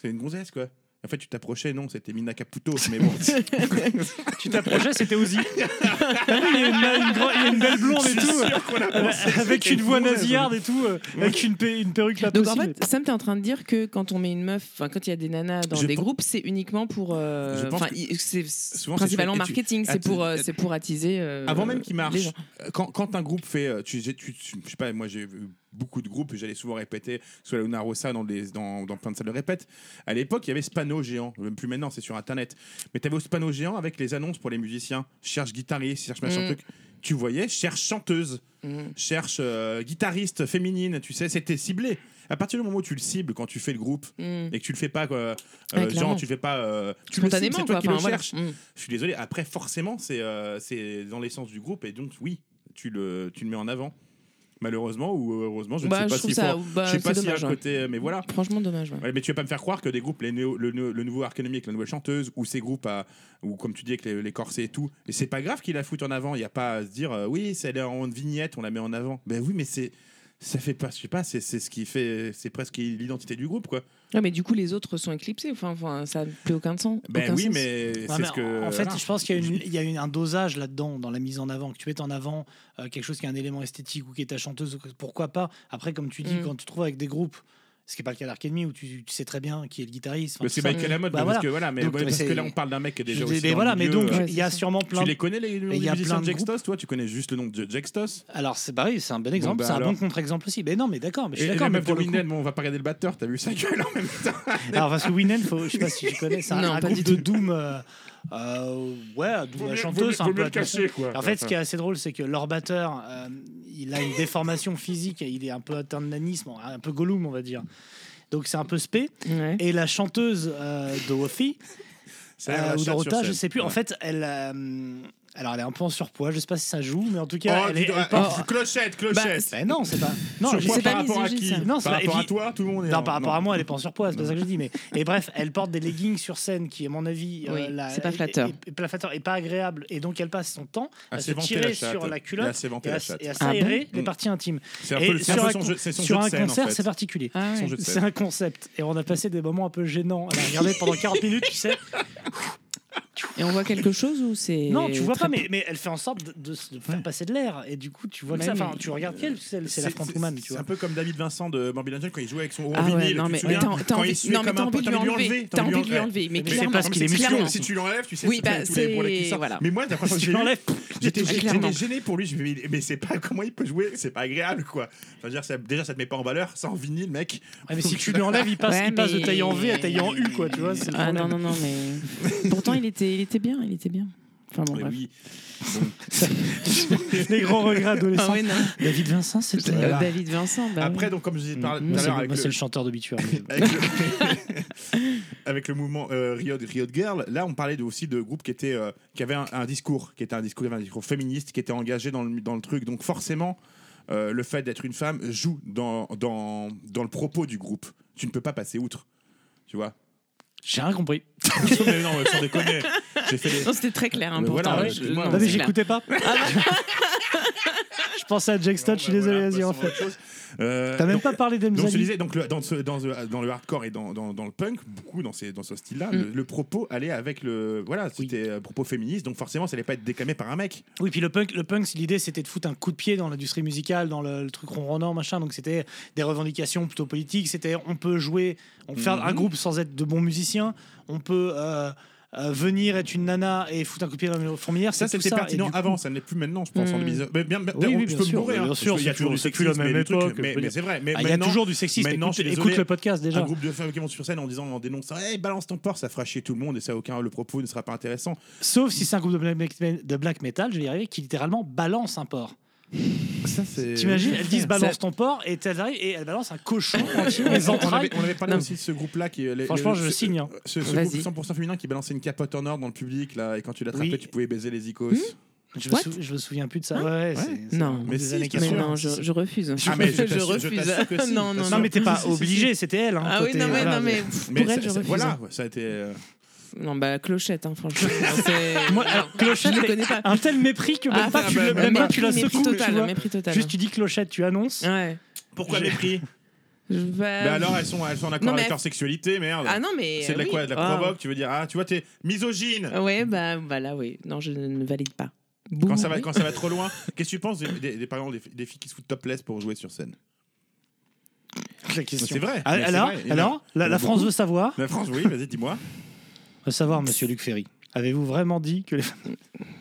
Speaker 3: c'est une gonzesse quoi. En fait, tu t'approchais, non, c'était Mina Caputo, mais bon.
Speaker 1: Tu t'approchais, c'était Ozzy. Ah oui, il y a une, une gro- il y a une belle blonde et tout. euh, Avec une voix nasillarde et tout. euh, Avec une, pe- une perruque là
Speaker 2: Donc en fait, Sam, t'es en train de dire que quand on met une meuf, enfin quand il y a des nanas dans
Speaker 3: Je
Speaker 2: des
Speaker 3: pense-
Speaker 2: groupes, c'est uniquement pour, euh,
Speaker 3: Je pense
Speaker 2: enfin
Speaker 3: que-
Speaker 2: il- c'est
Speaker 3: Souvent, c'est
Speaker 2: principalement
Speaker 3: chouette. Et tu-
Speaker 2: marketing, c'est
Speaker 3: Attends,
Speaker 2: pour, euh,
Speaker 3: attends.
Speaker 2: c'est pour attiser. euh,
Speaker 3: Avant même qu'il
Speaker 2: les
Speaker 3: marche,
Speaker 2: gens.
Speaker 3: euh, quand, quand un groupe fait, euh, tu, j'ai- tu- tu- je sais pas, moi j'ai eu beaucoup de groupes, j'allais souvent répéter soit Luna Rossa dans, des, dans, dans plein de salles de répète. À l'époque, il y avait ce panneau géant, même plus maintenant, c'est sur internet. Mais tu avais ce panneau géant avec les annonces pour les musiciens. Cherche guitariste, cherche machin
Speaker 2: Mm.
Speaker 3: truc. Tu voyais, cherche chanteuse,
Speaker 2: Mm.
Speaker 3: cherche euh, guitariste féminine, tu sais, c'était ciblé. À partir du moment où tu le cibles quand tu fais le groupe
Speaker 2: Mm.
Speaker 3: et que tu le fais pas, quoi, euh,
Speaker 2: Ouais,
Speaker 3: genre
Speaker 2: clairement.
Speaker 3: tu le fais pas, euh, tu le cibles, c'est
Speaker 2: Spontanément,
Speaker 3: toi
Speaker 2: quoi.
Speaker 3: qui le
Speaker 2: Enfin, voilà.
Speaker 3: cherches.
Speaker 2: Mm.
Speaker 3: Je suis désolé. Après, forcément, c'est euh, c'est dans l'essence du groupe et donc oui, tu le tu le mets en avant. Malheureusement ou heureusement, je
Speaker 2: Bah,
Speaker 3: ne sais
Speaker 2: je
Speaker 3: pas
Speaker 2: trouve
Speaker 3: si
Speaker 2: ça- bah,
Speaker 3: je sais pas
Speaker 2: c'est
Speaker 3: s'il y a un
Speaker 2: dommage, hein. ouais.
Speaker 3: côté, euh, mais voilà.
Speaker 2: Franchement dommage. ouais.
Speaker 3: Ouais, mais tu vas pas me faire croire que des groupes, les néo- le, le- le nouveau Arcanomie avec la nouvelle chanteuse ou ces groupes à, ou comme tu dis avec les, les corsets et tout, et c'est pas grave qu'ils la foutent en avant. Il y a pas à se dire euh, oui, c'est elle est en vignette, on la met en avant. Ben oui, mais c'est ça fait pas, je sais pas, c'est c'est ce qui fait, c'est presque l'identité du groupe quoi.
Speaker 2: Ouais, mais du coup, les autres sont éclipsés. Enfin, enfin, ça n'a plus aucun sens.
Speaker 3: Ben
Speaker 2: aucun
Speaker 3: oui,
Speaker 2: sens.
Speaker 3: mais
Speaker 1: Ouais,
Speaker 3: c'est
Speaker 1: mais
Speaker 3: ce que.
Speaker 1: En fait,
Speaker 3: voilà.
Speaker 1: je pense qu'il y a, une- il y a une- un dosage là-dedans, dans la mise en avant, que tu mettes en avant euh, quelque chose qui est un élément esthétique ou qui est ta chanteuse, ou que- pourquoi pas. Après, comme tu dis,
Speaker 2: Mm.
Speaker 1: quand tu te trouves avec des groupes, ce qui n'est pas le cas d'Arcademy, où tu, tu sais très bien qui est le guitariste. enfin,
Speaker 3: Parce que
Speaker 1: tout ça.
Speaker 3: Mike est la mode,
Speaker 1: Bah
Speaker 3: mais
Speaker 1: voilà.
Speaker 3: parce que voilà, mais
Speaker 1: Donc,
Speaker 3: ouais,
Speaker 1: mais
Speaker 3: parce que
Speaker 1: c'est-
Speaker 3: là on parle d'un mec qui est déjà
Speaker 1: Mais
Speaker 3: aussi. dans le
Speaker 1: voilà, mais
Speaker 3: milieu,
Speaker 1: donc
Speaker 3: euh,
Speaker 1: il y a sûrement plein.
Speaker 3: tu
Speaker 1: de-
Speaker 3: les connais les
Speaker 1: il y a plein
Speaker 3: musiciens de
Speaker 1: de groupes.
Speaker 3: Jextos, toi tu connais juste le nom de Jextos.
Speaker 1: Alors c'est pareil, c'est un bon exemple,
Speaker 3: bah
Speaker 1: c'est un
Speaker 3: alors.
Speaker 1: bon contre-exemple aussi. Mais non, mais d'accord, mais je
Speaker 3: Et
Speaker 1: suis
Speaker 3: la
Speaker 1: d'accord. Mais
Speaker 3: meuf de
Speaker 1: pour le coup-
Speaker 3: Winden, bon, on va pas regarder le batteur, t'as vu sa gueule en même temps.
Speaker 1: Alors parce que Winden, faut, je sais pas si tu connais, c'est un,
Speaker 2: Non,
Speaker 1: un
Speaker 2: pas
Speaker 1: groupe
Speaker 2: du
Speaker 1: de doom. euh, euh, ouais, doom, la chanteuse, c'est un peu la chanteuse.
Speaker 3: quoi.
Speaker 1: En fait, ce qui est assez drôle, c'est que leur batteur, euh, il a une déformation physique, et il est un peu atteint de nanisme, un peu Gollum, on va dire. Donc c'est un peu spé.
Speaker 2: Ouais.
Speaker 1: Et la chanteuse euh, Dorothy,
Speaker 3: C'est
Speaker 1: euh,
Speaker 3: la
Speaker 1: ou
Speaker 3: chatte
Speaker 1: Dorota,
Speaker 3: sur
Speaker 1: je
Speaker 3: scène.
Speaker 1: sais plus. En
Speaker 3: Ouais.
Speaker 1: fait, elle, euh, Alors elle est un peu en surpoids, je sais pas si ça joue, mais en tout cas,
Speaker 3: Oh,
Speaker 1: elle,
Speaker 3: dis
Speaker 1: est,
Speaker 3: donc,
Speaker 1: elle part-
Speaker 3: ah, Clochette, clochette
Speaker 1: Bah, non, c'est pas. Non,
Speaker 3: Sur
Speaker 1: je
Speaker 3: quoi,
Speaker 1: sais
Speaker 3: par
Speaker 1: pas.
Speaker 3: rapport à qui
Speaker 1: Non, c'est
Speaker 3: Par
Speaker 1: pas- et
Speaker 3: rapport à
Speaker 1: puis-
Speaker 3: toi, tout le monde est
Speaker 1: Non,
Speaker 3: en-
Speaker 1: par rapport
Speaker 3: Euh, non.
Speaker 1: à moi, elle est pas en surpoids, c'est pas ça que je dis. Mais et bref, elle porte des leggings sur scène qui, à mon avis, euh,
Speaker 2: Oui,
Speaker 1: la-
Speaker 2: c'est pas flatteur.
Speaker 1: est- est- est pas flatteur et pas agréable. Et donc elle passe son temps à,
Speaker 3: À
Speaker 1: se
Speaker 3: s'éventer
Speaker 1: tirer
Speaker 3: la chatte.
Speaker 1: sur la
Speaker 3: Et à
Speaker 1: culotte
Speaker 3: s'éventer
Speaker 1: et à,
Speaker 3: la chatte.
Speaker 1: et à
Speaker 2: Ah bon
Speaker 1: s'aérer les
Speaker 3: Mm.
Speaker 1: parties intimes.
Speaker 3: C'est un
Speaker 1: Et
Speaker 3: peu le- c'est un
Speaker 1: sur
Speaker 3: peu
Speaker 1: un
Speaker 3: son
Speaker 1: con-
Speaker 3: jeu- c'est son
Speaker 1: sur
Speaker 3: jeu de
Speaker 1: un
Speaker 3: scène, en
Speaker 1: concert,
Speaker 3: fait.
Speaker 1: c'est particulier.
Speaker 2: Ah ouais.
Speaker 3: Son jeu de
Speaker 1: C'est
Speaker 3: scène.
Speaker 1: un concept. Et on a passé des moments un peu gênants. Elle a regardé pendant 40 minutes, tu sais.
Speaker 2: Et on voit quelque chose ou c'est.
Speaker 1: Non, tu vois
Speaker 2: très
Speaker 1: pas, mais, mais elle fait en sorte de, de se- de faire passer de l'air. Et du coup, tu vois que
Speaker 2: Ouais,
Speaker 1: ça. Enfin,
Speaker 2: mais-
Speaker 1: tu regardes qu'elle, c'est c'est la frontwoman, tu
Speaker 3: C'est
Speaker 1: vois.
Speaker 3: un peu comme David Vincent de Morbid Angel quand il jouait avec son
Speaker 2: Ah
Speaker 3: vinyle,
Speaker 2: ouais, non,
Speaker 3: tu te
Speaker 2: mais
Speaker 3: souviens
Speaker 2: t'as- t'as
Speaker 3: Quand
Speaker 2: envie-
Speaker 3: il suait
Speaker 2: non, mais
Speaker 3: comme
Speaker 2: t'as
Speaker 3: un
Speaker 2: envie de
Speaker 3: pote,
Speaker 2: lui enlever, t'as envie de lui
Speaker 3: ouais.
Speaker 2: enlever, mais
Speaker 1: c'est
Speaker 2: clairement.
Speaker 1: parce qu'il est
Speaker 3: si tu
Speaker 1: musclé.
Speaker 3: l'en- Si tu l'enlèves, tu sais,
Speaker 2: Oui,
Speaker 3: c'est
Speaker 2: bah,
Speaker 3: tous les problèmes qui
Speaker 2: c'est-
Speaker 3: sortent.
Speaker 2: voilà.
Speaker 3: Mais moi, la première fois
Speaker 1: Tu
Speaker 3: que j'ai vu,
Speaker 1: l'enlèves.
Speaker 3: J'étais
Speaker 2: Ah,
Speaker 3: j'étais
Speaker 2: clairement.
Speaker 3: gêné pour lui, je me dis, mais, mais c'est pas comment il peut jouer, c'est pas agréable quoi. Enfin, je veux dire, ça- déjà ça te met pas en valeur, sans vinyle mec.
Speaker 1: Ouais, mais si tu l'enlèves, il passe,
Speaker 2: Ouais,
Speaker 1: il passe de
Speaker 2: mais-
Speaker 1: taille en V à taille en U, quoi, tu vois. c'est le
Speaker 2: Ah non,
Speaker 1: problème.
Speaker 2: non, non, mais. Pourtant, il était, il était bien, il était bien. Enfin bon,
Speaker 3: Mais
Speaker 2: bref.
Speaker 3: oui.
Speaker 1: Les grands regrets adolescents.
Speaker 2: Ah ouais, non.
Speaker 1: David Vincent, c'était.
Speaker 2: Euh,
Speaker 3: Voilà.
Speaker 2: David Vincent, bah
Speaker 3: Après
Speaker 2: oui.
Speaker 3: donc comme je disais tout
Speaker 1: Moi,
Speaker 3: à
Speaker 1: Mm, c'est
Speaker 3: l'heure
Speaker 1: moi,
Speaker 3: avec
Speaker 1: c'est le...
Speaker 3: le-
Speaker 1: chanteur hein. d'obituaire.
Speaker 3: avec le, avec le mouvement euh, Riot, Riot Girl, là on parlait de- aussi de groupes qui, étaient, euh, qui avaient un, un discours, qui était un discours, qui avait un discours féministe, qui était engagé dans le, dans le truc. Donc forcément, euh, le fait d'être une femme joue dans, dans, dans le propos du groupe. Tu ne peux pas passer outre. Tu vois
Speaker 1: J'ai rien compris.
Speaker 3: Mais non, sans déconner. J'ai fait des-
Speaker 2: Non, c'était très clair, hein,
Speaker 3: Mais Ah,
Speaker 2: pourtant.
Speaker 3: voilà,
Speaker 2: Je-
Speaker 3: moi,
Speaker 2: non,
Speaker 1: Non, mais
Speaker 2: c'est clair.
Speaker 1: Ah, j'écoutais pas. je pensais à Jack Stott, je suis
Speaker 3: Bon, bah,
Speaker 1: désolé,
Speaker 3: voilà,
Speaker 1: vas-y, en
Speaker 3: passons à
Speaker 1: fait.
Speaker 3: autre chose. Euh,
Speaker 1: T'as même
Speaker 3: donc-
Speaker 1: pas parlé
Speaker 3: donc je
Speaker 1: d'Elmzali.
Speaker 3: disais, donc le- dans, ce, dans, ce- dans le hardcore et dans, dans, dans le punk, beaucoup dans, ces, dans ce style-là,
Speaker 1: Mm.
Speaker 3: le, le propos allait avec le. Voilà, c'était euh, propos féministe, donc forcément, ça allait pas être déclamé par un mec.
Speaker 1: Oui, puis le punk, le punk, c'est- l'idée c'était de foutre un coup de pied dans l'industrie musicale, dans le, le truc ronronnant, machin. Donc c'était des revendications plutôt politiques. C'était on peut jouer, on peut
Speaker 3: Mhm.
Speaker 1: faire un groupe sans être de bons musiciens. On peut euh, euh, venir être une nana et foutre un coup de pied dans le fourmilière.
Speaker 3: Ça,
Speaker 1: c'est tout
Speaker 3: c'était
Speaker 1: ça. Et
Speaker 3: pertinent
Speaker 1: du coup-
Speaker 3: avant, ça ne l'est plus maintenant, je pense, en
Speaker 2: Mm.
Speaker 3: 2019. Mais bien, bien,
Speaker 1: Oui,
Speaker 3: on-
Speaker 1: oui,
Speaker 3: je
Speaker 1: bien
Speaker 3: peux
Speaker 1: sûr,
Speaker 3: me bourrer,
Speaker 1: bien
Speaker 3: hein,
Speaker 1: sûr,
Speaker 3: parce qu'il y a
Speaker 1: c'est
Speaker 3: toujours du
Speaker 1: toujours- c'est plus la
Speaker 3: sexisme,
Speaker 1: même
Speaker 3: et des
Speaker 1: époque,
Speaker 3: trucs,
Speaker 1: je
Speaker 3: Mais,
Speaker 1: veux
Speaker 3: mais
Speaker 1: dire.
Speaker 3: c'est vrai. Mais
Speaker 1: Ah, Il y a
Speaker 3: maintenant,
Speaker 1: toujours du sexisme.
Speaker 3: maintenant,
Speaker 1: Écoute,
Speaker 3: je suis
Speaker 1: écoute
Speaker 3: désolé,
Speaker 1: le podcast déjà.
Speaker 3: Un groupe de femmes qui vont sur scène en disant, en dénonçant, hey, balance ton porc, ça fera chier tout le monde et ça, aucun, le propos ne sera pas intéressant.
Speaker 1: Sauf si c'est un groupe de black, de black metal, je vais y arriver, qui littéralement balance un porc.
Speaker 3: Ça, c'est.
Speaker 1: T'imagines, elles disent balance
Speaker 2: Ça-
Speaker 1: ton porc et elles arrivent et elles balancent un cochon entier, les
Speaker 3: on, on
Speaker 1: entrailles.
Speaker 3: avait, on avait parlé
Speaker 2: Non.
Speaker 3: aussi de ce groupe-là qui. est les-
Speaker 1: Franchement,
Speaker 3: les-
Speaker 1: je
Speaker 3: ce-
Speaker 1: signe, hein.
Speaker 3: Ce, ce
Speaker 2: Vas-y.
Speaker 3: groupe 100% féminin qui balançait une capote en or dans le public là, et quand tu l'attrapais,
Speaker 1: Oui.
Speaker 3: tu pouvais baiser les icos.
Speaker 2: Hmm
Speaker 1: Je me,
Speaker 2: What Hein
Speaker 1: sou- je me souviens plus de ça. ouais, c'est- c'est
Speaker 2: Non.
Speaker 1: vraiment
Speaker 3: Mais
Speaker 1: des
Speaker 3: si,
Speaker 1: années
Speaker 3: je te
Speaker 2: Mais
Speaker 1: 80.
Speaker 2: non, je, je refuse.
Speaker 3: Ah, mais je
Speaker 2: je
Speaker 3: t'assure- je
Speaker 2: refuse.
Speaker 3: t'assure que si.
Speaker 2: Non, non,
Speaker 3: Je
Speaker 1: Non, mais t'es pas
Speaker 2: Si, si, si, si.
Speaker 1: obligé, c'était elle. hein.
Speaker 2: Ah
Speaker 1: Toi,
Speaker 2: oui,
Speaker 1: t'es-
Speaker 2: non, mais,
Speaker 1: voilà.
Speaker 2: non, mais
Speaker 3: Mais
Speaker 2: pour elle,
Speaker 3: ça-
Speaker 2: je
Speaker 3: ça-
Speaker 2: refuse. hein.
Speaker 3: voilà, ça a été. euh,
Speaker 2: Non, bah, clochette, hein, franchement. c'est-
Speaker 1: Moi,
Speaker 3: euh,
Speaker 1: alors, Clochette,
Speaker 2: je ne
Speaker 1: t'es-
Speaker 2: connais pas.
Speaker 1: Un tel mépris que même
Speaker 2: Ah,
Speaker 1: pas,
Speaker 2: bah,
Speaker 1: tu,
Speaker 3: ah, bah,
Speaker 1: le-
Speaker 3: bah,
Speaker 1: même pas,
Speaker 2: mépris,
Speaker 1: tu la
Speaker 2: mépris
Speaker 1: secoues. tu
Speaker 2: total,
Speaker 1: vois.
Speaker 2: mépris total. hein.
Speaker 1: Juste, tu dis clochette, tu annonces.
Speaker 2: Ouais.
Speaker 3: Pourquoi mépris
Speaker 2: Je vais-
Speaker 3: Bah alors, elles sont, elles sont en accord
Speaker 2: Non, mais
Speaker 3: avec
Speaker 2: elles-
Speaker 3: leur sexualité, merde.
Speaker 2: Ah non, mais.
Speaker 3: C'est de la,
Speaker 2: euh,
Speaker 3: quoi,
Speaker 2: oui.
Speaker 3: de la
Speaker 2: Ah.
Speaker 3: provoque, tu veux dire, ah, tu vois, t'es misogyne.
Speaker 2: Ouais, bah, bah là, oui. Non, je ne valide pas.
Speaker 3: Quand ça, va,
Speaker 2: Boum.
Speaker 3: quand ça va trop loin, qu'est-ce que tu penses des, des, des- par exemple, des, des filles qui se foutent topless pour jouer sur scène
Speaker 1: La question.
Speaker 3: C'est vrai,
Speaker 1: Ah,
Speaker 3: mais c'est
Speaker 1: Alors,
Speaker 3: vrai, il y en a-
Speaker 1: alors
Speaker 3: il y en
Speaker 1: la
Speaker 3: a
Speaker 1: la France
Speaker 3: beaucoup.
Speaker 1: veut savoir.
Speaker 3: La France, oui, vas-y, dis-moi.
Speaker 1: Veut savoir, monsieur Luc Ferry. Avez-vous vraiment dit que les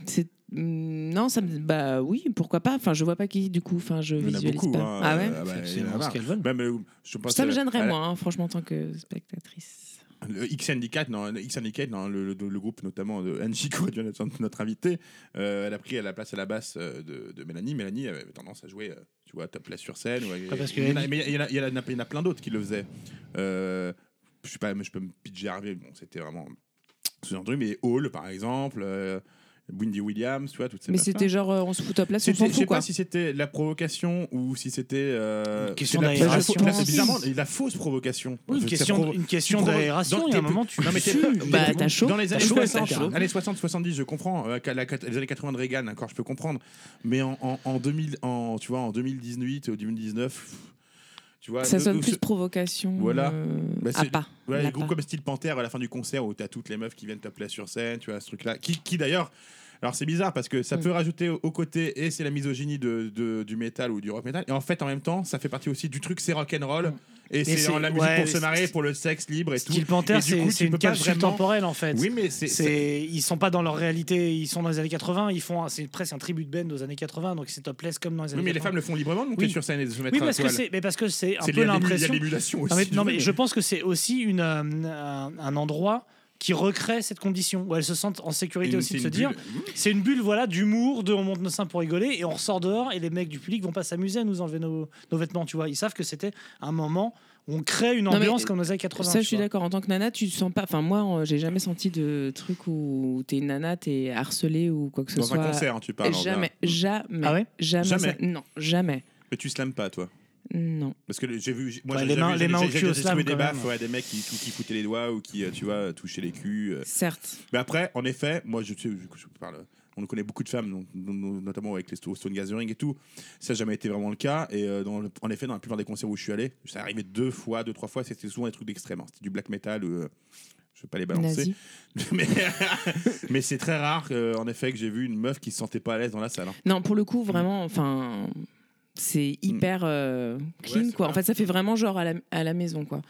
Speaker 2: C'est- mm, Non, ça me. Bah oui, pourquoi pas. Enfin, je vois pas qui, du coup. Enfin, je
Speaker 3: Il y en a
Speaker 2: visualise
Speaker 3: beaucoup.
Speaker 2: pas.
Speaker 3: hein,
Speaker 2: ah
Speaker 3: euh,
Speaker 2: ouais
Speaker 3: bah,
Speaker 1: C'est
Speaker 3: il y en
Speaker 1: absolument
Speaker 3: a
Speaker 1: ce
Speaker 3: marre.
Speaker 1: qu'elles veulent.
Speaker 3: Même, euh, je pense
Speaker 2: Ça me
Speaker 3: à-
Speaker 2: gênerait,
Speaker 3: à la-
Speaker 2: moi, hein, franchement, en tant que spectatrice.
Speaker 3: Le X-Handicap, non, le X-Handicap, non, le, le- le groupe notamment de Anchiko, Jonathan, notre invité, euh, elle a pris la place à la basse euh, de, de Mélanie. Mélanie avait tendance à jouer, euh, tu vois, topless sur scène. ou-
Speaker 1: Ah, parce que
Speaker 3: il y en a-
Speaker 1: Annie-
Speaker 3: mais il y en a- il y en a- il y en a plein d'autres qui le faisaient. Euh, je sais pas, mais je peux me pitcher Harvey, bon, c'était vraiment sous un truc, mais Hall, par exemple, euh, Wendy Williams, tu vois, toutes ces
Speaker 2: Mais
Speaker 3: meufs-là.
Speaker 2: c'était genre, euh, on se fout à place, on
Speaker 3: C'était-
Speaker 2: s'en
Speaker 3: Je sais
Speaker 2: fout,
Speaker 3: pas
Speaker 2: quoi.
Speaker 3: si c'était la provocation ou si c'était. euh,
Speaker 1: Une question
Speaker 3: c'est la-
Speaker 1: d'aération.
Speaker 3: la- la- c'est bizarrement la fausse provocation.
Speaker 1: Oui, une
Speaker 3: Ça
Speaker 1: question,
Speaker 3: provo-
Speaker 1: une question
Speaker 3: tu provo-
Speaker 1: d'aération,
Speaker 3: dans-
Speaker 1: il y a un
Speaker 3: t'es-
Speaker 1: moment, tu.
Speaker 3: non, mais t'es-
Speaker 1: sues.
Speaker 3: t'es-
Speaker 2: Bah, t'as chaud.
Speaker 3: Dans les
Speaker 2: T'as
Speaker 3: années
Speaker 2: chaud,
Speaker 3: 60,
Speaker 2: t'as chaud.
Speaker 3: années 60, 70, je comprends. euh, qu'à la- qu'à- les années 80 de Reagan, encore, je peux comprendre. Mais en, en, en 2000, en, tu vois, en 2018 ou 2019, pff, tu vois.
Speaker 2: Ça
Speaker 3: nous-
Speaker 2: sonne
Speaker 3: nous-
Speaker 2: plus provocation.
Speaker 3: Voilà.
Speaker 2: euh,
Speaker 3: Bah,
Speaker 2: à
Speaker 3: c'est-
Speaker 2: pas.
Speaker 3: Ouais,
Speaker 2: La
Speaker 3: les groupes
Speaker 2: part.
Speaker 3: comme Style Panther à la fin du concert où t'as toutes les meufs qui viennent t'appeler sur scène, tu vois, ce truc-là. Qui, qui d'ailleurs. Alors c'est bizarre parce que ça
Speaker 2: Mm.
Speaker 3: peut rajouter au, au côté et c'est la misogynie de, de- du métal ou du rock métal. Et en fait, en même temps, ça fait partie aussi du truc, c'est rock'n'roll.
Speaker 2: Mm.
Speaker 3: Et c'est euh,
Speaker 1: c'est-
Speaker 3: la musique
Speaker 1: ouais,
Speaker 3: pour se
Speaker 1: c'est-
Speaker 3: marrer, pour le sexe libre et tout.
Speaker 1: Style
Speaker 3: Et
Speaker 1: Panther,
Speaker 3: du coup,
Speaker 1: c'est
Speaker 3: tu
Speaker 1: c'est une
Speaker 3: peux pas
Speaker 1: capsule
Speaker 3: vraiment-
Speaker 1: temporelle en fait.
Speaker 3: Oui, mais c'est. c'est-
Speaker 1: c'est ils sont pas dans leur réalité ils sont dans les années 80 ils font un- c'est presque un tribut de band aux années 80 donc c'est topless comme dans les années
Speaker 3: Oui, mais les
Speaker 1: 80.
Speaker 3: femmes le font librement de monter
Speaker 1: Oui.
Speaker 3: sur scène et de se mettre
Speaker 1: oui
Speaker 3: à la
Speaker 1: parce que
Speaker 3: toile.
Speaker 1: c'est mais parce que c'est un
Speaker 3: C'est
Speaker 1: peu
Speaker 3: lié à l'ému- il y a
Speaker 1: l'impression
Speaker 3: l'émulation aussi.
Speaker 1: non mais, non,
Speaker 3: du
Speaker 1: mais
Speaker 3: truc.
Speaker 1: je pense que c'est aussi une euh, un, un endroit qui recrée cette condition où elles se sentent en sécurité
Speaker 3: Une-
Speaker 1: aussi de
Speaker 3: c'est
Speaker 1: se
Speaker 3: une
Speaker 1: dire
Speaker 3: bulle. Mmh.
Speaker 1: c'est une bulle voilà d'humour de on monte nos seins pour rigoler et on ressort dehors et les mecs du public vont pas s'amuser à nous enlever nos, nos vêtements tu vois ils savent que c'était un moment On crée une
Speaker 2: Non, mais-
Speaker 1: ambiance comme dans les années 80.
Speaker 2: Ça, je
Speaker 1: tu
Speaker 2: suis
Speaker 1: vois.
Speaker 2: d'accord. En tant que nana, tu te sens pas. Enfin, moi, euh, j'ai jamais senti de truc où t'es une nana, t'es harcelée ou quoi que ce
Speaker 3: Dans
Speaker 2: soit.
Speaker 3: un concert, tu parles.
Speaker 2: Jamais,
Speaker 3: d'un-
Speaker 2: jamais,
Speaker 1: Ah ouais
Speaker 2: jamais, ça-
Speaker 3: Jamais.
Speaker 2: Non, jamais.
Speaker 3: Mais tu slams pas, toi.
Speaker 2: Non.
Speaker 3: Parce que le- j'ai vu. j'ai- Moi,
Speaker 1: Ouais,
Speaker 3: j'ai
Speaker 1: les
Speaker 3: déjà
Speaker 1: mains-
Speaker 3: vu-
Speaker 1: les
Speaker 3: j'ai-
Speaker 1: mains au
Speaker 3: j'ai-
Speaker 1: cul
Speaker 3: j'ai
Speaker 1: au slam,
Speaker 3: trouvé des
Speaker 1: quand
Speaker 3: baffes,
Speaker 1: même.
Speaker 3: ouais, des mecs qui, qui, qui foutaient les doigts ou qui, euh, tu vois, touchaient les culs. euh.
Speaker 2: Certes.
Speaker 3: Mais après, en effet, moi, je, je, je parle. On connaît beaucoup de femmes, donc, dont- dont- notamment avec les Stone Gathering et tout. Ça n'a jamais été vraiment le cas. Et euh, dans le- en effet, dans la plupart des concerts où je suis allé, ça arrivait deux fois, deux, trois fois. C'était souvent des trucs d'extrême. hein. C'était du black metal. euh, je ne vais pas les balancer.
Speaker 2: Nazi.
Speaker 3: mais mais c'est très rare, euh, en effet, que j'ai vu une meuf qui se sentait pas à l'aise dans la salle. hein.
Speaker 2: Non, pour le coup, vraiment, enfin, c'est hyper euh, clean,
Speaker 3: Ouais, c'est
Speaker 2: quoi. En
Speaker 3: vrai.
Speaker 2: fait, ça fait vraiment genre à la, à la maison, quoi.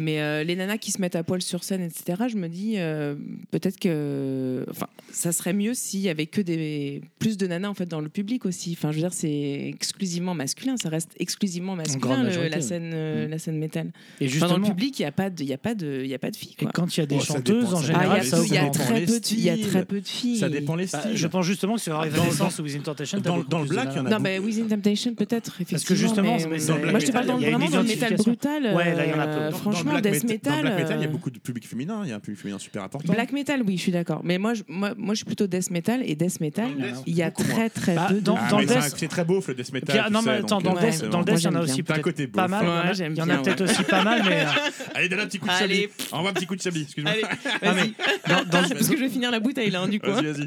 Speaker 2: Mais euh, les nanas qui se mettent à poil sur scène, etc., je me dis, euh, peut-être que. Enfin, ça serait mieux s'il y avait que des. Plus de nanas, en fait, dans le public aussi. Enfin, je veux dire, c'est exclusivement masculin. Ça reste exclusivement masculin,
Speaker 1: grande
Speaker 2: le-
Speaker 1: majorité,
Speaker 2: la,
Speaker 1: ouais.
Speaker 2: scène, euh, la scène métal.
Speaker 1: Et
Speaker 2: Enfin, dans le
Speaker 1: justement,
Speaker 2: public, il n'y a, pas de- il y a, pas de- il y a pas de filles,
Speaker 1: et
Speaker 2: quoi.
Speaker 1: quand il y a des
Speaker 3: Oh, ça
Speaker 1: chanteuses,
Speaker 3: dépend,
Speaker 1: en
Speaker 2: Ah, il
Speaker 3: ça
Speaker 2: y
Speaker 1: général,
Speaker 2: a
Speaker 1: ça
Speaker 2: tout- il y, a
Speaker 3: dépend
Speaker 1: augmente.
Speaker 2: très
Speaker 3: les
Speaker 2: peu de- il y a
Speaker 3: styles.
Speaker 2: très peu de filles.
Speaker 3: Ça dépend les styles.
Speaker 1: Bah, je pense justement que sur
Speaker 3: Dans-
Speaker 1: Revanescence ou With Temptation, t'as
Speaker 3: dans-
Speaker 1: beaucoup
Speaker 3: dans le
Speaker 1: plus de
Speaker 3: black, il y en a
Speaker 1: nanas.
Speaker 2: Non, mais Within Temptation, peut-être, effectivement.
Speaker 1: Parce que justement,
Speaker 2: mais, euh,
Speaker 1: c'est-
Speaker 3: Dans le black
Speaker 2: moi, je te parle
Speaker 3: metal,
Speaker 2: dans,
Speaker 3: il y a
Speaker 2: vraiment
Speaker 3: une
Speaker 2: dans le métal
Speaker 1: identification.
Speaker 2: brutal. euh,
Speaker 1: Ouais, là, il y en a peu. Dans- dans
Speaker 2: franchement,
Speaker 3: black
Speaker 2: death
Speaker 3: met-
Speaker 2: metal.
Speaker 3: dans black metal, il y a
Speaker 2: euh,
Speaker 3: beaucoup de public féminin. Il y a un public féminin super important.
Speaker 2: Black metal, oui, je suis d'accord. Mais moi, je, moi, moi, je suis plutôt death metal et death metal.
Speaker 1: Dans le death,
Speaker 2: Il y a
Speaker 3: beaucoup moins.
Speaker 2: très très
Speaker 1: Bah,
Speaker 2: peu de.
Speaker 1: dans-
Speaker 3: Ah,
Speaker 1: dans
Speaker 3: mais
Speaker 1: le
Speaker 3: c'est
Speaker 1: death-
Speaker 3: un- c'est très beau le death metal.
Speaker 1: Puis, ah,
Speaker 3: tu
Speaker 1: non,
Speaker 3: sais,
Speaker 1: mais attends,
Speaker 3: donc,
Speaker 1: dans
Speaker 3: euh,
Speaker 1: le
Speaker 2: Death-
Speaker 1: Death,
Speaker 3: forcément.
Speaker 1: dans le
Speaker 2: Moi,
Speaker 1: Death, il y en a
Speaker 2: j'aime
Speaker 1: aussi
Speaker 2: bien.
Speaker 3: T'as un
Speaker 1: peut-être
Speaker 3: côté
Speaker 1: pas
Speaker 3: beauf,
Speaker 1: mal.
Speaker 3: hein.
Speaker 2: Ouais, j'aime
Speaker 1: Il y en a
Speaker 2: bien,
Speaker 1: peut-être
Speaker 2: ouais.
Speaker 1: aussi pas mal, mais. euh,
Speaker 3: Allez, donne un petit coup de
Speaker 2: Allez.
Speaker 3: chablis. Envoie un petit coup de chablis, excuse-moi.
Speaker 2: Allez,
Speaker 1: Ah,
Speaker 2: vas-y.
Speaker 1: dans- dans-
Speaker 2: Parce que je vais finir la bouteille là, hein, du coup.
Speaker 3: Vas-y, vas-y.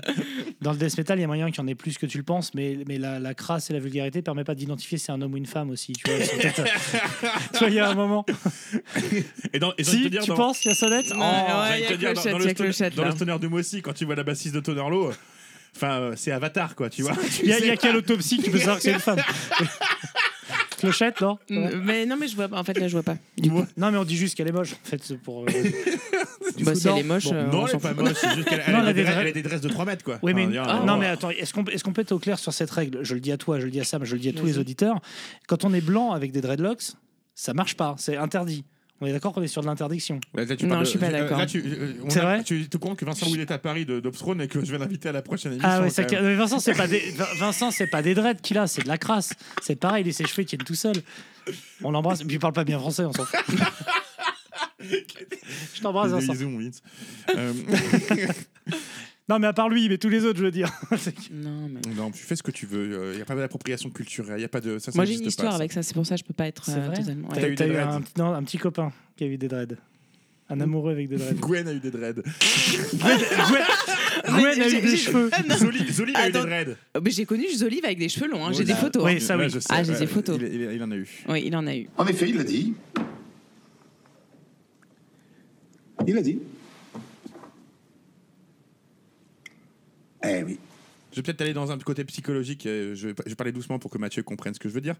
Speaker 1: Dans le death metal, il y a moyen qu'il y en ait plus que tu le penses, mais, mais la, la crasse et la vulgarité permet pas d'identifier si c'est un homme ou une femme aussi. Tu vois, ils sont peut-être- euh, tu vois, il y a un moment.
Speaker 3: Et dans, et j'ai envie
Speaker 1: Si
Speaker 3: de te dire,
Speaker 1: tu
Speaker 3: dans-
Speaker 1: penses, il y a sonnette. Oh.
Speaker 2: Ouais,
Speaker 3: j'ai
Speaker 2: ouais,
Speaker 3: envie
Speaker 2: il
Speaker 3: de
Speaker 2: y
Speaker 3: te
Speaker 2: a
Speaker 3: dire, dans-
Speaker 2: clochette,
Speaker 3: dans
Speaker 2: il y
Speaker 3: le
Speaker 2: a
Speaker 3: stoner-
Speaker 2: clochette
Speaker 3: dans le
Speaker 2: là.
Speaker 3: stoner de Mossy, quand tu vois la bassiste de Tonerlo, enfin, euh, c'est Avatar, quoi, tu vois. Tu
Speaker 1: Il y a, il y a
Speaker 3: sais.
Speaker 1: qu'à l'autopsie qui peut savoir que c'est une femme. Clochette, non
Speaker 2: Mm, Mais non, mais je vois pas. En fait, là, je vois pas. Du coup,
Speaker 1: Non, mais on dit juste qu'elle est moche. En fait, c'est pour. euh,
Speaker 2: bah,
Speaker 1: coup,
Speaker 2: si elle
Speaker 1: non.
Speaker 2: est moche,
Speaker 1: Bon,
Speaker 2: euh, on
Speaker 3: Non, elle
Speaker 2: s'en
Speaker 3: est pas
Speaker 2: fout.
Speaker 3: moche, c'est juste qu'elle elle
Speaker 1: Non,
Speaker 3: a
Speaker 1: elle a
Speaker 3: des
Speaker 1: des
Speaker 3: dresses-
Speaker 1: vrais-
Speaker 3: elle a des dresses de 3 mètres, quoi.
Speaker 1: Oui, mais,
Speaker 3: Enfin, dire,
Speaker 1: ah,
Speaker 3: euh,
Speaker 1: non, mais attends, est-ce qu'on est qu'on peut être au clair sur cette règle Je le dis à toi, je le dis à Sam, je le dis à tous les
Speaker 2: Vas-y.
Speaker 1: auditeurs. Quand on est blanc avec des dreadlocks, ça marche pas, c'est interdit. On est d'accord qu'on est sur de l'interdiction.
Speaker 3: Là, tu
Speaker 2: Non,
Speaker 3: parles de-
Speaker 2: je suis pas
Speaker 3: euh,
Speaker 2: d'accord.
Speaker 3: là, tu- euh, on
Speaker 1: C'est
Speaker 3: a-
Speaker 1: vrai
Speaker 3: Tu te compte que Vincent Will est à Paris de- d'Obstrone et que je vais l'inviter à la prochaine émission.
Speaker 1: Ah ouais,
Speaker 3: quand
Speaker 1: ça-
Speaker 3: même.
Speaker 1: mais Vincent, c'est pas des Vin- Vincent, c'est pas des dreads qu'il a, c'est de la crasse. C'est pareil, il est ses cheveux qui tiennent tout seul. On l'embrasse, puis il parle pas bien français, on s'en fout. je t'embrasse
Speaker 3: Des
Speaker 1: Vincent.
Speaker 3: bisous, mon Vince. Euh,
Speaker 1: Non, mais à part lui, mais tous les autres, je veux dire. C'est que-
Speaker 2: Non, mais.
Speaker 3: Non, tu fais ce que tu veux. Il n'y a pas d'appropriation culturelle. Y a pas de... ça, ça
Speaker 2: Moi, j'ai
Speaker 3: n'existe
Speaker 2: une
Speaker 3: pas,
Speaker 2: histoire
Speaker 3: ça.
Speaker 2: avec ça. C'est pour ça que je peux pas être
Speaker 1: C'est
Speaker 2: euh,
Speaker 1: vrai
Speaker 2: totalement. ouais.
Speaker 1: T'as
Speaker 3: eu
Speaker 1: eu, t'as
Speaker 3: des
Speaker 1: eu
Speaker 3: dreads Mm.
Speaker 1: un, non, un petit copain qui a eu des dreads. Un amoureux avec des dreads.
Speaker 3: Gwen a eu des dreads.
Speaker 1: Gwen, Gwen- Gwen a eu
Speaker 2: j'ai-
Speaker 1: des
Speaker 2: j'ai-
Speaker 1: cheveux.
Speaker 2: Ah, non.
Speaker 3: Zoli, Zoli a eu des
Speaker 2: Attends.
Speaker 3: dreads.
Speaker 2: Oh, mais J'ai connu Zolive avec des cheveux longs. hein, J'ai des
Speaker 3: Voilà.
Speaker 2: photos.
Speaker 1: Oui,
Speaker 2: hein.
Speaker 1: ça oui.
Speaker 3: je sais,
Speaker 2: Ah, j'ai
Speaker 3: ouais,
Speaker 2: des photos.
Speaker 3: Il, il- il en a eu.
Speaker 2: Oui, il en a eu.
Speaker 5: En effet, il l'a dit. Il l'a dit. Eh oui.
Speaker 3: Je vais peut-être aller dans un côté psychologique. euh, Je vais, pas- je vais parler doucement pour que Mathieu comprenne ce que je veux dire.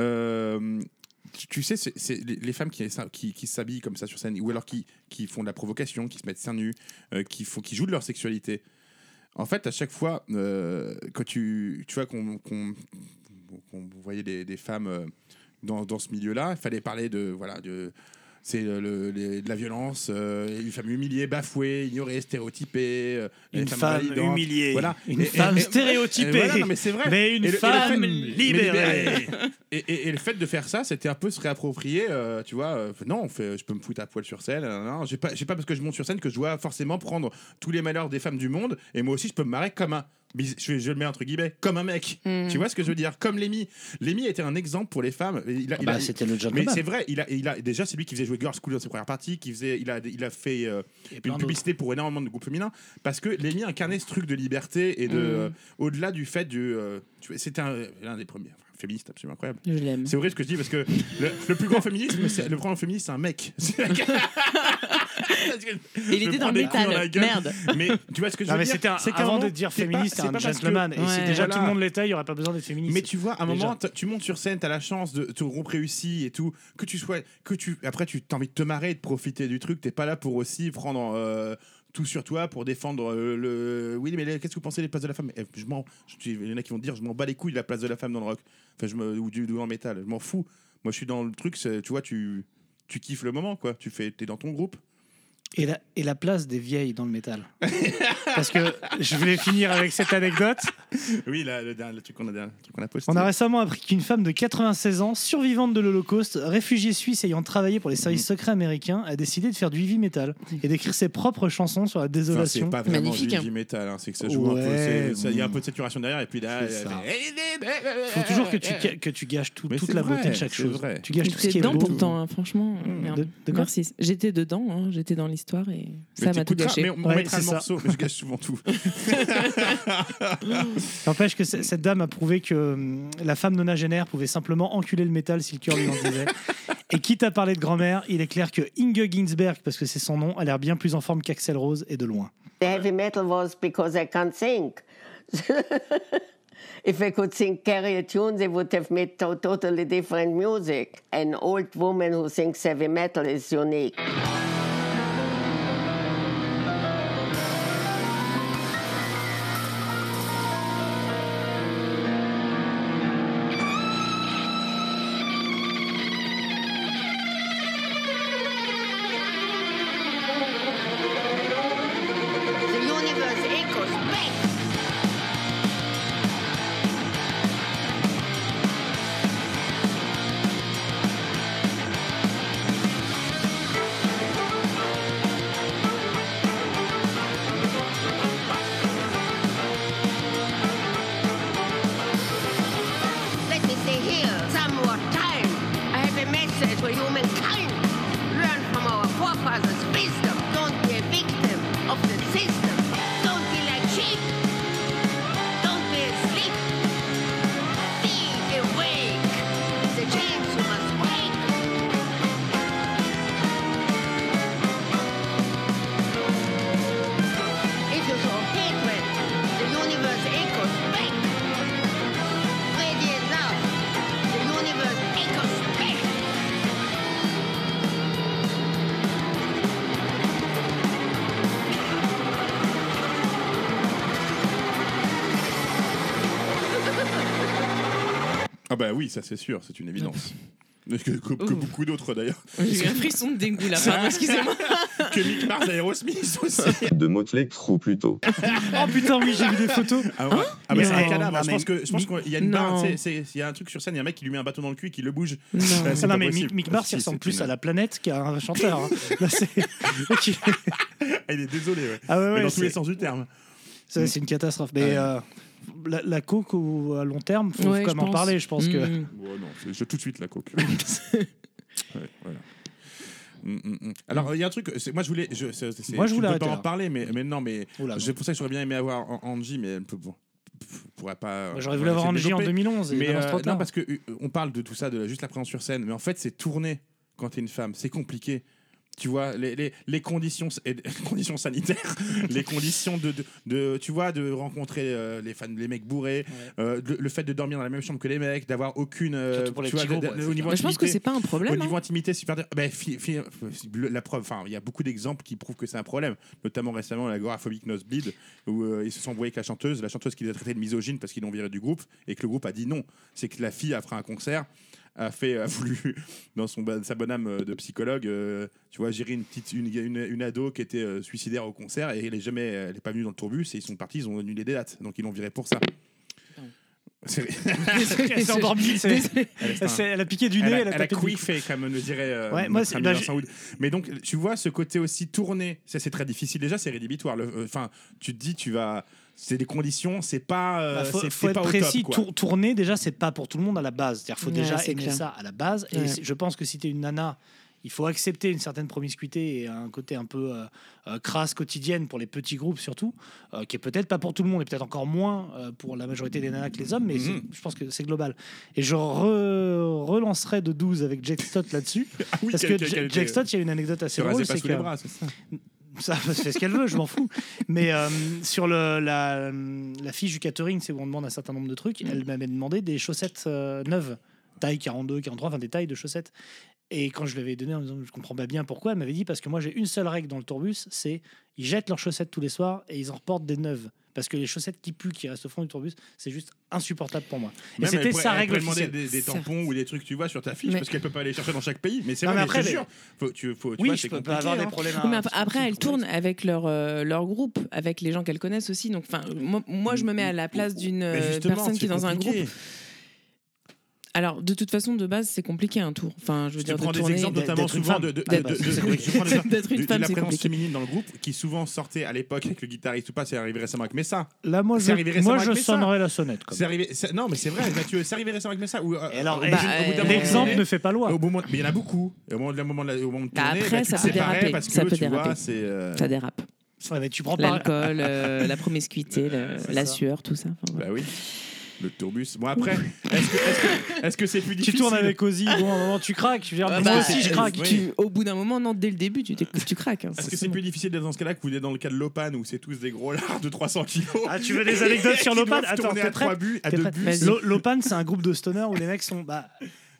Speaker 3: Euh, tu, tu sais, c'est, c'est les, les femmes qui, qui, qui s'habillent comme ça sur scène, ou alors qui, qui font de la provocation, qui se mettent seins nus, euh, qui, font, qui jouent de leur sexualité. En fait, à chaque fois, euh, quand tu, tu vois qu'on, qu'on, qu'on voyait des, des femmes euh, dans, dans ce milieu-là, il fallait parler de voilà de c'est le- le- les- de la violence, euh, une femme humiliée, bafouée, ignorée, stéréotypée, euh, les
Speaker 1: Une
Speaker 3: femmes
Speaker 1: femme
Speaker 3: validantes.
Speaker 1: humiliée.
Speaker 3: Voilà.
Speaker 1: Une
Speaker 3: Et- et-
Speaker 1: femme
Speaker 3: et-
Speaker 1: stéréotypée.
Speaker 3: et voilà, non, mais c'est vrai.
Speaker 1: Mais une
Speaker 3: Et le- et le
Speaker 1: femme
Speaker 3: fait-
Speaker 1: libérée.
Speaker 3: Et, et- et le fait de faire ça, c'était un peu se réapproprier, euh, tu vois. euh, non, on fait, je peux me foutre à poil sur scène. Non, non, j'ai pas, j'ai pas parce que je monte sur scène que je dois forcément prendre tous les malheurs des femmes du monde. Et moi aussi, je peux me marrer comme un. bis- Je, je le mets entre guillemets, comme un mec. Tu vois ce que je veux dire Comme Lémi. Lémi était un exemple pour les femmes. Et il a-
Speaker 1: Ah
Speaker 3: il a-
Speaker 1: le John
Speaker 3: mais c'est vrai, il a, il a déjà c'est lui qui faisait jouer Girls School dans ses premières parties, qui faisait, il a, il a fait euh,
Speaker 1: plein
Speaker 3: une publicité pour énormément de groupes féminins parce que Lémi incarnait ce truc de liberté et
Speaker 1: Mm.
Speaker 3: de euh, au-delà du fait du, euh, tu vois, c'était un- l'un des premiers enfin, féministes absolument incroyable.
Speaker 2: Je l'aime.
Speaker 3: C'est vrai ce que je dis parce que le, le plus grand féminisme, c'est le plus grand féministe, c'est un mec.
Speaker 2: Et Il était dans le métal. Merde.
Speaker 3: Mais tu vois ce que je
Speaker 1: Non,
Speaker 3: veux
Speaker 1: mais
Speaker 3: dire
Speaker 1: c'était un-
Speaker 3: C'est qu'à un
Speaker 1: avant
Speaker 3: moment,
Speaker 1: de dire
Speaker 3: t'es pas-
Speaker 1: féministe, c'est
Speaker 3: c'est
Speaker 1: un
Speaker 3: pas parce que-
Speaker 1: gentleman. Et si
Speaker 2: Ouais.
Speaker 1: déjà
Speaker 3: Voilà.
Speaker 1: tout le monde l'était, il n'y aurait pas besoin d'être féministe.
Speaker 3: Mais tu vois, à un
Speaker 1: Déjà.
Speaker 3: moment, t- tu montes sur scène, t'as la chance de ton groupe réussi et tout, que tu sois, que tu, après, tu t'as envie de te marrer, et de profiter du truc. T'es pas là pour aussi prendre euh, tout sur toi pour défendre euh, le. Oui, mais les- qu'est-ce que vous pensez des places de la femme Eh, Je m'en, je- il y en a qui vont dire, je m'en bats les couilles de la place de la femme dans le rock, enfin, je me, ou du ou en métal. Je m'en fous. Moi, je suis dans le truc. c'est- Tu vois, tu, tu kiffes le moment, quoi. Tu fais, t'es dans ton groupe.
Speaker 1: Et la, et la place des vieilles dans le métal. Parce que je voulais finir avec cette anecdote.
Speaker 3: Oui, là, le, dernier- le truc qu'on a, le truc qu'on a posté.
Speaker 1: On a récemment appris qu'une femme de 96 ans, survivante de l'Holocauste, réfugiée suisse ayant travaillé pour les services
Speaker 3: Mm.
Speaker 1: secrets américains, a décidé de faire du heavy metal et d'écrire ses propres chansons sur la
Speaker 3: Enfin,
Speaker 1: désolation.
Speaker 3: c'est pas vraiment
Speaker 2: Magnifique,
Speaker 3: du
Speaker 2: hein.
Speaker 3: heavy metal, hein, c'est que ça joue un peu.
Speaker 1: Ouais, mm.
Speaker 3: c'est- ça- Il y a un peu de saturation derrière, et puis là.
Speaker 1: C'est
Speaker 3: euh,
Speaker 1: ça.
Speaker 3: mais-
Speaker 1: faut toujours que tu, ga- que tu gâches tout-
Speaker 3: Mais
Speaker 1: toute
Speaker 3: c'est
Speaker 1: la
Speaker 3: vrai,
Speaker 1: beauté de chaque
Speaker 3: c'est
Speaker 1: chose.
Speaker 3: vrai.
Speaker 1: Tu gâches tout ce
Speaker 2: J'étais
Speaker 1: qui est
Speaker 2: dedans
Speaker 1: beau.
Speaker 2: pourtant, hein, franchement. euh,
Speaker 1: Mmh.
Speaker 2: merde.
Speaker 1: De- de quoi
Speaker 2: Merci. J'étais dedans, hein, j'étais dans l'histoire et ça
Speaker 3: Mais
Speaker 2: m'a tout
Speaker 3: t'écouteras,
Speaker 2: gâché.
Speaker 3: Mais on, on
Speaker 1: Ouais,
Speaker 3: mettra
Speaker 1: c'est
Speaker 3: le
Speaker 1: ça.
Speaker 3: morceau, mais je gâche souvent tout.
Speaker 1: N'empêche que c- cette dame a prouvé que hum, la femme nonagénaire pouvait simplement enculer le métal si le cœur lui en disait. Et quitte à parler de grand-mère, il est clair que Inge Ginsberg, parce que c'est son nom, a l'air bien plus en forme qu'Axel Rose et de loin.
Speaker 11: The heavy metal was because I can't sing. if I could sing carrier tunes, they would have made to- totally different music. An old woman who sings heavy metal is unique.
Speaker 6: The universe equals space. Let me stay here some more time. I have a message for humankind. Learn from our forefathers' wisdom. Don't be a victim of the system. Don't be like sheep. Don't be asleep. Be awake. The change you must wake. If you show hatred, the universe echoes back. Radiant love, the universe echoes back.
Speaker 3: Ah bah oui, ça c'est sûr, c'est une évidence. Que, que- que
Speaker 2: Ouh.
Speaker 3: beaucoup d'autres d'ailleurs.
Speaker 2: J'ai eu un frisson de dégoût là, pardon, excusez-moi.
Speaker 3: que Mick Mars d'Aerosmith aussi.
Speaker 12: De Motley Crue plutôt.
Speaker 1: Oh putain, oui, j'ai vu des photos.
Speaker 3: Ah, ouais. Ah, bah,
Speaker 1: Mais
Speaker 3: c'est un
Speaker 1: non,
Speaker 3: cadavre.
Speaker 1: non,
Speaker 3: je
Speaker 1: mais
Speaker 3: pense que- je pense qu'il y a une
Speaker 2: non.
Speaker 3: barre, tu sais, c'est- il y a un truc sur scène, il y a un mec qui lui met un bâton dans le cul et qui le bouge.
Speaker 2: Non.
Speaker 3: Euh, c'est
Speaker 1: Ah non,
Speaker 3: pas
Speaker 1: mais Mick,
Speaker 3: possible.
Speaker 1: Mick Mars,
Speaker 3: Si,
Speaker 1: il ressemble
Speaker 3: c'est
Speaker 1: plus
Speaker 3: une-
Speaker 1: à la planète qu'à un chanteur. hein. Là, c'est Ok.
Speaker 3: Ah, Il est désolé, ouais.
Speaker 1: Ah ouais,
Speaker 3: Mais
Speaker 1: ouais,
Speaker 3: dans tous
Speaker 1: c'est-
Speaker 3: les sens Ah du terme.
Speaker 1: Ça, c'est une catastrophe. Mais euh, la, la coke ou à long terme, faut
Speaker 2: Ouais,
Speaker 1: quand même
Speaker 2: je
Speaker 1: en
Speaker 2: pense.
Speaker 1: parler, je pense que.
Speaker 2: Mmh.
Speaker 3: Ouais, non, c'est- je tout de suite la coke. Ouais, voilà. Mm, mm, mm. Alors il y a un truc, c'est- moi je voulais, je, c'est- c'est-
Speaker 1: Moi, je
Speaker 3: tu
Speaker 1: voulais
Speaker 3: peux pas
Speaker 1: arrêter, là.
Speaker 3: en parler, mais, mais non, mais
Speaker 1: Oula, non.
Speaker 3: c'est pour ça que j'aurais bien aimé avoir An- Angie, mais elle peut- bon, pff, pourrait pas.
Speaker 1: Moi, J'aurais
Speaker 3: on va
Speaker 1: voulu avoir
Speaker 3: essayer
Speaker 1: Angie
Speaker 3: de
Speaker 1: en
Speaker 3: développer.
Speaker 1: 2011.
Speaker 3: Mais
Speaker 1: Mais
Speaker 3: euh, non, parce que euh, on parle de tout ça, de la- juste la présence sur scène, mais en fait, c'est tourné quand t'es une femme, c'est compliqué. Tu vois, les, les, les conditions, s- et- conditions sanitaires, les conditions de, de, de- tu vois, de rencontrer euh, les fans, les mecs bourrés, euh, le, le fait de dormir dans la même chambre que les mecs, d'avoir aucune. euh,
Speaker 1: Surtout pour les
Speaker 3: tu vois,
Speaker 1: petits groupes,
Speaker 3: de- de-
Speaker 1: ouais,
Speaker 3: au
Speaker 1: c'est
Speaker 3: niveau
Speaker 2: Mais je pense que
Speaker 3: intimité-
Speaker 2: c'est pas un
Speaker 3: au
Speaker 2: problème. hein.
Speaker 3: niveau intimité, super. Ben, fi- fi- le- la preuve, enfin, il y a beaucoup d'exemples qui prouvent que c'est un problème, notamment récemment l'agoraphobique Nosebleed, où euh, ils se sont embrouillés avec la chanteuse, la chanteuse qui les a traités de misogyne parce qu'ils l'ont viré du groupe et que le groupe a dit non. C'est que la fille, après un concert, a fait, a voulu, dans son, ba- sa bonne âme euh, de psychologue, euh, tu vois, gérer une petite, une, une, une ado qui était euh, suicidaire au concert et elle est jamais, elle est pas venue dans le tourbus et ils sont partis, ils ont annulé des dates, donc ils l'ont viré pour ça. C'est-
Speaker 1: Elle s'est endormie. c'est-
Speaker 3: Elle est-
Speaker 1: Elle, s'est- elle a piqué du nez,
Speaker 3: elle a,
Speaker 1: elle a,
Speaker 3: elle a
Speaker 1: tapé du-
Speaker 3: quiffé, comme le dirait euh,
Speaker 1: Ouais, moi,
Speaker 3: notre
Speaker 1: c'est-
Speaker 3: ami
Speaker 1: bah,
Speaker 3: Vincent Wood. Mais donc, tu vois, ce côté aussi tourné, ça c'est très difficile. Déjà, c'est rédhibitoire. Le- euh, Enfin, tu te dis, tu vas. C'est des conditions, c'est pas. euh,
Speaker 1: Bah, faut,
Speaker 3: c'est-
Speaker 1: faut
Speaker 3: c'est
Speaker 1: être
Speaker 3: pas
Speaker 1: précis,
Speaker 3: au top, quoi.
Speaker 1: tour- tourner déjà, c'est pas pour tout le monde à la base. C'est-à-dire, faut
Speaker 2: Ouais,
Speaker 1: déjà
Speaker 2: c'est
Speaker 1: aimer
Speaker 2: clair.
Speaker 1: ça à la base. Et
Speaker 2: Ouais.
Speaker 1: c'est- je pense que si t'es une nana, il faut accepter une certaine promiscuité et un côté un peu euh, euh, crasse quotidienne pour les petits groupes surtout, euh, qui est peut-être pas pour tout le monde et peut-être encore moins euh, pour la majorité des nanas que les hommes, mais
Speaker 3: Mhm.
Speaker 1: c'est- je pense que c'est global. Et je re- relancerai de 12 avec Jack Stott là-dessus.
Speaker 3: Ah oui,
Speaker 1: parce
Speaker 3: quel-
Speaker 1: que
Speaker 3: quel- quel-
Speaker 1: Jack- Jack Stott, il y a une anecdote
Speaker 3: Tu
Speaker 1: assez
Speaker 3: rasais
Speaker 1: drôle.
Speaker 3: pas
Speaker 1: c'est
Speaker 3: sous les
Speaker 1: que-
Speaker 3: bras, c'est ça.
Speaker 1: ça fait ce qu'elle veut, je m'en fous. Mais euh, sur le, la, la fiche du catering, c'est où on demande un certain nombre de trucs. Elle m'avait demandé des chaussettes euh, neuves, taille 42, 43, enfin des tailles de chaussettes. Et quand je lui avais donné en disant je comprends pas bien pourquoi, elle m'avait dit parce que moi j'ai une seule règle dans le tourbus, c'est ils jettent leurs chaussettes tous les soirs et ils en reportent des neuves parce que les chaussettes qui puent, qui restent au fond du tourbus, c'est juste insupportable pour moi. Et
Speaker 3: Même elle
Speaker 1: c'était
Speaker 3: pourrait-
Speaker 1: sa
Speaker 3: elle
Speaker 1: règle
Speaker 3: pourrait demander
Speaker 1: officielle.
Speaker 3: des, des tampons ou des trucs, tu vois, sur ta fiche,
Speaker 1: Mais-
Speaker 3: parce qu'elle peut pas aller chercher dans chaque pays. Mais c'est
Speaker 1: Non,
Speaker 3: vrai,
Speaker 1: mais
Speaker 3: mais
Speaker 1: après,
Speaker 3: je te
Speaker 1: mais-
Speaker 3: jure, faut, tu, faut, tu
Speaker 1: Oui,
Speaker 3: vois,
Speaker 1: je
Speaker 3: c'est
Speaker 1: peux
Speaker 3: compliqué.
Speaker 1: pas avoir des
Speaker 3: hein.
Speaker 1: problèmes.
Speaker 2: Oui, mais ap- après, elles tournent avec leur, euh, leur groupe, avec les gens qu'elles connaissent aussi. Donc, enfin, moi, moi, je me mets à la place d'une
Speaker 1: Mais
Speaker 2: euh,
Speaker 1: justement,
Speaker 2: personne qui
Speaker 1: c'est
Speaker 2: est dans un
Speaker 1: compliqué.
Speaker 2: groupe. Alors, de toute façon, de base, c'est compliqué un tour. Enfin, je veux
Speaker 3: Je te
Speaker 2: dire, de
Speaker 3: prends des
Speaker 2: tourner,
Speaker 3: exemples
Speaker 2: d'être-
Speaker 3: notamment
Speaker 2: d'être une
Speaker 3: souvent
Speaker 2: femme.
Speaker 3: de, de,
Speaker 2: D'être-
Speaker 3: de- de- de- je prends l'exemple
Speaker 2: D'être une
Speaker 3: de- de
Speaker 2: femme,
Speaker 3: la
Speaker 2: c'est
Speaker 3: présence
Speaker 2: compliqué.
Speaker 3: féminine dans le groupe qui souvent sortait à l'époque avec le guitariste ou pas, c'est arrivé récemment avec Messa.
Speaker 1: Là, moi,
Speaker 3: C'est
Speaker 1: je-
Speaker 3: arrivé récemment
Speaker 1: moi, je
Speaker 3: avec Messa.
Speaker 1: sonnerais la sonnette, quand
Speaker 3: C'est arrivé, c'est- non, mais c'est vrai, Mathieu, c'est arrivé récemment avec Messa. Ou, euh,
Speaker 1: alors,
Speaker 3: au bout
Speaker 1: eh,
Speaker 5: ben.
Speaker 3: d'un-
Speaker 1: bah,
Speaker 3: au bout d'un
Speaker 1: euh,
Speaker 3: moment
Speaker 1: l'exemple
Speaker 3: donné-
Speaker 1: ne fait pas loi.
Speaker 3: Au moment, mais il y en a beaucoup. Au moment de la moment de, la- au moment de
Speaker 2: Bah,
Speaker 3: tourner,
Speaker 2: après,
Speaker 3: bah, tu
Speaker 2: ça
Speaker 3: te
Speaker 2: peut
Speaker 3: séparais
Speaker 2: déraper,
Speaker 3: parce que
Speaker 2: ça peut
Speaker 3: tu vois,
Speaker 2: déraper.
Speaker 3: c'est. euh,
Speaker 2: Ça dérape.
Speaker 1: Ouais, mais tu prends pas
Speaker 2: L'alcool, euh, la promiscuité, le- la sueur, tout ça. Enfin,
Speaker 3: Bah oui. Le tourbus. Bon, après, est-ce que- est-ce que- est-ce que c'est plus difficile
Speaker 1: Tu tournes avec Ozzy, bon, à un moment tu craques, tu veux dire,
Speaker 2: Ah
Speaker 1: moi
Speaker 2: bah,
Speaker 1: aussi je
Speaker 2: euh,
Speaker 1: craque.
Speaker 2: tu- au bout d'un moment, non, dès le début, tu, t'es- tu craques. hein,
Speaker 3: Est-ce que
Speaker 2: c'est
Speaker 3: c'est plus difficile d'être dans ce cas-là que vous êtes dans le cas de Lopan où c'est tous des gros lards de 300 kilos
Speaker 1: Ah, tu veux des anecdotes sur
Speaker 3: qui
Speaker 1: Lopan
Speaker 3: doivent
Speaker 1: Attends,
Speaker 3: tourner
Speaker 1: t'es
Speaker 3: à trois
Speaker 1: prête
Speaker 3: buts, à
Speaker 1: T'es
Speaker 3: deux
Speaker 1: prête
Speaker 3: buts.
Speaker 1: Lo- Lopan, c'est un groupe de stoner où les mecs sont. Bah,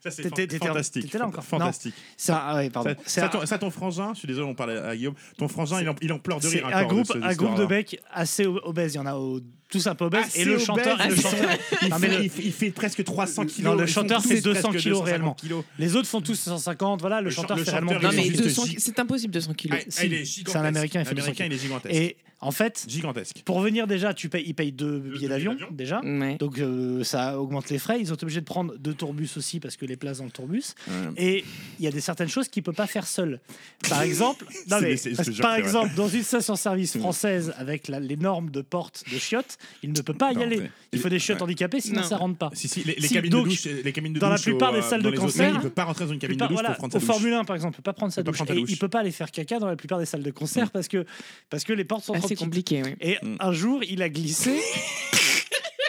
Speaker 3: Ça, c'est
Speaker 1: t'étais-
Speaker 3: fan-
Speaker 1: t'étais-
Speaker 3: fantastique.
Speaker 1: t'étais là encore.
Speaker 3: Fantastique.
Speaker 1: Non, c'est un- ah ouais, pardon.
Speaker 3: Ça,
Speaker 1: C'est
Speaker 3: ça,
Speaker 1: un-
Speaker 3: ton, ça, ton frangin, je suis désolé, on parle à à Guillaume. Ton frangin, il en, il en pleure de
Speaker 1: C'est
Speaker 3: rire. hein,
Speaker 1: un
Speaker 3: encore
Speaker 1: groupe,
Speaker 3: de cette
Speaker 1: un groupe de
Speaker 3: histoire-là.
Speaker 1: mecs assez ob- obèses. Il y en a au- tous un peu obèses.
Speaker 3: Assez
Speaker 1: et le
Speaker 3: obèse,
Speaker 1: chanteur,
Speaker 3: ils
Speaker 1: le
Speaker 3: sont-
Speaker 1: chanteur-
Speaker 3: il,
Speaker 1: Non,
Speaker 3: fait,
Speaker 1: mais le-
Speaker 3: il fait- il fait presque 300 kilos.
Speaker 1: non, le
Speaker 3: ils sont
Speaker 1: chanteur
Speaker 3: tous
Speaker 1: fait 200
Speaker 3: presque
Speaker 1: kilos
Speaker 3: 250
Speaker 1: réellement.
Speaker 3: kilos. Ah,
Speaker 1: Les autres font tous 150, voilà, le,
Speaker 3: Le chan-
Speaker 1: chanteur
Speaker 3: le
Speaker 1: fait réellement
Speaker 3: chanteur,
Speaker 2: Non, mais
Speaker 1: 200.
Speaker 2: 200, c'est impossible 200 kilos.
Speaker 3: Ah,
Speaker 2: Si.
Speaker 3: il est gigantesque.
Speaker 1: C'est un américain, il fait
Speaker 3: L'Américain,
Speaker 1: 200
Speaker 3: il est gigantesque.
Speaker 1: Et en fait,
Speaker 3: Gigantesque.
Speaker 1: pour venir déjà, tu payes, ils payent deux billets d'avion déjà.
Speaker 2: Ouais.
Speaker 1: Donc euh, ça augmente les frais. Ils sont obligés de prendre deux tourbus aussi parce que les places dans le tourbus. Et il y a des certaines choses qu'il peut pas faire seul. Par exemple, non,
Speaker 3: C'est
Speaker 1: mais,
Speaker 3: des- c'est- je te
Speaker 1: parce-
Speaker 3: jure
Speaker 1: par
Speaker 3: que c'est vrai.
Speaker 1: exemple, dans une station-service française avec la- les normes de porte de chiottes, il ne peut pas y
Speaker 3: Non,
Speaker 1: aller.
Speaker 3: mais-
Speaker 1: Il faut des chiottes
Speaker 3: Ouais.
Speaker 1: handicapées, sinon
Speaker 3: Non.
Speaker 1: ça rentre pas.
Speaker 3: Si, si, les, les
Speaker 1: Si,
Speaker 3: cabines
Speaker 1: donc,
Speaker 3: de douche. Les cabines de
Speaker 1: dans la
Speaker 3: douche
Speaker 1: plupart
Speaker 3: au,
Speaker 1: des
Speaker 3: euh,
Speaker 1: salles
Speaker 3: dans
Speaker 1: de
Speaker 3: les hôtels,
Speaker 1: concert,
Speaker 3: Il peut pas rentrer dans une cabine de
Speaker 1: Plupart-
Speaker 3: douche
Speaker 1: voilà,
Speaker 3: pour prendre sa
Speaker 1: au
Speaker 3: douche.
Speaker 1: Formule 1 par exemple, on peut pas prendre sa
Speaker 3: peut
Speaker 1: douche.
Speaker 3: prendre sa
Speaker 1: Et
Speaker 3: douche. Mm.
Speaker 1: il peut pas aller faire caca dans la plupart des salles de concert parce que parce que les portes sont
Speaker 2: Ah,
Speaker 1: trop
Speaker 2: c'est
Speaker 1: petites.
Speaker 2: compliqué, oui.
Speaker 1: Et un jour, il a glissé.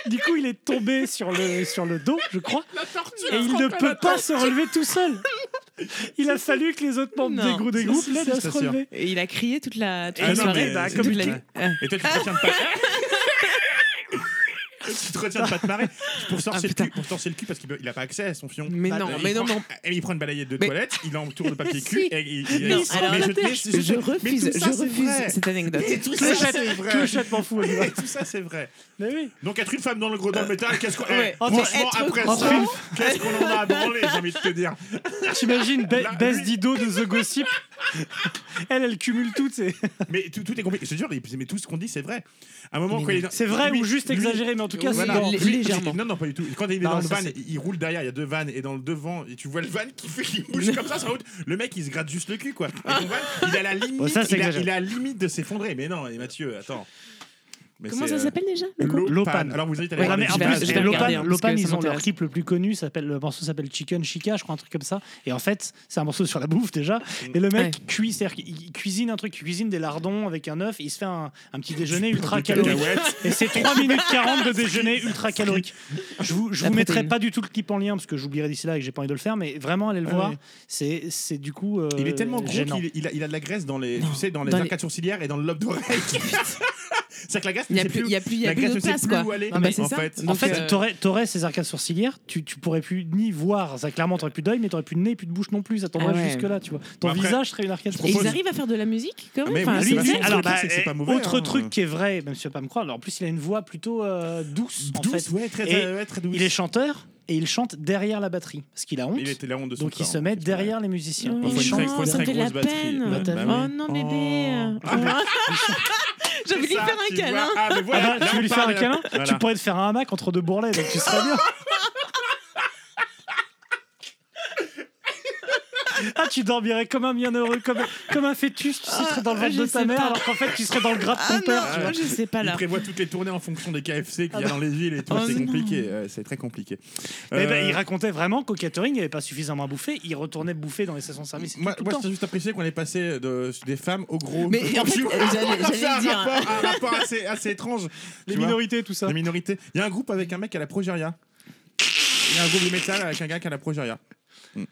Speaker 1: du coup, il est tombé sur le sur le dos, je crois, et il ne peut pas se relever tout seul. Il a fallu que les autres membres
Speaker 2: Non.
Speaker 1: des groupes, des
Speaker 2: Si,
Speaker 1: groupes
Speaker 2: si,
Speaker 1: l'aident
Speaker 2: si,
Speaker 1: à
Speaker 2: je
Speaker 1: se
Speaker 2: t'assure.
Speaker 1: relever.
Speaker 2: Et il a crié toute la, toute
Speaker 1: Ah
Speaker 2: la
Speaker 1: non,
Speaker 2: soirée.
Speaker 1: mais, bah,
Speaker 2: toute
Speaker 1: comme
Speaker 2: la-
Speaker 1: tu-
Speaker 2: Ah.
Speaker 3: Et toi, tu te retiens de pas. tu te retiens de pas te marrer pour sortir le cul, pour sortir le cul parce qu'il peut- il a pas accès à son fion. Bah,
Speaker 2: Mais non,
Speaker 3: il
Speaker 2: mais non,
Speaker 3: prend-
Speaker 2: mais
Speaker 3: Et il prend une balayette de
Speaker 2: Mais-
Speaker 3: toilette, il entoure de papier
Speaker 2: Si.
Speaker 3: cul. et il- il-
Speaker 2: Non,
Speaker 3: il-
Speaker 2: alors,
Speaker 3: mais
Speaker 2: Walter,
Speaker 3: mais
Speaker 2: je- je refuse,
Speaker 3: mais tout ça,
Speaker 2: je
Speaker 3: c'est
Speaker 2: refuse
Speaker 3: vrai.
Speaker 2: cette anecdote.
Speaker 3: Mais tout ça,
Speaker 1: Clochette,
Speaker 3: c'est vrai.
Speaker 1: clochette, m'en fous.
Speaker 3: Et tout ça, c'est vrai.
Speaker 1: Mais oui.
Speaker 3: Donc, être une femme dans le gros dans le métal, qu'est-ce qu'on. eh,
Speaker 1: Ouais. Entre-
Speaker 3: franchement,
Speaker 1: être
Speaker 3: après
Speaker 1: gros-
Speaker 3: ça,
Speaker 1: Entre une-
Speaker 3: qu'est-ce qu'on en a à branler, j'ai envie de te dire.
Speaker 1: T'imagines Be-
Speaker 3: Là, lui-
Speaker 1: Bess Dido de The Gossip Elle, elle cumule toutes. ces-
Speaker 3: Mais tout, tout est compliqué. Je te jure, il- mais tout ce qu'on dit, c'est vrai. À un moment,
Speaker 1: Mais
Speaker 3: quand
Speaker 1: non.
Speaker 3: il est-
Speaker 1: C'est vrai
Speaker 3: lui-
Speaker 1: ou juste
Speaker 3: lui- euh,
Speaker 1: exagéré, mais en tout cas, c'est
Speaker 3: Voilà.
Speaker 1: dans-
Speaker 3: Lui-
Speaker 1: légèrement.
Speaker 3: Non, non, pas du tout. Quand il est
Speaker 1: Non,
Speaker 3: dans le
Speaker 1: ça,
Speaker 3: van,
Speaker 1: c'est-
Speaker 3: il roule derrière, il y a deux vannes, et dans le devant, et tu vois le van qui fait qu'il bouge comme ça sur la route. Le mec, il se gratte juste le cul, quoi. Et son van, il a la limite,
Speaker 1: Bon, ça, c'est
Speaker 3: il, a,
Speaker 1: exagéré.
Speaker 3: il a la limite de s'effondrer. Mais non, et Mathieu, attends. Mais
Speaker 2: Comment
Speaker 3: c'est,
Speaker 2: ça
Speaker 3: euh,
Speaker 2: s'appelle déjà le groupe
Speaker 3: Lopan.
Speaker 1: Lopan.
Speaker 3: Alors, vous invite à
Speaker 1: Ouais,
Speaker 3: aller
Speaker 1: non,
Speaker 3: voir
Speaker 1: mais
Speaker 3: le
Speaker 1: en
Speaker 3: film.
Speaker 1: plus,
Speaker 2: je vais
Speaker 1: Lopan,
Speaker 2: regarder, hein,
Speaker 1: Lopan,
Speaker 2: parce que
Speaker 1: ils
Speaker 2: ça
Speaker 1: ont leur
Speaker 2: m'intéresse.
Speaker 1: clip le plus connu, s'appelle le morceau s'appelle Chicken Chica, je crois un truc comme ça. Et en fait, c'est un morceau sur la bouffe déjà. Et le mec cuit, c'est-à-dire qu'il cuisine un truc, il cuisine des lardons avec un œuf, il se fait un, un petit déjeuner ultra calorique.
Speaker 3: cacahuètes.
Speaker 1: Et c'est 3 minutes 40 de déjeuner ultra calorique. Je vous, je
Speaker 2: La
Speaker 1: vous mettrai
Speaker 2: protéine.
Speaker 1: pas du tout le clip en lien parce que j'oublierai d'ici là et que j'ai pas envie de le faire, mais vraiment allez le
Speaker 3: Ouais,
Speaker 1: voir.
Speaker 3: ouais.
Speaker 1: C'est, c'est du coup. euh,
Speaker 3: Il est tellement gros
Speaker 1: gênant.
Speaker 3: qu'il il a, il a de la graisse dans les, tu sais, dans les
Speaker 2: dans les-
Speaker 3: arcades sourcilières et dans le lobe d'oreille. C'est-à-dire que la graisse,
Speaker 2: Il y a
Speaker 3: ne sait
Speaker 2: plus- il y a plus- il y a
Speaker 3: la
Speaker 2: plus
Speaker 3: graisse
Speaker 2: de
Speaker 3: ne sait
Speaker 2: place,
Speaker 3: plus
Speaker 2: quoi.
Speaker 3: où aller.
Speaker 2: Ah, bah, c'est
Speaker 3: en
Speaker 2: ça.
Speaker 3: fait,
Speaker 1: En
Speaker 2: Donc,
Speaker 1: fait,
Speaker 2: euh,
Speaker 1: t'aurais, t'aurais ces arcades sourcilières, tu, tu pourrais plus ni voir, ça clairement t'aurais plus d'œil, mais t'aurais plus de nez, plus de bouche non plus, ça t'envoie
Speaker 2: Ah ouais.
Speaker 1: jusque là, tu vois. Ton
Speaker 3: Après,
Speaker 1: visage serait une arcade
Speaker 2: Et
Speaker 1: sourcilière.
Speaker 2: ils arrivent à faire de la musique quand même
Speaker 3: Mais
Speaker 2: Enfin,
Speaker 3: oui,
Speaker 2: c'est
Speaker 1: Lui,
Speaker 3: bah,
Speaker 1: lui-
Speaker 3: c'est-
Speaker 1: alors,
Speaker 3: c'est-
Speaker 1: bah,
Speaker 3: c'est- c'est pas
Speaker 1: eh,
Speaker 3: mauvais,
Speaker 1: autre
Speaker 3: hein.
Speaker 1: truc qui est vrai, même si tu vas pas me croire, alors, en plus il a une voix plutôt euh, douce, en
Speaker 3: Douce,
Speaker 1: fait.
Speaker 3: ouais, très,
Speaker 1: Et
Speaker 3: euh, ouais, très douce.
Speaker 1: Il est chanteur et il chante derrière la batterie, parce qu'il a honte.
Speaker 3: Il était la honte de son
Speaker 1: donc il
Speaker 3: corps,
Speaker 1: se
Speaker 3: en
Speaker 1: met
Speaker 3: fait.
Speaker 1: derrière les musiciens.
Speaker 3: Parfois,
Speaker 1: Il
Speaker 3: il
Speaker 1: chante-
Speaker 3: fait exprès.
Speaker 2: ça me fait de la
Speaker 3: grosse batterie.
Speaker 2: peine.
Speaker 3: Ouais, bah
Speaker 2: oh
Speaker 3: oui.
Speaker 2: non bébé.
Speaker 3: Ah, mais-
Speaker 2: J'avais lui
Speaker 3: Ça,
Speaker 2: faire
Speaker 3: tu
Speaker 2: un
Speaker 3: vois.
Speaker 2: câlin.
Speaker 3: Ah, mais
Speaker 1: Ah
Speaker 3: voilà,
Speaker 1: bah,
Speaker 3: là,
Speaker 1: tu
Speaker 3: on
Speaker 1: veux lui faire
Speaker 3: parle.
Speaker 1: un câlin
Speaker 3: Voilà.
Speaker 1: Tu pourrais te faire un hamac entre deux bourrelets, donc tu serais bien. Ah, tu dormirais comme un bienheureux, comme, comme un fœtus, tu sais, tu serais dans le
Speaker 2: Ah,
Speaker 1: ventre
Speaker 2: je
Speaker 1: de ta
Speaker 2: sais
Speaker 1: mère,
Speaker 2: pas.
Speaker 1: alors qu'en fait, tu serais dans le gras de ton
Speaker 2: Ah
Speaker 1: père.
Speaker 2: non, moi je sais pas
Speaker 3: Il
Speaker 2: là.
Speaker 3: prévoit toutes les tournées en fonction des KFC qu'il y a dans les villes et tout.
Speaker 2: Oh
Speaker 3: c'est
Speaker 2: non.
Speaker 3: compliqué, euh, c'est très compliqué.
Speaker 1: Eh ben,
Speaker 3: Euh,
Speaker 1: il racontait vraiment qu'au catering, il n'y avait pas suffisamment à bouffer, il retournait bouffer dans les stations-service.
Speaker 3: Moi,
Speaker 1: tout le
Speaker 3: moi
Speaker 1: temps.
Speaker 3: j'ai juste apprécié qu'on est passé de, des femmes aux gros.
Speaker 2: Mais en fait,
Speaker 3: Tu vois,
Speaker 2: j'allais-
Speaker 3: ça fait
Speaker 2: j'allais
Speaker 3: un
Speaker 2: dire.
Speaker 3: rapport, un rapport assez, assez étrange.
Speaker 1: Les
Speaker 3: tu vois.
Speaker 1: minorités, hein. tout ça.
Speaker 3: Les minorités. Il y a un groupe avec un mec à la progéria. Il y a un groupe de métal avec un gars qui a la progéria. Hmm.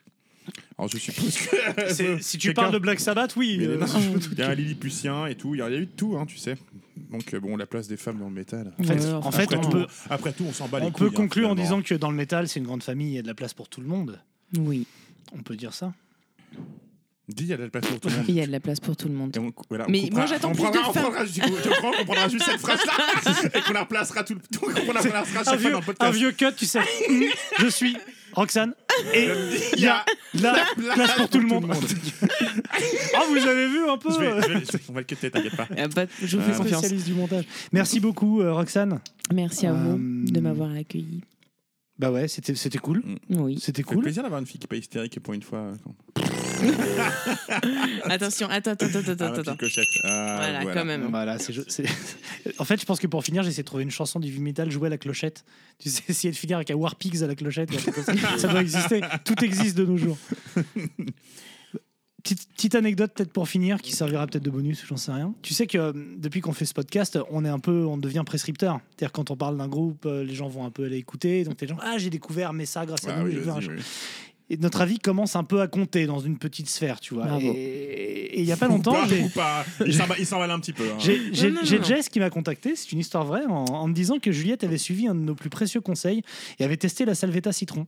Speaker 3: Alors je suppose que.
Speaker 1: C'est- Si tu
Speaker 3: Quelqu'un-
Speaker 1: parles de Black Sabbath, oui.
Speaker 3: euh, Mais
Speaker 1: euh,
Speaker 3: non,
Speaker 1: je me doute
Speaker 3: Il y a un Lilliputien et tout, il y a il y a eu de tout, hein, tu sais. Donc, euh, bon, la place des femmes dans le métal.
Speaker 1: En fait,
Speaker 2: Ouais,
Speaker 1: en
Speaker 2: enfin,
Speaker 1: fait,
Speaker 3: après,
Speaker 1: on
Speaker 3: tout,
Speaker 1: peut,
Speaker 3: après tout, on s'en bat les
Speaker 1: on
Speaker 3: couilles. hein,
Speaker 1: peut conclure en disant
Speaker 3: que.
Speaker 1: que dans le métal, c'est une grande famille, il y a de la place pour tout le monde.
Speaker 2: Oui.
Speaker 1: On peut dire ça.
Speaker 3: Dis, il y a de la place pour tout le monde.
Speaker 2: Il y a de la place pour tout le monde.
Speaker 3: Voilà, on
Speaker 2: Mais
Speaker 3: coupera-
Speaker 2: moi, j'attends
Speaker 3: on
Speaker 2: plus de
Speaker 3: prendra- on
Speaker 2: femmes.
Speaker 3: prendra- je- je prends- on prendra juste cette phrase-là et qu'on la placera tout le tout- qu'on la placera chaque
Speaker 1: un,
Speaker 3: fois
Speaker 1: vieux,
Speaker 3: dans le
Speaker 1: un
Speaker 3: podcast.
Speaker 1: vieux cut, tu sais. Mmh, Je suis Roxane et il y a la place pour tout le monde. Ah, vous avez vu un peu
Speaker 3: Je vais- je vais- je- on va le cutter, t'inquiète pas.
Speaker 1: Je vous fais
Speaker 3: Euh,
Speaker 1: spécialiste du montage. Merci beaucoup, euh, Roxane.
Speaker 2: Merci à vous
Speaker 1: Euh,
Speaker 2: de m'avoir accueilli.
Speaker 1: Bah ouais, c'était c'était cool.
Speaker 2: Oui.
Speaker 1: C'était
Speaker 3: Ça fait
Speaker 1: cool.
Speaker 3: plaisir d'avoir une fille qui est pas hystérique pour une fois. euh, quand-
Speaker 2: Attention, attends, attends, attends,
Speaker 3: Ah,
Speaker 2: attends.
Speaker 3: ma
Speaker 2: attends.
Speaker 3: petite cochette. Ah,
Speaker 2: Voilà, quand même.
Speaker 1: Voilà, euh, bah c'est- c'est- En fait, je pense que pour finir, j'essaie de trouver une chanson du heavy metal jouée à la clochette. Tu sais, essayer de finir avec un War Pigs à la clochette. ou un truc comme ça. ça doit exister. Tout existe de nos jours. Petite, petite anecdote peut-être pour finir qui servira peut-être de bonus, j'en sais rien. Tu sais que euh, depuis qu'on fait ce podcast, on est un peu, on devient prescripteur. C'est-à-dire quand on parle d'un groupe, euh, les gens vont un peu aller écouter. Donc les gens, ah j'ai découvert mais ça grâce à
Speaker 3: Ah
Speaker 1: nous.
Speaker 3: oui,
Speaker 1: j'ai découvert
Speaker 3: vas-y,
Speaker 1: un-
Speaker 3: oui.
Speaker 1: Et notre avis commence un peu à compter dans une petite sphère, tu vois.
Speaker 2: Bravo.
Speaker 1: Et et il y a pas
Speaker 3: Ou
Speaker 1: longtemps,
Speaker 3: pas,
Speaker 1: j'ai-
Speaker 3: ou pas. Il s'emballe- il s'emballe un petit peu. hein.
Speaker 1: j'ai j'ai-
Speaker 2: Non, non, non,
Speaker 1: j'ai
Speaker 2: non.
Speaker 1: Jess qui m'a contacté, c'est une histoire vraie, en, en me disant que Juliette avait suivi un de nos plus précieux conseils et avait testé la salvetta citron.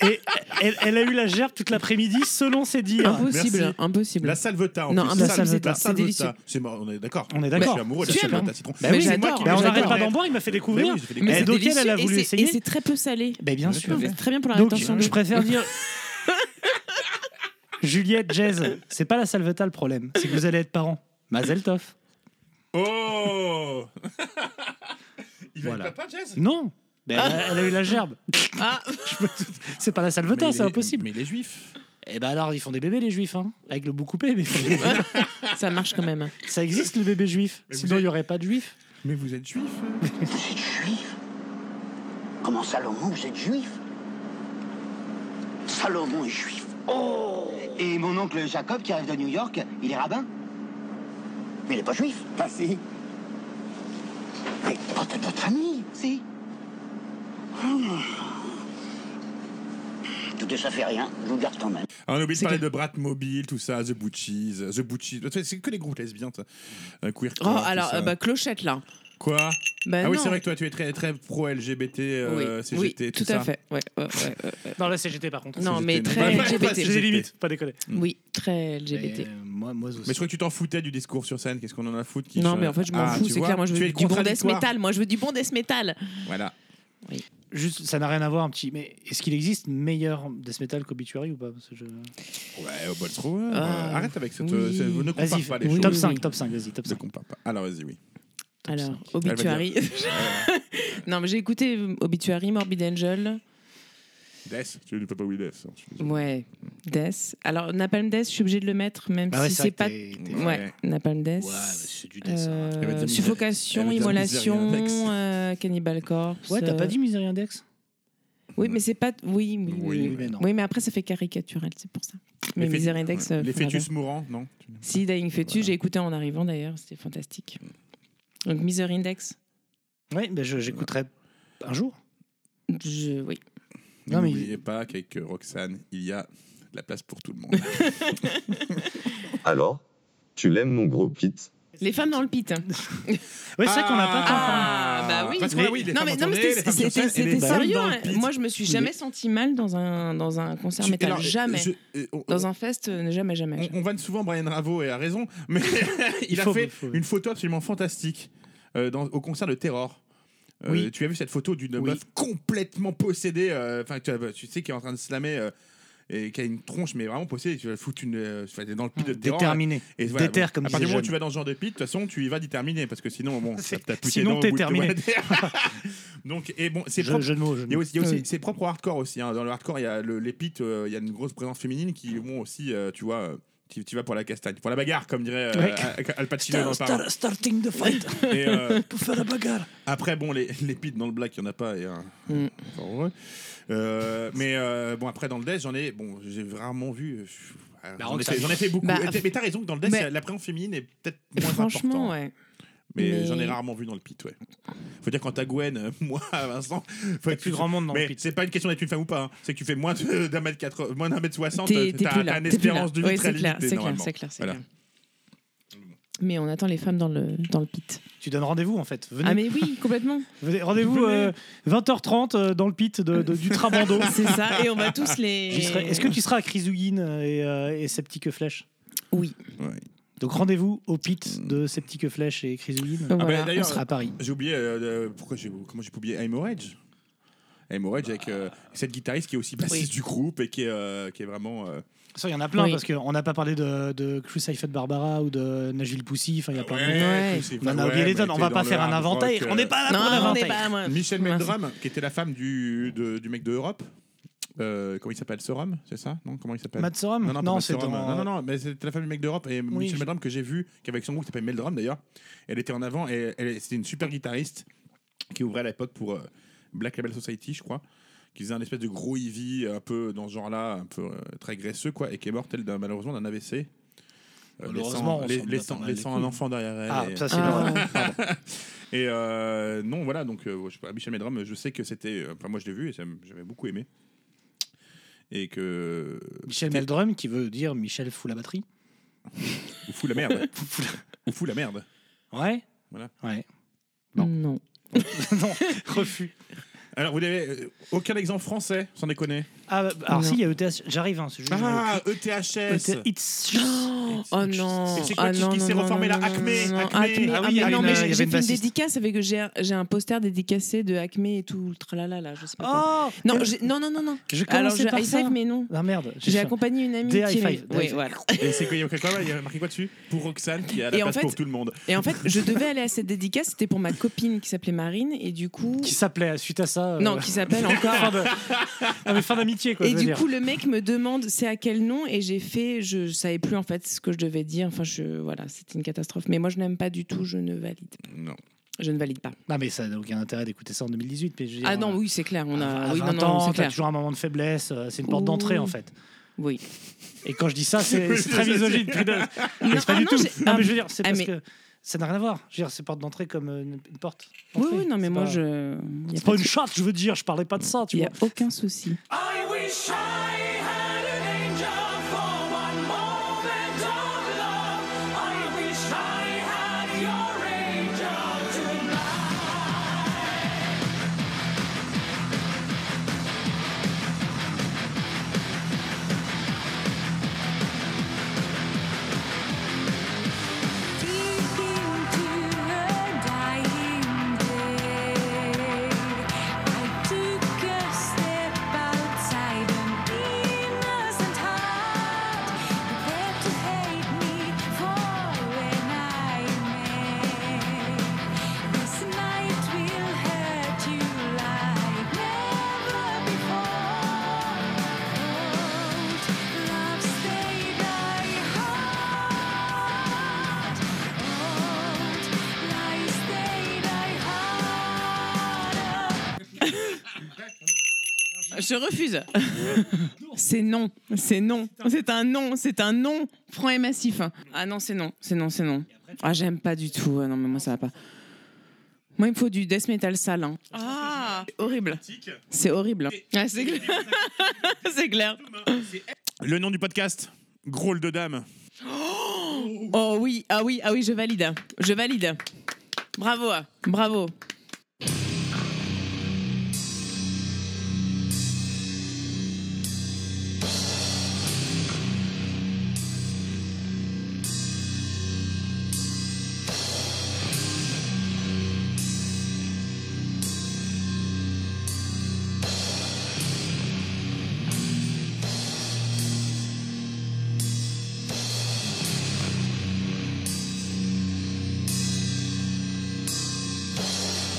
Speaker 1: et elle, elle a eu la gerbe toute l'après-midi, selon ses dires.
Speaker 2: Impossible,
Speaker 3: merci.
Speaker 2: impossible.
Speaker 3: La salvetin. en
Speaker 2: Non,
Speaker 3: plus.
Speaker 1: ah,
Speaker 2: un
Speaker 1: bah,
Speaker 3: La
Speaker 2: peu salvetin,
Speaker 3: salvetin,
Speaker 2: c'est délicieux.
Speaker 3: C'est mort, on est d'accord.
Speaker 1: On est d'accord.
Speaker 3: Je suis amoureux de la
Speaker 2: Tu aimes
Speaker 3: salvetin citron.
Speaker 1: Bah
Speaker 2: Mais
Speaker 1: oui,
Speaker 3: c'est moi
Speaker 2: j'adore.
Speaker 3: qui-
Speaker 1: Bah on
Speaker 3: j'adore.
Speaker 1: n'arrête pas d'en boire, il m'a fait découvrir.
Speaker 3: Bah oui, j'ai fait
Speaker 1: Mais
Speaker 2: c'est
Speaker 1: donc elle, elle a
Speaker 2: délicieux, et
Speaker 1: voulu
Speaker 2: c'est-
Speaker 1: essayer.
Speaker 2: Et c'est très peu salé.
Speaker 1: Bah, bien sûr.
Speaker 2: C'est très bien pour la
Speaker 1: Donc
Speaker 2: rétention
Speaker 1: je
Speaker 2: d'eau.
Speaker 1: préfère dire. Juliette, Jazz, c'est pas la salvetta le problème, c'est que vous allez être parents. Mazel tov.
Speaker 3: Oh Il va
Speaker 1: Voilà.
Speaker 3: être papa, Jazz
Speaker 1: Non Ben, elle, a, elle a eu la gerbe.
Speaker 2: Ah.
Speaker 1: Je peux tout- C'est pas la
Speaker 3: Mais
Speaker 1: salvetin,
Speaker 3: il
Speaker 1: c'est
Speaker 3: est-
Speaker 1: impossible.
Speaker 3: Mais les juifs.
Speaker 1: Et ben alors, ils font des bébés, les juifs, hein, avec le bout coupé. Mais ils font des bébés.
Speaker 2: Ça marche quand même.
Speaker 1: ça existe, le bébé juif.
Speaker 3: Mais vous
Speaker 1: Sinon, il
Speaker 3: êtes-
Speaker 1: n'y aurait pas de juifs.
Speaker 3: Mais vous êtes juifs
Speaker 6: Vous êtes juif Comment Salomon, vous êtes juif Salomon est juif. Oh Et mon oncle Jacob, qui arrive de New York, il est rabbin. Mais il n'est pas juif. Ah si. Mais pas de notre famille, si. Hum. Tout ça fait rien, je vous garde quand même.
Speaker 3: Ah, On oublie de
Speaker 2: C'est
Speaker 3: parler de Brat Mobile, tout ça, The Butchies, The Butchies. Tu sais, C'est que les groupes lesbiens, ça. Euh, queer.
Speaker 2: Oh,
Speaker 3: Core, tout
Speaker 2: alors,
Speaker 3: ça.
Speaker 2: euh, bah, clochette là.
Speaker 3: Quoi
Speaker 2: Bah,
Speaker 3: Ah oui,
Speaker 2: non.
Speaker 3: c'est vrai que toi, tu es très, très pro LGBT, euh,
Speaker 2: Oui,
Speaker 3: CGT,
Speaker 2: oui,
Speaker 3: tout,
Speaker 2: tout,
Speaker 3: ça.
Speaker 2: à fait. Ouais, ouais, ouais, ouais, ouais.
Speaker 1: Dans la CGT, par contre.
Speaker 2: Non,
Speaker 3: CGT,
Speaker 2: mais
Speaker 3: non.
Speaker 2: très
Speaker 3: Bah, bah,
Speaker 2: LGBT.
Speaker 3: bah,
Speaker 1: J'ai
Speaker 3: c'est-
Speaker 1: des limites, pas déconner.
Speaker 2: Oui, très LGBT.
Speaker 1: Euh, moi, moi aussi.
Speaker 3: Mais je crois que tu t'en foutais du discours sur scène. Qu'est-ce qu'on en a à foutre qui
Speaker 2: non,
Speaker 3: change
Speaker 2: mais en fait, je m'en
Speaker 3: Ah,
Speaker 2: fous.
Speaker 3: tu
Speaker 2: C'est
Speaker 3: vois,
Speaker 2: clair, moi, je
Speaker 3: tu
Speaker 2: veux
Speaker 3: es
Speaker 2: du bon death
Speaker 3: contradictoire.
Speaker 2: metal. Moi, je veux du bon death metal.
Speaker 3: Voilà.
Speaker 1: Juste, ça n'a rien à voir un petit. Mais est-ce qu'il existe meilleur death metal qu'Obituary ou pas Parce que je-
Speaker 3: Ouais, au bol trop. euh,
Speaker 2: Ah,
Speaker 3: Arrête avec cette.
Speaker 2: oui.
Speaker 3: euh, cette- ne compare
Speaker 1: Vas-y,
Speaker 3: pas les
Speaker 1: top
Speaker 3: choses.
Speaker 1: 5, top 5, vas-y, top
Speaker 3: Ne
Speaker 1: 5.
Speaker 3: compare pas. Alors, vas-y, oui. Euh,
Speaker 2: Alors,
Speaker 3: Elle va dire.
Speaker 2: Obituary. non, mais j'ai écouté euh, Obituary, Morbid Angel.
Speaker 3: Death, tu ne peux pas oui, Death. hein, je-
Speaker 2: Ouais, Death. Alors, Napalm Death, je suis obligée de le mettre, même
Speaker 1: Bah ouais,
Speaker 2: si
Speaker 1: c'est
Speaker 2: c'est
Speaker 1: vrai
Speaker 2: pas.
Speaker 1: que t'es- t'es-
Speaker 2: Ouais, Napalm Death.
Speaker 1: Ouais, mais c'est du death. hein.
Speaker 2: Euh,
Speaker 3: Elle va dire misé- elle
Speaker 2: suffocation,
Speaker 3: va dire
Speaker 2: immolation,
Speaker 3: Misery Index.
Speaker 2: euh, Cannibal Corpse.
Speaker 1: Ouais, t'as pas
Speaker 2: euh,
Speaker 1: dit Misery Index
Speaker 2: Oui, mais c'est pas. Oui, oui,
Speaker 3: Oui,
Speaker 2: oui,
Speaker 1: Oui, mais non.
Speaker 2: Oui, mais après, ça fait caricatural, c'est pour ça. Mais
Speaker 3: Les fé-
Speaker 2: Misery Index.
Speaker 3: ouais.
Speaker 2: euh,
Speaker 3: Les
Speaker 2: faut la
Speaker 3: fœtus mourants, non
Speaker 2: Si, Dying Fetus,
Speaker 3: Voilà.
Speaker 2: j'ai écouté en arrivant d'ailleurs, c'était fantastique. Donc Misery Index,
Speaker 1: Ouais,
Speaker 3: bah,
Speaker 1: ben je- j'écouterai un jour.
Speaker 2: je, oui.
Speaker 1: Non, mais-
Speaker 3: N'oubliez pas qu'avec euh, Roxane, il y a de la place pour tout le monde.
Speaker 1: ben.
Speaker 12: Alors Tu l'aimes mon gros Pete
Speaker 2: Les femmes dans le pit.
Speaker 1: Ouais, c'est vrai qu'on n'a pas tant parlé.
Speaker 2: Ah, bah oui.
Speaker 3: Parce qu'on a, oui, les
Speaker 2: non,
Speaker 3: femmes
Speaker 2: mais,
Speaker 3: en
Speaker 2: non, mais
Speaker 3: tournée, les
Speaker 2: c'était-
Speaker 3: femmes sur
Speaker 2: c'était
Speaker 3: scène et les
Speaker 2: c'était
Speaker 3: femmes
Speaker 2: sérieux.
Speaker 3: dans le
Speaker 2: hein.
Speaker 3: pit.
Speaker 2: Moi, je me suis jamais senti mal dans un, dans un concert
Speaker 3: Tu-
Speaker 2: métal.
Speaker 3: alors,
Speaker 2: jamais.
Speaker 3: je- euh, on-
Speaker 2: Dans un fest, euh, jamais, jamais.
Speaker 3: On,
Speaker 2: jamais.
Speaker 3: on vanne souvent Brian Ravo et a raison, mais il,
Speaker 1: Il
Speaker 3: a
Speaker 1: faut,
Speaker 3: fait
Speaker 1: il faut.
Speaker 3: une photo absolument fantastique euh, dans- au concert de Terror. Euh,
Speaker 1: Oui.
Speaker 3: Tu as vu cette photo d'une
Speaker 1: Oui.
Speaker 3: meuf complètement possédée, euh, enfin tu, as- tu sais qui est en train de slammer euh, et qui a une tronche mais vraiment possédée. Tu vas foutre une, euh, enfin, t'es dans le pit
Speaker 2: Ah,
Speaker 3: de Terror.
Speaker 1: Déterminé.
Speaker 3: Et voilà,
Speaker 1: Déter,
Speaker 3: bon,
Speaker 1: comme
Speaker 3: à partir du
Speaker 1: disait
Speaker 3: moment où tu
Speaker 1: Jeanne.
Speaker 3: vas dans ce genre de pit, de toute façon, tu y vas déterminé parce que sinon, bon, ça
Speaker 1: C'est-
Speaker 3: t'a poussé
Speaker 1: sinon,
Speaker 3: dedans au
Speaker 1: t'es
Speaker 3: bout de-
Speaker 1: terminé.
Speaker 3: Donc, et bon, c'est
Speaker 1: Je,
Speaker 3: propre.
Speaker 1: jeu de mots, jeu de
Speaker 3: Il y a
Speaker 1: mots.
Speaker 3: aussi, il y a aussi-
Speaker 2: Oui.
Speaker 3: c'est propre au hardcore aussi. hein. Dans le hardcore, il y a le, les pits, euh, il y a une grosse présence féminine qui vont aussi, euh, tu vois, euh, tu, tu vas pour la castagne, pour la bagarre, comme dirait euh,
Speaker 1: Ouais.
Speaker 3: Al- Al Pacino dans le parrain.
Speaker 1: starting the fight
Speaker 3: Et, euh,
Speaker 1: pour faire la bagarre.
Speaker 3: après, bon, les, les pits dans le black, il n'y en a pas. Et, euh,
Speaker 2: Mm.
Speaker 3: fort heureux. Euh, mais euh, bon, après, dans le death, j'en ai, bon, j'ai rarement vu. euh, J'en ai,
Speaker 1: Roxane.
Speaker 3: fait- j'en ai fait beaucoup.
Speaker 2: Bah,
Speaker 3: Mais t'as- mais t'as raison que dans le death,
Speaker 2: mais-
Speaker 3: la présence féminine est peut-être moins importante.
Speaker 2: Franchement, ouais.
Speaker 3: Mais,
Speaker 2: Mais-
Speaker 3: j'en ai rarement vu dans le pit, ouais. Faut dire quand t'as Gwen, euh, moi, Vincent, faut
Speaker 1: plus grand monde dans le
Speaker 3: Mais
Speaker 1: pit.
Speaker 3: c'est pas une question d'être une femme ou pas. hein. C'est que tu fais moins de- d'un mètre quatre, moins d'un mètre soixante,
Speaker 2: T'es t'es
Speaker 3: t'as
Speaker 2: plus
Speaker 3: t'as
Speaker 2: là.
Speaker 3: une
Speaker 2: t'es plus là.
Speaker 3: espérance de vie
Speaker 2: Ouais,
Speaker 3: très
Speaker 2: c'est clair,
Speaker 3: limitée
Speaker 2: c'est clair,
Speaker 3: normalement.
Speaker 2: c'est clair, c'est
Speaker 3: Voilà.
Speaker 2: clair. mais on attend les femmes dans le, dans le pit.
Speaker 1: Tu donnes rendez-vous en fait. Venez.
Speaker 2: Ah, mais oui, complètement.
Speaker 1: Venez- Rendez-vous
Speaker 2: Venez.
Speaker 1: euh, 20h30 euh, dans le pit de, de- du Trabando.
Speaker 2: C'est ça, et on va tous les-
Speaker 1: J'y serai. Est-ce que tu seras à Chrysouguine euh, et, euh, et Septique Flèche
Speaker 2: Oui.
Speaker 1: Donc rendez-vous au pit de Septique Flèche et Chrysouguine.
Speaker 2: Euh,
Speaker 3: Ah bah,
Speaker 1: on
Speaker 3: d'ailleurs,
Speaker 1: sera à Paris.
Speaker 3: J'ai oublié. euh, euh, pourquoi j'ai comment j'ai oublié Hemorrhage Hemorrhage avec euh, cette guitariste qui est aussi bassiste du groupe et qui est, euh, qui est vraiment. euh,
Speaker 1: Ça, il y en a plein
Speaker 3: Oui.
Speaker 1: parce qu'on n'a pas parlé de, de Crucified Barbara ou de Nagil Poussy. Enfin, il y a plein de.
Speaker 3: Ouais,
Speaker 1: On en a oublié les tonnes. On va pas faire un inventaire.
Speaker 3: euh.
Speaker 1: On n'est
Speaker 2: Ah,
Speaker 1: pas là pour l'inventaire.
Speaker 3: Michel Meldrum, qui était la femme du, de- du mec de Europe. Euh, comment il s'appelle Sorum, c'est ça Non, comment il s'appelle
Speaker 1: Matt Sorum
Speaker 3: Non, non,
Speaker 1: Non,
Speaker 3: non
Speaker 1: c'est
Speaker 3: c'est
Speaker 1: dans-
Speaker 3: euh, Non, non, non, mais c'était la femme du mec d'Europe et Michel Meldrum que j'ai vu, qui avec son groupe qui s'appelle Meldrum d'ailleurs. Elle était en avant et elle, c'était une super guitariste qui ouvrait à l'époque pour euh, Black Label Society, je crois. Qui faisait un espèce de gros heavy un peu dans ce genre-là, un peu euh, très graisseux quoi, et qui est morte elle d'un- malheureusement d'un AVC. Euh,
Speaker 1: Malheureusement, on s'en
Speaker 3: laissant, lai-
Speaker 1: bat
Speaker 3: laissant-
Speaker 1: pas mal les
Speaker 3: laissant
Speaker 1: couilles.
Speaker 3: un enfant derrière elle.
Speaker 1: Ah,
Speaker 3: et-
Speaker 1: ça, c'est Ah. l'horreur.
Speaker 3: et euh, non, voilà, donc euh, je sais pas, Michel Medram, je sais que c'était. euh, Enfin, moi je l'ai vu et ça m- j'avais beaucoup aimé. Et que.
Speaker 1: Michel Meldrum qui veut dire Michel fout la batterie.
Speaker 3: Ou fou la merde. Ou fou la merde.
Speaker 1: Ouais.
Speaker 3: Voilà.
Speaker 1: Ouais.
Speaker 2: Non. Non.
Speaker 1: non, refus.
Speaker 3: Alors, vous n'avez euh, aucun exemple français, sans déconner
Speaker 1: Ah, bah, alors
Speaker 3: Non.
Speaker 1: si, il y a ETH. J'arrive. Hein, c'est juste-
Speaker 3: Ah,
Speaker 2: Euh,
Speaker 3: ETHS
Speaker 1: ETH. It's-
Speaker 2: Oh non
Speaker 1: C'est quoi
Speaker 2: Ah
Speaker 1: qui-
Speaker 2: non,
Speaker 1: qui s'est
Speaker 2: non,
Speaker 1: reformé
Speaker 2: non,
Speaker 1: là
Speaker 2: non,
Speaker 1: Acme,
Speaker 2: non, non,
Speaker 1: Acme. Ah
Speaker 2: Ah
Speaker 1: oui, il y
Speaker 2: mais
Speaker 1: avait
Speaker 2: non,
Speaker 1: une-
Speaker 2: mais
Speaker 1: il y avait
Speaker 2: j'ai-
Speaker 1: une
Speaker 2: j'ai fait une
Speaker 1: bassiste.
Speaker 2: dédicace avec que j'ai un- j'ai un poster dédicacé de Acme et tout le tralala là, je sais pas
Speaker 1: quoi.
Speaker 2: Non, j'ai- non, non, non, non.
Speaker 1: Oh Je
Speaker 2: Alors,
Speaker 1: commençais
Speaker 2: j'ai
Speaker 1: par
Speaker 2: high
Speaker 1: ça.
Speaker 2: five, mais non.
Speaker 1: Ah merde.
Speaker 2: J'ai
Speaker 1: fait-
Speaker 2: accompagné une amie
Speaker 1: Des
Speaker 2: qui
Speaker 1: high
Speaker 2: est-
Speaker 1: five. des
Speaker 2: Oui,
Speaker 1: high five.
Speaker 2: voilà.
Speaker 3: Et c'est quoi Il y a quoi, il y a marqué quoi dessus Pour Roxane, qui a la
Speaker 2: Et en
Speaker 3: place
Speaker 2: fait-
Speaker 3: pour tout le monde.
Speaker 2: Et en fait, je devais aller à cette dédicace, c'était pour ma copine qui s'appelait Marine, et du coup.
Speaker 1: Qui s'appelait suite à ça. euh,
Speaker 2: Non, qui s'appelle encore.
Speaker 1: fin de- Ah, mais fin d'amitié quoi.
Speaker 2: Et
Speaker 1: je veux
Speaker 2: du
Speaker 1: dire.
Speaker 2: coup, le mec me demande c'est à quel nom, et j'ai fait, je, je savais plus en fait ce que je devais dire. Enfin, je, voilà, c'était une catastrophe. Mais moi, je n'aime pas du tout, je ne valide.
Speaker 3: Non.
Speaker 2: Je ne valide pas.
Speaker 1: Non mais ça n'a aucun intérêt d'écouter ça en 2018. mais je veux dire, euh,
Speaker 2: Ah non, oui, c'est clair. On a.
Speaker 1: Ah, à
Speaker 2: oui, non,
Speaker 1: 20
Speaker 2: non,
Speaker 1: ans,
Speaker 2: c'est
Speaker 1: t'as
Speaker 2: clair.
Speaker 1: toujours un moment de faiblesse. euh, C'est une porte d'entrée
Speaker 2: Oui.
Speaker 1: en fait.
Speaker 2: Oui.
Speaker 1: Et quand je dis ça, c'est c'est très misogyne. Prudence. Mais
Speaker 2: Non,
Speaker 1: C'est pas
Speaker 2: ah
Speaker 1: du
Speaker 2: non,
Speaker 1: tout.
Speaker 2: j'ai-
Speaker 1: Non mais
Speaker 2: ah,
Speaker 1: je veux dire, c'est
Speaker 2: ah,
Speaker 1: parce
Speaker 2: mais-
Speaker 1: que ça n'a rien à voir. Je veux dire, c'est porte d'entrée comme euh, une une porte.
Speaker 2: Oui,
Speaker 1: d'entrée.
Speaker 2: oui, non, mais
Speaker 1: C'est
Speaker 2: moi,
Speaker 1: pas-
Speaker 2: je. y a
Speaker 1: C'est pas
Speaker 2: de
Speaker 1: une
Speaker 2: sou-
Speaker 1: chatte, je veux dire. Je parlais pas de ça, tu
Speaker 2: Y
Speaker 1: vois.
Speaker 2: a aucun souci. Je refuse. c'est non, c'est non, c'est un non, c'est un non franc et massif. Ah non, c'est non, c'est non, c'est non. Ah j'aime pas du tout. Ah non mais moi ça va pas. Moi il me faut du death metal sale. hein. Ah horrible. C'est horrible. Ah, c'est clair. c'est clair.
Speaker 3: Le nom du podcast Grôle de dame.
Speaker 2: Oh oui, ah oui, ah oui, je valide, je valide. Bravo, ah, bravo.
Speaker 13: Thank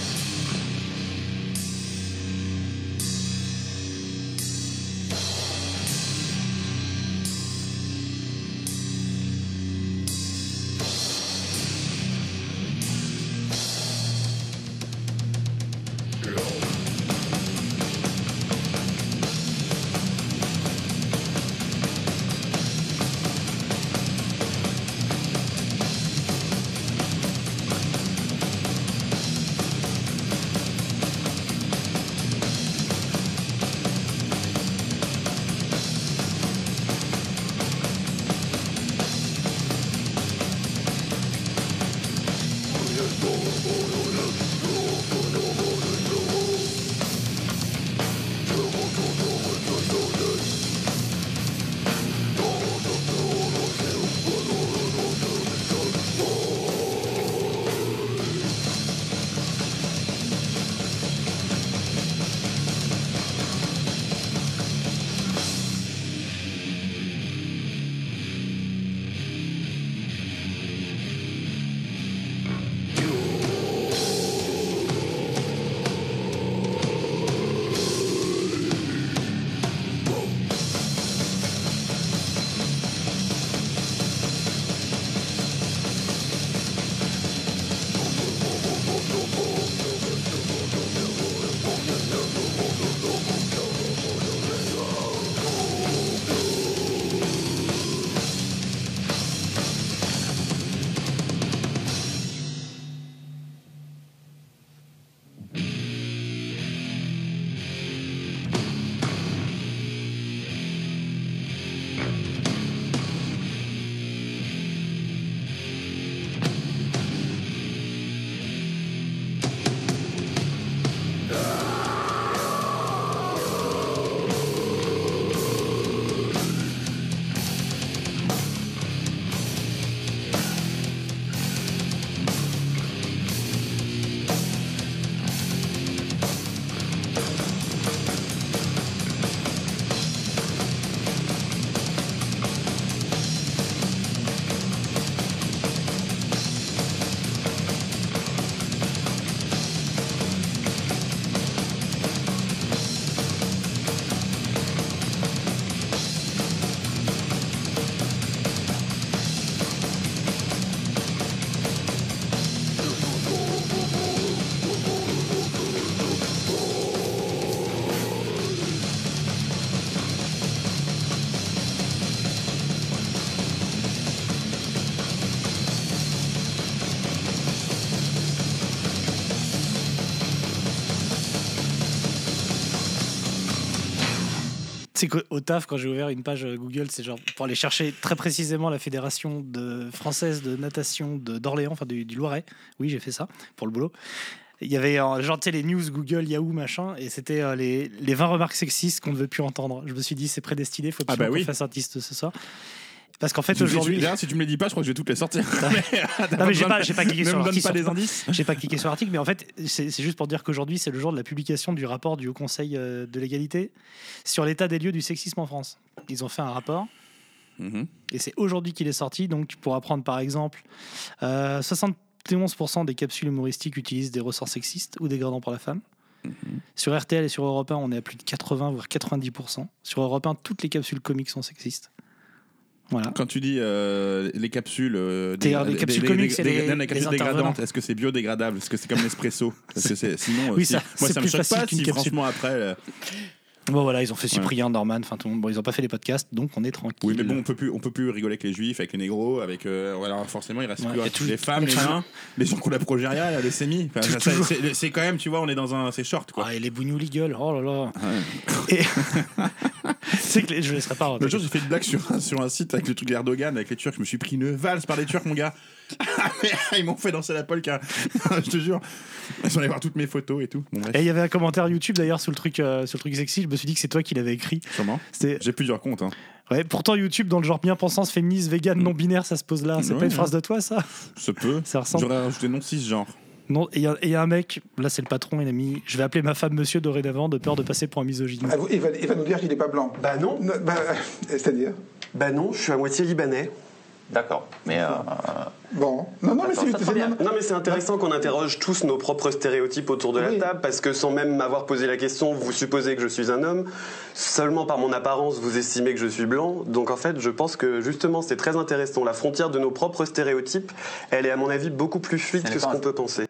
Speaker 1: C'est qu'au taf, quand j'ai ouvert une page euh, Google, c'est genre pour aller chercher très précisément la fédération de, française de natation de- d'Orléans, enfin du, du Loiret. Oui, j'ai fait ça pour le boulot. Il y avait euh, genre, tu sais, les news Google, Yahoo, machin, et c'était euh, les, les 20 remarques sexistes qu'on ne veut plus entendre. Je me suis dit, c'est prédestiné, faut
Speaker 3: Ah
Speaker 1: absolument
Speaker 3: bah
Speaker 1: qu'on
Speaker 3: oui.
Speaker 1: fasse un test ce soir. Parce qu'en fait,
Speaker 3: Si tu-
Speaker 1: aujourd'hui.
Speaker 3: d'ailleurs, si tu me les dis pas, je crois que je vais toutes les sortir.
Speaker 1: Non, mais j'ai pas, j'ai pas cliqué
Speaker 3: Ne
Speaker 1: sur
Speaker 3: me donne
Speaker 1: l'article.
Speaker 3: pas des
Speaker 1: surtout.
Speaker 3: indices.
Speaker 1: J'ai pas cliqué sur l'article, mais en fait, c'est c'est juste pour dire qu'aujourd'hui, c'est le jour de la publication du rapport du Haut Conseil euh, de l'égalité sur l'état des lieux du sexisme en France. Ils ont fait un rapport.
Speaker 3: Mhm.
Speaker 1: Et c'est aujourd'hui qu'il est sorti, donc tu pourras prendre par exemple euh, 71% des capsules humoristiques utilisent des ressorts sexistes ou dégradants pour la femme.
Speaker 3: Mhm.
Speaker 1: Sur RTL et sur Europe 1, on est à plus de 80 voire 90%. Sur Europe 1, toutes les capsules comiques sont sexistes. Voilà.
Speaker 3: Quand tu dis euh, les capsules, euh,
Speaker 1: T'es- les capsules comiques, c'est les-
Speaker 3: non,
Speaker 1: les
Speaker 3: capsules
Speaker 1: intervenants.
Speaker 3: dégradantes, est-ce que c'est biodégradable Est-ce que c'est comme l'espresso Parce que c'est- Sinon, euh,
Speaker 1: Oui,
Speaker 3: si-
Speaker 1: ça,
Speaker 3: moi
Speaker 1: c'est
Speaker 3: ça me
Speaker 1: plus
Speaker 3: choque
Speaker 1: facile
Speaker 3: pas
Speaker 1: qu'une
Speaker 3: si
Speaker 1: capsule.
Speaker 3: franchement après. euh,
Speaker 1: Bon voilà, ils ont fait
Speaker 3: Ouais.
Speaker 1: Cyprien, Norman, enfin tout le monde. Bon, ils n'ont pas fait les podcasts, donc on est tranquille.
Speaker 3: Oui, mais bon, on peut plus, on peut plus rigoler avec les juifs, avec les négros, avec. euh, voilà, forcément, il reste
Speaker 1: Ouais,
Speaker 3: plus
Speaker 1: et
Speaker 3: hein,
Speaker 1: tout-
Speaker 3: les femmes, les
Speaker 1: enfin,
Speaker 3: nains, les gens qui ont la progéria, la leucémie. Enfin, ça,
Speaker 1: toujours.
Speaker 3: c'est- C'est quand même, tu vois, on est dans un. C'est short, quoi.
Speaker 1: Ah, et les bougnoules, ils gueulent, oh là là. Et- c'est que les- je ne laisserai pas.
Speaker 3: L'autre jour, j'ai fait une blague sur un, sur un site avec le truc d'Erdogan, avec les Turcs. Je me suis pris une valse par les Turcs, mon gars. Ils m'ont fait danser la polka. je te jure. Ils sont allés voir toutes mes photos et tout. Bon, bref.
Speaker 1: Et il y avait un commentaire YouTube d'ailleurs sur le truc, euh, sur le truc sexy. Je me suis dit que c'est toi qui l'avais écrit.
Speaker 3: Sûrement. J'ai plusieurs comptes. Hein.
Speaker 1: Ouais, pourtant YouTube dans le genre bien pensance, féministe, vegan, non binaire, ça se pose là. C'est
Speaker 3: Ouais,
Speaker 1: pas une
Speaker 3: ouais.
Speaker 1: phrase de toi ça
Speaker 3: Ça peut.
Speaker 1: Ça ressemble.
Speaker 3: J'aurais rajouté non cisgenre.
Speaker 1: Non. Et il y a- et il y, a un mec, là c'est le patron, il a mis. Je vais appeler ma femme Monsieur dorénavant de peur de passer pour un misogyne.
Speaker 13: Ah, vous- Il va, il va nous dire qu'il n'est pas blanc.
Speaker 9: Bah non.
Speaker 13: Ne- bah,
Speaker 10: euh,
Speaker 13: C'est-à-dire
Speaker 9: Bah non, je suis à moitié libanais.
Speaker 5: D'accord, mais. euh,
Speaker 13: Bon. Non, non, mais c'est c'est- non,
Speaker 9: Non mais c'est intéressant qu'on interroge tous nos propres stéréotypes autour de la table parce que sans même m'avoir posé la question, vous supposez que je suis un homme, seulement par mon apparence vous estimez que je suis blanc. Donc en fait, je pense que justement c'est très intéressant. La frontière de nos propres stéréotypes, elle est à mon avis beaucoup plus fluide que ce qu'on peut penser.